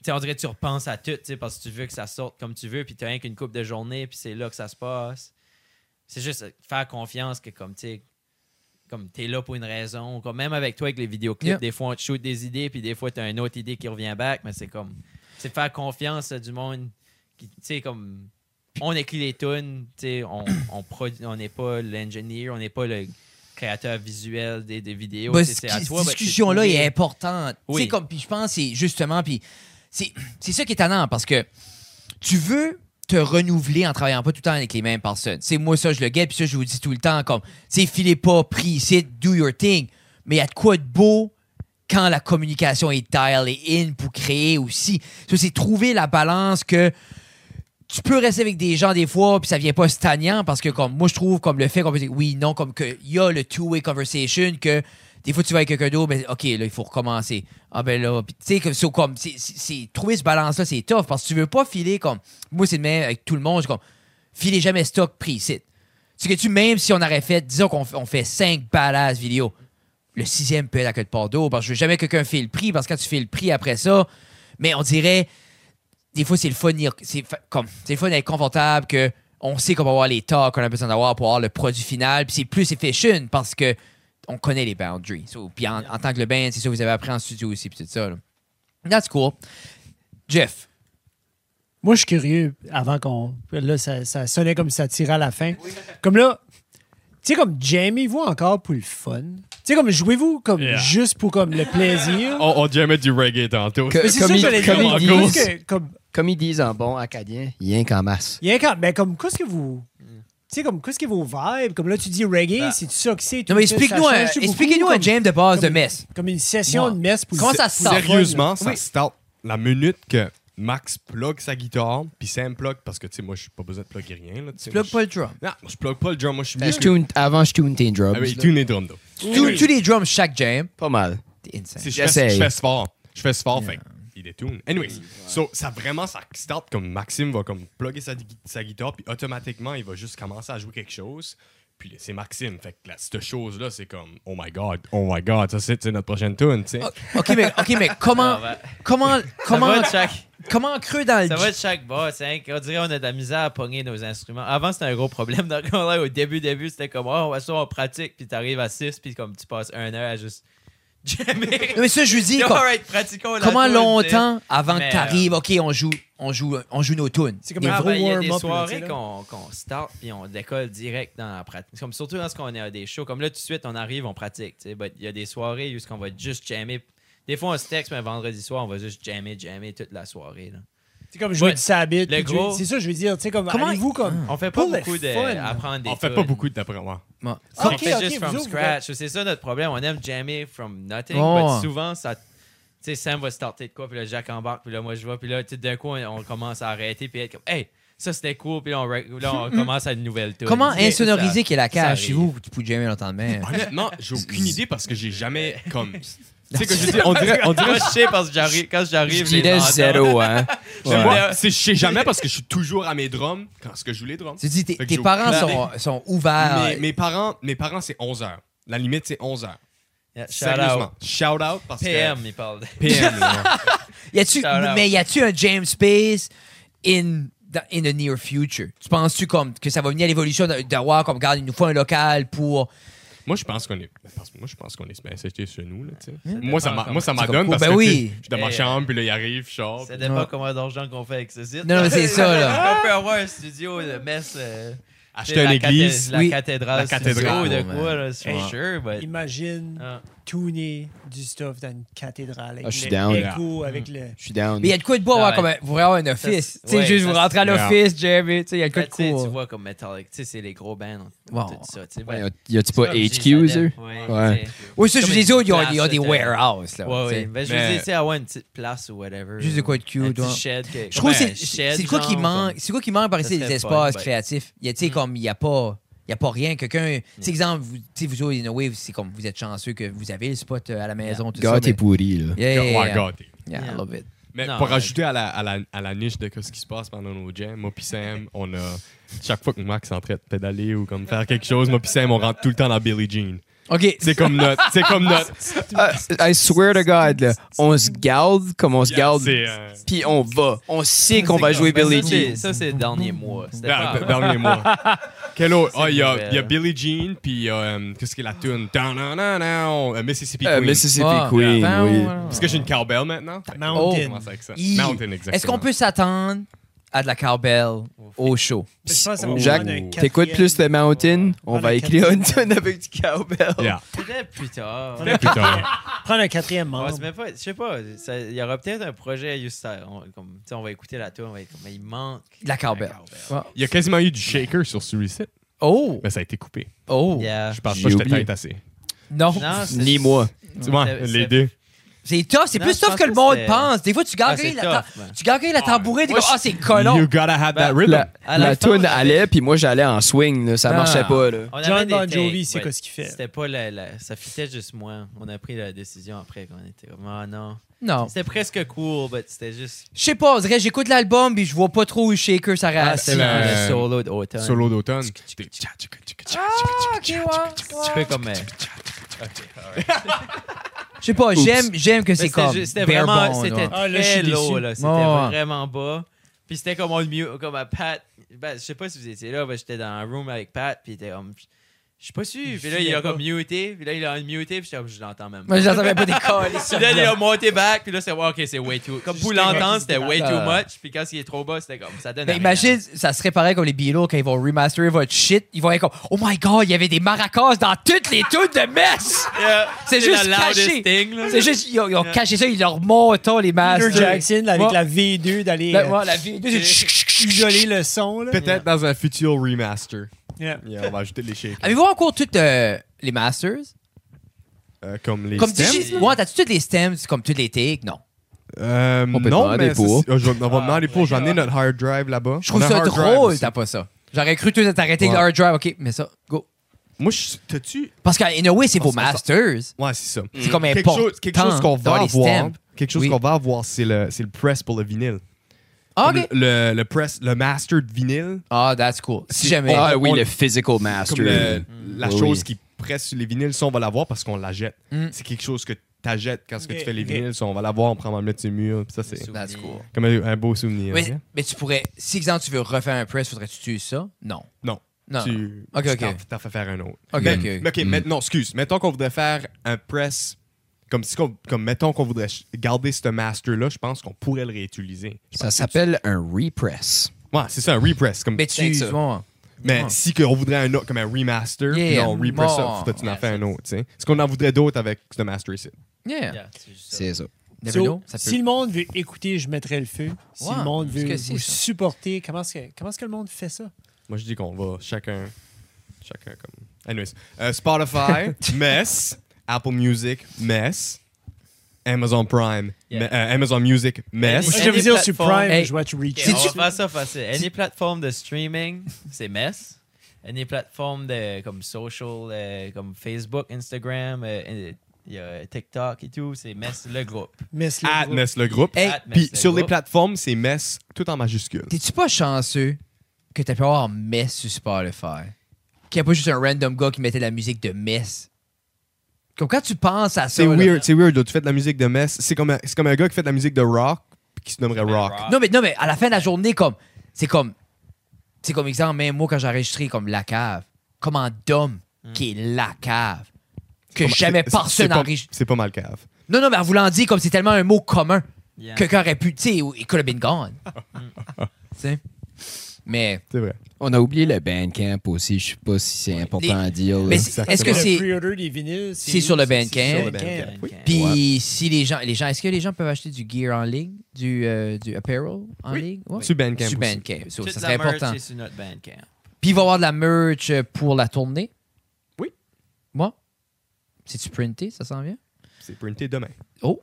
[SPEAKER 2] Tu sais, on dirait que tu repenses à tout, tu sais, parce que tu veux que ça sorte comme tu veux, puis t'as rien qu'une coupe de journée, puis c'est là que ça se passe. C'est juste euh, faire confiance que comme tu sais, comme t'es là pour une raison. Comme même avec toi avec les vidéoclips,
[SPEAKER 4] Yeah.
[SPEAKER 2] des fois on te shoot des idées, puis des fois t'as une autre idée qui revient back, mais c'est comme c'est faire confiance à du monde qui, tu sais, comme on écrit les tunes, tu sais, on on produ- on n'est pas l'engineer, on n'est pas le créateur visuel des, des vidéos.
[SPEAKER 4] Bah,
[SPEAKER 2] tu sais,
[SPEAKER 4] ce
[SPEAKER 2] c'est
[SPEAKER 4] qui-
[SPEAKER 2] à
[SPEAKER 4] cette
[SPEAKER 2] toi, bah, c'est
[SPEAKER 4] discussion-là
[SPEAKER 2] trouver-
[SPEAKER 4] est importante. Tu sais,
[SPEAKER 2] Oui.
[SPEAKER 4] comme, puis je pense, c'est justement, puis c'est c'est ça qui est étonnant parce que tu veux te renouveler en travaillant pas tout le temps avec les mêmes personnes. C'est moi, ça, je le guette, puis ça, je vous dis tout le temps, comme, tu sais, filez pas, pris, c'est do your thing. Mais il y a de quoi de beau quand la communication est tile et in pour créer aussi. Ça, c'est trouver la balance que tu peux rester avec des gens des fois, puis ça vient pas stagnant, parce que comme moi, je trouve comme le fait qu'on peut dire oui, non, comme qu'il y a le two-way conversation, que des fois tu vas avec quelqu'un d'autre, mais OK, là, il faut recommencer. Ah ben là, puis tu sais, comme, so, comme c'est- c'est- c'est- trouver ce balance-là, c'est tough, parce que tu veux pas filer comme, moi, c'est de même avec tout le monde, je suis comme, filez jamais stock prix ici. C'est que tu, même si on aurait fait, disons qu'on f- on fait cinq balases vidéo, le sixième peut être à queue de port d'eau, parce que je veux jamais que quelqu'un fait le prix, parce que quand tu fais le prix après ça, mais on dirait, des fois, c'est le fun, d'y- c'est fa- comme, c'est le fun d'être confortable que on sait qu'on va avoir les talks qu'on a besoin d'avoir pour avoir le produit final, puis c'est plus efficient parce que on connaît les boundaries. So, puis en, en tant que le band, c'est ça vous avez appris en studio aussi, puis tout ça. là. That's cool. Jeff,
[SPEAKER 1] Moi, je suis curieux avant qu'on. Là, ça, ça sonnait comme si ça tirait à la fin. Comme là, tu sais, comme jammez-vous encore pour le fun. Tu sais, comme jouez-vous comme
[SPEAKER 5] Yeah.
[SPEAKER 1] juste pour comme le plaisir.
[SPEAKER 5] On, on dirait mettre du reggae tantôt.
[SPEAKER 6] Que-
[SPEAKER 1] Mais c'est ça
[SPEAKER 6] comme
[SPEAKER 1] que
[SPEAKER 6] il-
[SPEAKER 1] j'allais dire.
[SPEAKER 6] comme
[SPEAKER 1] moi,
[SPEAKER 6] il
[SPEAKER 1] je trouve
[SPEAKER 6] dit-
[SPEAKER 1] que, comme,
[SPEAKER 6] Comme ils disent en bon acadien, rien qu'en masse.
[SPEAKER 1] il y a un quand- ben, comme, qu'est-ce que vous. sais, comme, qu'est-ce qui est vos vibes? Comme là, tu dis reggae,
[SPEAKER 2] Ben.
[SPEAKER 1] c'est ça que c'est.
[SPEAKER 4] Non, mais
[SPEAKER 1] tout ça, ça
[SPEAKER 4] explique-nous un-
[SPEAKER 1] change-tu beaucoup?
[SPEAKER 4] expliquez-nous un
[SPEAKER 1] Comme-
[SPEAKER 4] James de base de
[SPEAKER 1] comme-
[SPEAKER 4] Metz.
[SPEAKER 1] Comme une session
[SPEAKER 4] Moi.
[SPEAKER 1] de messe pour
[SPEAKER 4] Comment ça se sort?
[SPEAKER 5] Sérieusement, ça
[SPEAKER 4] Oui.
[SPEAKER 5] start la minute que Max plug sa guitare, puis Sam plug, parce que, tu sais, moi, je suis pas besoin de plugger rien. Là,
[SPEAKER 4] Tu plugues pas le drum.
[SPEAKER 5] Non, je plug pas le drum, moi, je suis mieux.
[SPEAKER 6] Ben, Je tune- avant, je tune tes drums.
[SPEAKER 5] Ah oui,
[SPEAKER 6] là.
[SPEAKER 5] tune les drums, though.
[SPEAKER 4] Tu, tu les drums chaque jam.
[SPEAKER 6] Pas mal.
[SPEAKER 4] T'es insane.
[SPEAKER 5] Si je
[SPEAKER 6] J'essaye.
[SPEAKER 5] fais, je fais ce fort. Je fais ce fort, fait il est tune. Anyways, so, ça vraiment, ça start comme Maxime va comme plugger sa, gui- sa guitare, puis automatiquement, il va juste commencer à jouer quelque chose. Puis là, c'est Maxime. Fait que là, cette chose-là, c'est comme, oh my god, oh my god, ça c'est c'est notre prochaine tune, tu sais.
[SPEAKER 4] Oh, OK, mais, OK, mais comment,
[SPEAKER 2] Ah, ben.
[SPEAKER 4] comment,
[SPEAKER 2] Ça
[SPEAKER 4] comment,
[SPEAKER 2] va de chaque,
[SPEAKER 4] comment creux dans le
[SPEAKER 2] ça va de chaque boss. Hein? On dirait qu'on a de la misère à pogner nos instruments. Avant, c'était un gros problème. Donc, là, au début, début, c'était comme, oh, ça, on pratique. Puis t'arrives à 6, puis comme tu passes un heure à juste jammer.
[SPEAKER 4] Non, Mais ça, je lui dis,
[SPEAKER 2] Yo,
[SPEAKER 4] com-
[SPEAKER 2] alright, pratiquons la
[SPEAKER 4] comment
[SPEAKER 2] tune,
[SPEAKER 4] longtemps avant
[SPEAKER 2] Mais,
[SPEAKER 4] que t'arrives, OK, on joue, on joue, on joue nos tunes.
[SPEAKER 2] tu sais.
[SPEAKER 1] C'est comme un
[SPEAKER 2] Ah,
[SPEAKER 1] gros
[SPEAKER 2] ben, Il y a
[SPEAKER 1] warm-up.
[SPEAKER 2] des
[SPEAKER 1] là,
[SPEAKER 2] soirées
[SPEAKER 1] tu sais, là.
[SPEAKER 2] qu'on qu'on start puis on décolle direct dans la pratique. Comme surtout lorsqu'on est à des shows. Comme là, tout de suite, on arrive, on pratique. tu sais. But Il y a des soirées où on va juste jammer. Des fois, on se texte, mais vendredi soir, on va juste jammer, jammer toute la soirée. là.
[SPEAKER 1] C'est comme jouer
[SPEAKER 2] Ouais.
[SPEAKER 1] du sabbat.
[SPEAKER 2] Le
[SPEAKER 1] puis du-
[SPEAKER 2] gros-
[SPEAKER 1] C'est ça, je veux dire. Tu sais, comme,
[SPEAKER 4] Comment-
[SPEAKER 1] allez-vous comme.
[SPEAKER 2] On fait pas
[SPEAKER 1] Pour le
[SPEAKER 2] beaucoup
[SPEAKER 1] fun.
[SPEAKER 2] d'apprendre des
[SPEAKER 5] On fait pas
[SPEAKER 2] tunes.
[SPEAKER 5] beaucoup d'après moi.
[SPEAKER 4] Bon.
[SPEAKER 2] On
[SPEAKER 1] Ok,
[SPEAKER 2] fait
[SPEAKER 1] ok,
[SPEAKER 2] juste
[SPEAKER 1] vous
[SPEAKER 2] from
[SPEAKER 1] autres, vous
[SPEAKER 2] scratch. C'est ça notre problème. On aime jammer from nothing.
[SPEAKER 4] Oh.
[SPEAKER 2] but souvent, ça. Tu sais, Sam va starter de quoi, puis là, Jacques embarque, puis là, moi, je vois, puis là, tout d'un coup, on, on commence à arrêter, puis être comme, hey, ça c'était cool, puis là, on, rec- là, on commence à une nouvelle tune.
[SPEAKER 4] Comment
[SPEAKER 2] Tu sais,
[SPEAKER 4] insonoriser
[SPEAKER 2] ça-
[SPEAKER 4] qu'il y a la cage
[SPEAKER 2] ça
[SPEAKER 4] chez vous, tu peux jamais l'entendre, mais...
[SPEAKER 5] Honnêtement, j'ai aucune idée parce que j'ai jamais comme. Tu sais que je dis, on dirait, on
[SPEAKER 2] Moi,
[SPEAKER 5] dirait,
[SPEAKER 2] je sais, parce que j'arrive, quand
[SPEAKER 6] Je
[SPEAKER 2] j'arrive, je les
[SPEAKER 6] dirais
[SPEAKER 2] entends.
[SPEAKER 6] zéro, hein.
[SPEAKER 2] Ouais.
[SPEAKER 5] moi, c'est- je sais jamais parce que je suis toujours à mes drums quand ce que je joue les drums.
[SPEAKER 4] Tu dis, tes,
[SPEAKER 5] Fait que
[SPEAKER 4] tes
[SPEAKER 5] j'ai
[SPEAKER 4] parents
[SPEAKER 5] aucune
[SPEAKER 4] sont, Ah, sont ouverts.
[SPEAKER 5] mes, mes parents, mes parents c'est 11 h La limite c'est 11 h
[SPEAKER 2] Yeah, Shout out.
[SPEAKER 5] Sérieusement, shout out parce
[SPEAKER 2] PM, il parle.
[SPEAKER 5] que PM. là.
[SPEAKER 4] Y a-tu,
[SPEAKER 2] Shout out.
[SPEAKER 4] mais y a-tu un James Space in, dans- in the near future? Tu penses-tu comme que ça va venir à l'évolution de- d'avoir comme, regarde, il nous faut un local pour.
[SPEAKER 5] moi je pense qu'on est ben, parce que moi je pense qu'on est spécialisé chez nous là, tu sais. Moi ça m'a-
[SPEAKER 2] dépend
[SPEAKER 5] moi ça
[SPEAKER 4] comment-
[SPEAKER 5] m'adonne parce
[SPEAKER 4] Ben
[SPEAKER 5] que
[SPEAKER 4] oui.
[SPEAKER 5] tu sais, je suis dans ma
[SPEAKER 2] Eh,
[SPEAKER 5] chambre puis là il arrive, je sors.
[SPEAKER 2] Ça
[SPEAKER 5] puis-
[SPEAKER 2] dépend
[SPEAKER 4] Ouais.
[SPEAKER 2] comment d'argent qu'on fait avec ce site.
[SPEAKER 4] Non, non, c'est ça, là.
[SPEAKER 2] on peut avoir un studio de messe. euh,
[SPEAKER 5] Acheter
[SPEAKER 2] la
[SPEAKER 5] une église.
[SPEAKER 2] cathé- La
[SPEAKER 4] Oui.
[SPEAKER 2] cathédrale.
[SPEAKER 5] La cathédrale,
[SPEAKER 2] studio de
[SPEAKER 4] man.
[SPEAKER 2] quoi, là, c'est
[SPEAKER 1] Ouais.
[SPEAKER 2] sure, but-
[SPEAKER 1] Imagine
[SPEAKER 2] Euh, Ah.
[SPEAKER 1] tuner du stuff dans une cathédrale.
[SPEAKER 6] Ah, je suis
[SPEAKER 1] avec
[SPEAKER 6] down.
[SPEAKER 1] l'écho, avec le.
[SPEAKER 6] Je suis down.
[SPEAKER 4] Mais y a de quoi de beau avoir
[SPEAKER 2] Ouais.
[SPEAKER 4] comme un, vous avoir un office.
[SPEAKER 2] Ça,
[SPEAKER 4] Tu sais,
[SPEAKER 2] ouais,
[SPEAKER 4] juste
[SPEAKER 2] ça,
[SPEAKER 4] vous rentrez à
[SPEAKER 5] c'est-
[SPEAKER 4] l'office, Jamie. Tu sais, y a de quoi
[SPEAKER 2] Ben,
[SPEAKER 4] de
[SPEAKER 2] tu sais, tu
[SPEAKER 4] cool.
[SPEAKER 2] vois comme Metallic, tu sais, c'est les gros bands, on-
[SPEAKER 4] Wow.
[SPEAKER 2] tout ça, tu sais.
[SPEAKER 6] Ouais,
[SPEAKER 2] ben,
[SPEAKER 6] y a-tu
[SPEAKER 2] c'est
[SPEAKER 6] pas
[SPEAKER 2] comme je dis,
[SPEAKER 6] HQ,
[SPEAKER 2] ça
[SPEAKER 6] eux?
[SPEAKER 4] hein.
[SPEAKER 2] dépend, ouais,
[SPEAKER 6] Ouais.
[SPEAKER 2] tu sais.
[SPEAKER 4] Oui, ça, je
[SPEAKER 2] Comme
[SPEAKER 4] les
[SPEAKER 2] une
[SPEAKER 4] autres, ils ont,
[SPEAKER 2] place,
[SPEAKER 4] ils ont des
[SPEAKER 2] euh,
[SPEAKER 4] warehouses. Là,
[SPEAKER 2] Ouais,
[SPEAKER 4] tu
[SPEAKER 2] euh,
[SPEAKER 4] sais.
[SPEAKER 2] ouais. Ben, je
[SPEAKER 5] Mais-
[SPEAKER 2] veux dire, tu sais, avoir une petite place ou whatever.
[SPEAKER 4] Juste de quoi de cute,
[SPEAKER 2] Un petit
[SPEAKER 4] ouais.
[SPEAKER 2] shed que-
[SPEAKER 4] Je trouve que
[SPEAKER 2] comme un
[SPEAKER 4] c'est
[SPEAKER 2] shed,
[SPEAKER 4] c'est de quoi qui
[SPEAKER 2] genre,
[SPEAKER 4] manque. C'est de quoi qui manque par
[SPEAKER 2] Ça
[SPEAKER 4] ici les
[SPEAKER 2] serait
[SPEAKER 4] espaces
[SPEAKER 2] fun, ouais.
[SPEAKER 4] créatifs. Il y a, tu sais,
[SPEAKER 2] Mm.
[SPEAKER 4] comme il y a pas il y a pas rien quelqu'un tu sais exemple vous tu sais vous autres, Inoway, c'est comme vous êtes chanceux que vous avez le spot euh, à la maison tout ça
[SPEAKER 6] Gars, t'es
[SPEAKER 4] mais-
[SPEAKER 6] pourri, là. Ah,
[SPEAKER 4] Yeah, yeah,
[SPEAKER 5] Ouais,
[SPEAKER 4] yeah.
[SPEAKER 5] gâté.
[SPEAKER 4] Yeah, I
[SPEAKER 2] Oh Yeah.
[SPEAKER 4] love it.
[SPEAKER 5] Mais
[SPEAKER 2] Non,
[SPEAKER 5] pour
[SPEAKER 2] ouais.
[SPEAKER 5] ajouter à la, à, la, à la niche de ce qui se passe pendant nos jams, moi pis Sam, on a chaque fois que Max est en train de pédaler ou comme faire quelque chose, moi pis Sam, on rentre tout le temps dans Billie Jean.
[SPEAKER 4] OK.
[SPEAKER 5] C'est comme notre, c'est comme notre.
[SPEAKER 6] Ah, I swear to God, là, on se garde comme on se garde,
[SPEAKER 5] C'est, euh,
[SPEAKER 6] puis on va. On sait qu'on va jouer
[SPEAKER 2] Ben, ça,
[SPEAKER 6] Billie
[SPEAKER 2] c'est-
[SPEAKER 6] Jean.
[SPEAKER 2] Ça, c'est le dernier mois. C'était
[SPEAKER 4] Ben,
[SPEAKER 5] Ah,
[SPEAKER 2] pas-
[SPEAKER 5] d- dernier mois. Quel autre?
[SPEAKER 2] C'est
[SPEAKER 5] Ah, il y, a-
[SPEAKER 2] mauvais.
[SPEAKER 5] il y a Billie Jean, puis euh, qu'est-ce qu'il y a la tune? Tananana, euh, Mississippi
[SPEAKER 6] Euh,
[SPEAKER 5] Queen.
[SPEAKER 6] Mississippi
[SPEAKER 4] Ah,
[SPEAKER 6] Queen,
[SPEAKER 4] ben,
[SPEAKER 6] oui.
[SPEAKER 4] ouais.
[SPEAKER 5] Parce que j'ai une cowbell maintenant. Fait que
[SPEAKER 1] Mountain.
[SPEAKER 5] on commence avec ça.
[SPEAKER 4] I-
[SPEAKER 5] Mountain, exactement.
[SPEAKER 4] Est-ce qu'on peut s'attendre à de la cowbell au show?
[SPEAKER 1] Je pense que ça va
[SPEAKER 6] Jacques,
[SPEAKER 1] prendre un
[SPEAKER 6] t'écoutes plus
[SPEAKER 1] quatrième. Ah,
[SPEAKER 6] le Mountain, on
[SPEAKER 1] Prendre
[SPEAKER 6] va
[SPEAKER 1] un
[SPEAKER 6] écrire une tonne avec du cowbell.
[SPEAKER 5] Yeah.
[SPEAKER 2] C'était plus tard.
[SPEAKER 1] C'était
[SPEAKER 5] Plus tard.
[SPEAKER 1] Prendre un quatrième
[SPEAKER 2] Ouais,
[SPEAKER 1] membre.
[SPEAKER 2] c'est même pas- je sais pas, ça- il y aura peut-être un projet à Houston. On, comme, tu sais, on va écouter la tour, on va être comme, mais il manque.
[SPEAKER 4] De la cowbell.
[SPEAKER 5] Il y a quasiment eu du shaker sur celui-ci,
[SPEAKER 4] Oh!
[SPEAKER 5] mais ça a été coupé.
[SPEAKER 4] Oh!
[SPEAKER 2] Yeah.
[SPEAKER 5] Je pense
[SPEAKER 6] J'ai
[SPEAKER 5] pas que j'étais
[SPEAKER 6] oublié.
[SPEAKER 5] tête assez.
[SPEAKER 4] Non.
[SPEAKER 2] Non, c'est-
[SPEAKER 6] Ni moi.
[SPEAKER 5] Tu vois,
[SPEAKER 2] C'est-
[SPEAKER 5] les
[SPEAKER 2] c'est-
[SPEAKER 5] deux.
[SPEAKER 4] C'est tough. C'est
[SPEAKER 2] Non,
[SPEAKER 4] plus
[SPEAKER 2] je
[SPEAKER 4] tough
[SPEAKER 2] pense
[SPEAKER 4] que le
[SPEAKER 2] pas
[SPEAKER 4] monde
[SPEAKER 2] que c'est-
[SPEAKER 4] pense. Des fois, tu
[SPEAKER 2] Ah, c'est
[SPEAKER 4] gargues la, ta-
[SPEAKER 2] tough, man.
[SPEAKER 4] tu garguilles la tambourée, t'es comme, ah, c'est colon. Ben,
[SPEAKER 5] You gotta have that rhythm.
[SPEAKER 6] La,
[SPEAKER 2] À la
[SPEAKER 6] la
[SPEAKER 2] fin,
[SPEAKER 6] toune
[SPEAKER 2] on avait-
[SPEAKER 6] allait, puis moi j'allais en swing, là, ça
[SPEAKER 4] Ah.
[SPEAKER 6] marchait pas. Là.
[SPEAKER 2] On avait
[SPEAKER 1] John
[SPEAKER 2] des
[SPEAKER 1] Bon Jovi,
[SPEAKER 2] takes,
[SPEAKER 1] c'est
[SPEAKER 2] ouais.
[SPEAKER 1] quoi ce qu'il fait?
[SPEAKER 2] C'était pas la, la- Ça fitait juste moi. On a pris la décision après qu'on était comme, ah non.
[SPEAKER 4] Non.
[SPEAKER 2] C'était presque cool, mais c'était juste.
[SPEAKER 4] Je sais pas, on dirait, j'écoute l'album, puis je vois pas trop où Shaker ça
[SPEAKER 2] Ah,
[SPEAKER 4] reste.
[SPEAKER 2] c'est
[SPEAKER 5] le-
[SPEAKER 2] le solo d'automne.
[SPEAKER 5] Solo d'automne.
[SPEAKER 4] Ah, Ok, ouais,
[SPEAKER 2] Un
[SPEAKER 4] ouais.
[SPEAKER 2] peu comme. euh,
[SPEAKER 4] Je sais pas, j'aime, j'aime que c'est
[SPEAKER 2] C'était
[SPEAKER 4] comme.
[SPEAKER 2] ju- c'était
[SPEAKER 4] bare
[SPEAKER 2] vraiment
[SPEAKER 4] bone,
[SPEAKER 2] c'était
[SPEAKER 4] ouais.
[SPEAKER 1] Ah, là, je
[SPEAKER 2] très
[SPEAKER 1] suis
[SPEAKER 2] low
[SPEAKER 1] déçu.
[SPEAKER 2] là, c'était
[SPEAKER 4] Ouais, ouais.
[SPEAKER 2] vraiment bas. Puis c'était comme on le mieux comme à Pat, ben, je sais pas si vous étiez là, ben, j'étais dans un room avec Pat puis il était comme je suis pas sûr. Puis là il a comme muté, puis là il a unmuté, puis j'étais comme je l'entends même. pas.
[SPEAKER 4] Moi, je l'entendais pas des calls.
[SPEAKER 2] Puis là il a monté back, puis là c'est ouais, OK, c'est way too. Comme pour l'entendre, c'était way too much, puis quand il est trop bas, c'était comme ça donne
[SPEAKER 4] Mais
[SPEAKER 2] rien.
[SPEAKER 4] imagine, ça serait pareil comme les Beatles quand ils vont remasterer votre shit. Ils vont être comme, oh my god, il y avait des maracas dans toutes les tunes de mess!
[SPEAKER 2] Yeah,
[SPEAKER 4] C'est juste
[SPEAKER 2] le loudest
[SPEAKER 4] caché.
[SPEAKER 2] thing, là.
[SPEAKER 4] C'est juste, ils ont, ils ont caché ça, ils leur montent les
[SPEAKER 1] Peter
[SPEAKER 4] masters.
[SPEAKER 1] Jackson, là, avec
[SPEAKER 4] Ouais.
[SPEAKER 1] la V2, d'aller
[SPEAKER 4] Là,
[SPEAKER 1] euh,
[SPEAKER 4] ouais, la vie.
[SPEAKER 1] isoler le son. là.
[SPEAKER 5] Peut-être dans un futur remaster.
[SPEAKER 1] Yeah.
[SPEAKER 5] Yeah, on va ajouter les shakers.
[SPEAKER 4] Avez-vous encore toutes euh, les masters?
[SPEAKER 5] Euh, comme les
[SPEAKER 4] comme
[SPEAKER 5] stems?
[SPEAKER 4] tu ouais, t'as-tu toutes les stems, comme toutes les takes? Non.
[SPEAKER 5] Euh,
[SPEAKER 7] On peut
[SPEAKER 5] non,
[SPEAKER 7] demander
[SPEAKER 5] mais ça,
[SPEAKER 7] pour.
[SPEAKER 5] c'est- euh, je vais on va
[SPEAKER 4] Ah,
[SPEAKER 5] demander pour. Je vais amener notre hard drive là-bas.
[SPEAKER 4] Je trouve
[SPEAKER 5] On a
[SPEAKER 4] ça
[SPEAKER 5] hard drive
[SPEAKER 4] drôle,
[SPEAKER 5] aussi.
[SPEAKER 4] t'as pas ça. J'aurais cru que t'arrêtais avec
[SPEAKER 5] Ouais.
[SPEAKER 4] le hard drive. OK, mais ça, go.
[SPEAKER 5] Moi, je- t'as-tu.
[SPEAKER 4] Parce qu'à in a way, c'est vos masters.
[SPEAKER 5] Ouais, c'est ça.
[SPEAKER 4] C'est comme
[SPEAKER 5] Quelque
[SPEAKER 4] important.
[SPEAKER 5] chose, quelque chose qu'on
[SPEAKER 4] dans
[SPEAKER 5] va
[SPEAKER 4] les
[SPEAKER 5] avoir.
[SPEAKER 4] stems.
[SPEAKER 5] Quelque chose
[SPEAKER 4] Oui.
[SPEAKER 5] qu'on va avoir, c'est le, c'est le press pour le vinyle.
[SPEAKER 4] Ah,
[SPEAKER 5] Comme
[SPEAKER 4] OK.
[SPEAKER 5] Le, le press, le mastered vinyle.
[SPEAKER 4] Ah, that's cool. Si
[SPEAKER 5] C'est-
[SPEAKER 4] jamais.
[SPEAKER 5] Ah,
[SPEAKER 7] Ah oui,
[SPEAKER 5] on-
[SPEAKER 7] le physical
[SPEAKER 5] Comme
[SPEAKER 7] master.
[SPEAKER 5] le- la
[SPEAKER 7] Mm. Oui,
[SPEAKER 5] chose
[SPEAKER 7] oui.
[SPEAKER 5] qui presse sur les vinyles, ça, on va l'avoir parce qu'on la jette.
[SPEAKER 4] Mm.
[SPEAKER 5] C'est quelque chose que t'achètes quand ce que
[SPEAKER 1] Ok,
[SPEAKER 5] tu fais les
[SPEAKER 1] ok.
[SPEAKER 5] vinyles, ça, on va l'avoir, on prend ma mettre sur le mur. puis Ça, c'est
[SPEAKER 2] Sou-
[SPEAKER 4] That's cool.
[SPEAKER 5] comme un, un beau souvenir.
[SPEAKER 4] Mais,
[SPEAKER 5] hein.
[SPEAKER 4] mais tu pourrais, si exemple tu veux refaire un press, faudrait-tu tuer ça? Non.
[SPEAKER 5] Non.
[SPEAKER 4] Non.
[SPEAKER 5] Tu,
[SPEAKER 4] Ok,
[SPEAKER 5] tu
[SPEAKER 4] ok.
[SPEAKER 5] t'en- t'en fais faire un autre.
[SPEAKER 4] Ok,
[SPEAKER 5] Mais-
[SPEAKER 4] ok.
[SPEAKER 5] mais ok,
[SPEAKER 7] Mm.
[SPEAKER 5] maintenant, excuse. Mettons qu'on voudrait faire un press. Comme, si qu'on- comme mettons qu'on voudrait ch- garder ce master-là, je pense qu'on pourrait le réutiliser. Je
[SPEAKER 7] Ça
[SPEAKER 5] pense que
[SPEAKER 7] s'appelle un repress.
[SPEAKER 5] tu- Ouais, c'est ça, un repress. Comme,
[SPEAKER 4] Mais tu.
[SPEAKER 7] ça.
[SPEAKER 4] bon.
[SPEAKER 5] mais
[SPEAKER 4] ouais.
[SPEAKER 5] si qu'on voudrait un autre, comme un remaster,
[SPEAKER 4] Yeah,
[SPEAKER 5] non, repress ça,
[SPEAKER 4] bon.
[SPEAKER 5] faut que tu en
[SPEAKER 2] Ouais,
[SPEAKER 5] fais un
[SPEAKER 2] ça-
[SPEAKER 5] autre. tu sais. Est-ce qu'on en voudrait d'autres avec ce master ici?
[SPEAKER 4] Yeah.
[SPEAKER 2] Yeah, c'est juste ça.
[SPEAKER 7] C'est ça.
[SPEAKER 4] Never
[SPEAKER 1] So,
[SPEAKER 4] know, ça peut-
[SPEAKER 1] Si le monde veut écouter, je mettrai le feu. Si
[SPEAKER 4] Ouais,
[SPEAKER 1] le monde
[SPEAKER 4] parce
[SPEAKER 1] veut
[SPEAKER 4] que c'est
[SPEAKER 1] vous
[SPEAKER 4] ça.
[SPEAKER 1] supporter, comment est-ce que, comment est-ce que le monde fait ça?
[SPEAKER 5] Moi, je dis qu'on va chacun. Chacun comme. Anyways. Euh, Spotify, mess. Apple Music, mess. Amazon Prime,
[SPEAKER 2] Yeah.
[SPEAKER 5] me- euh, Amazon Music, mess.
[SPEAKER 1] Moi,
[SPEAKER 2] Any
[SPEAKER 1] je vais dire sur
[SPEAKER 2] platform.
[SPEAKER 1] Prime,
[SPEAKER 4] Hey,
[SPEAKER 1] je vais te
[SPEAKER 2] Ok,
[SPEAKER 1] reach.
[SPEAKER 4] Si
[SPEAKER 2] on
[SPEAKER 4] tu-
[SPEAKER 2] va faire ça facile. Any plateforme de streaming, c'est mess. Any plateforme de comme social, euh, comme Facebook, Instagram, euh, euh, il y a TikTok et tout, c'est mess le groupe.
[SPEAKER 1] Mais
[SPEAKER 5] At Mess le groupe.
[SPEAKER 4] Hey,
[SPEAKER 2] At Mess,
[SPEAKER 5] Puis
[SPEAKER 2] le
[SPEAKER 5] sur les
[SPEAKER 2] groupe.
[SPEAKER 5] plateformes, c'est mess tout en majuscule.
[SPEAKER 4] T'es-tu pas chanceux que t'as pu avoir Mess sur Spotify? Qu'il n'y a pas juste un random gars qui mettait de la musique de Mess. Comme quand tu penses à ça.
[SPEAKER 5] C'est
[SPEAKER 4] là-
[SPEAKER 5] weird, c'est weird. là. Tu fais de la musique de mess. C'est comme, un- c'est comme un gars qui fait de la musique de rock puis qui se nommerait rock.
[SPEAKER 2] Rock.
[SPEAKER 4] Non mais, non, mais à la fin de la journée, comme. C'est comme. C'est comme exemple, même moi, quand j'ai enregistré comme La Cave, comme en Dom, qui est La Cave, que
[SPEAKER 5] Comme-
[SPEAKER 4] jamais
[SPEAKER 5] Hmm. c'est-
[SPEAKER 4] personne
[SPEAKER 5] c'est pas-
[SPEAKER 4] n'enregistre.
[SPEAKER 5] C'est pas mal cave.
[SPEAKER 4] Non, non, mais en voulant dire, comme c'est tellement un mot commun,
[SPEAKER 2] Yeah.
[SPEAKER 4] quelqu'un aurait pu. Tu sais, it could have been gone.
[SPEAKER 5] Hmm.
[SPEAKER 4] tu sais? Mais.
[SPEAKER 5] C'est vrai.
[SPEAKER 7] On a oublié le Bandcamp aussi. Je sais pas si c'est important à dire.
[SPEAKER 4] Mais
[SPEAKER 7] là.
[SPEAKER 4] c'est- est-ce que c'est.
[SPEAKER 1] pre-order des vinyles,
[SPEAKER 4] C'est sur le
[SPEAKER 1] c'est sur
[SPEAKER 4] Bandcamp.
[SPEAKER 1] le Bandcamp.
[SPEAKER 2] Oui.
[SPEAKER 4] ben, Puis si les gens, les gens est-ce que les gens peuvent acheter du gear en ligne, du, euh, du apparel en ligne? Ouais.
[SPEAKER 5] Sur Bandcamp
[SPEAKER 4] Sur
[SPEAKER 5] aussi.
[SPEAKER 4] Bandcamp. So,
[SPEAKER 2] Toute
[SPEAKER 4] ça
[SPEAKER 2] la
[SPEAKER 4] serait
[SPEAKER 2] merch
[SPEAKER 4] important.
[SPEAKER 2] est sur notre Bandcamp.
[SPEAKER 4] Puis il va y avoir de la merch euh, pour la tournée?
[SPEAKER 5] Oui.
[SPEAKER 4] Moi? C'est-tu printé? Ça s'en vient?
[SPEAKER 5] C'est printé demain.
[SPEAKER 4] Oh!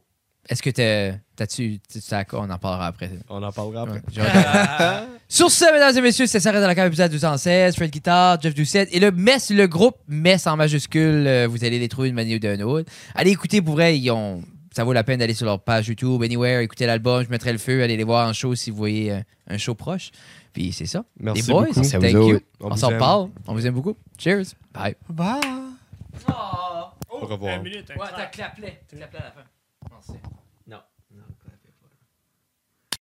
[SPEAKER 4] Est-ce que t'es- t'as-tu... tu- t'as- On en parlera après.
[SPEAKER 5] On en parlera après.
[SPEAKER 4] Ouais, j'ai
[SPEAKER 2] Ah,
[SPEAKER 4] regardé. Sur ce, mesdames et messieurs, c'est Sarah de la cave, épisode 216, Fred Guitar, Jeff Doucette et le Mess, le groupe Mess en majuscule. euh, vous allez les trouver d'une manière ou d'une autre. Allez écouter, pour vrai, ils ont... ça vaut la peine d'aller sur leur page YouTube, Anywhere, écouter l'album, je mettrai le feu, allez les voir en show si vous voyez euh, un show proche. Puis c'est ça.
[SPEAKER 5] Merci
[SPEAKER 4] les boys,
[SPEAKER 5] beaucoup.
[SPEAKER 7] Merci à
[SPEAKER 4] thank
[SPEAKER 7] vous
[SPEAKER 4] you.
[SPEAKER 7] autres.
[SPEAKER 5] On
[SPEAKER 4] On
[SPEAKER 5] vous
[SPEAKER 4] s'en
[SPEAKER 5] aime.
[SPEAKER 4] parle. On vous aime beaucoup. Cheers. Bye. Oh,
[SPEAKER 1] Bye!
[SPEAKER 5] Au revoir.
[SPEAKER 1] minute,
[SPEAKER 4] claplé. à la fin.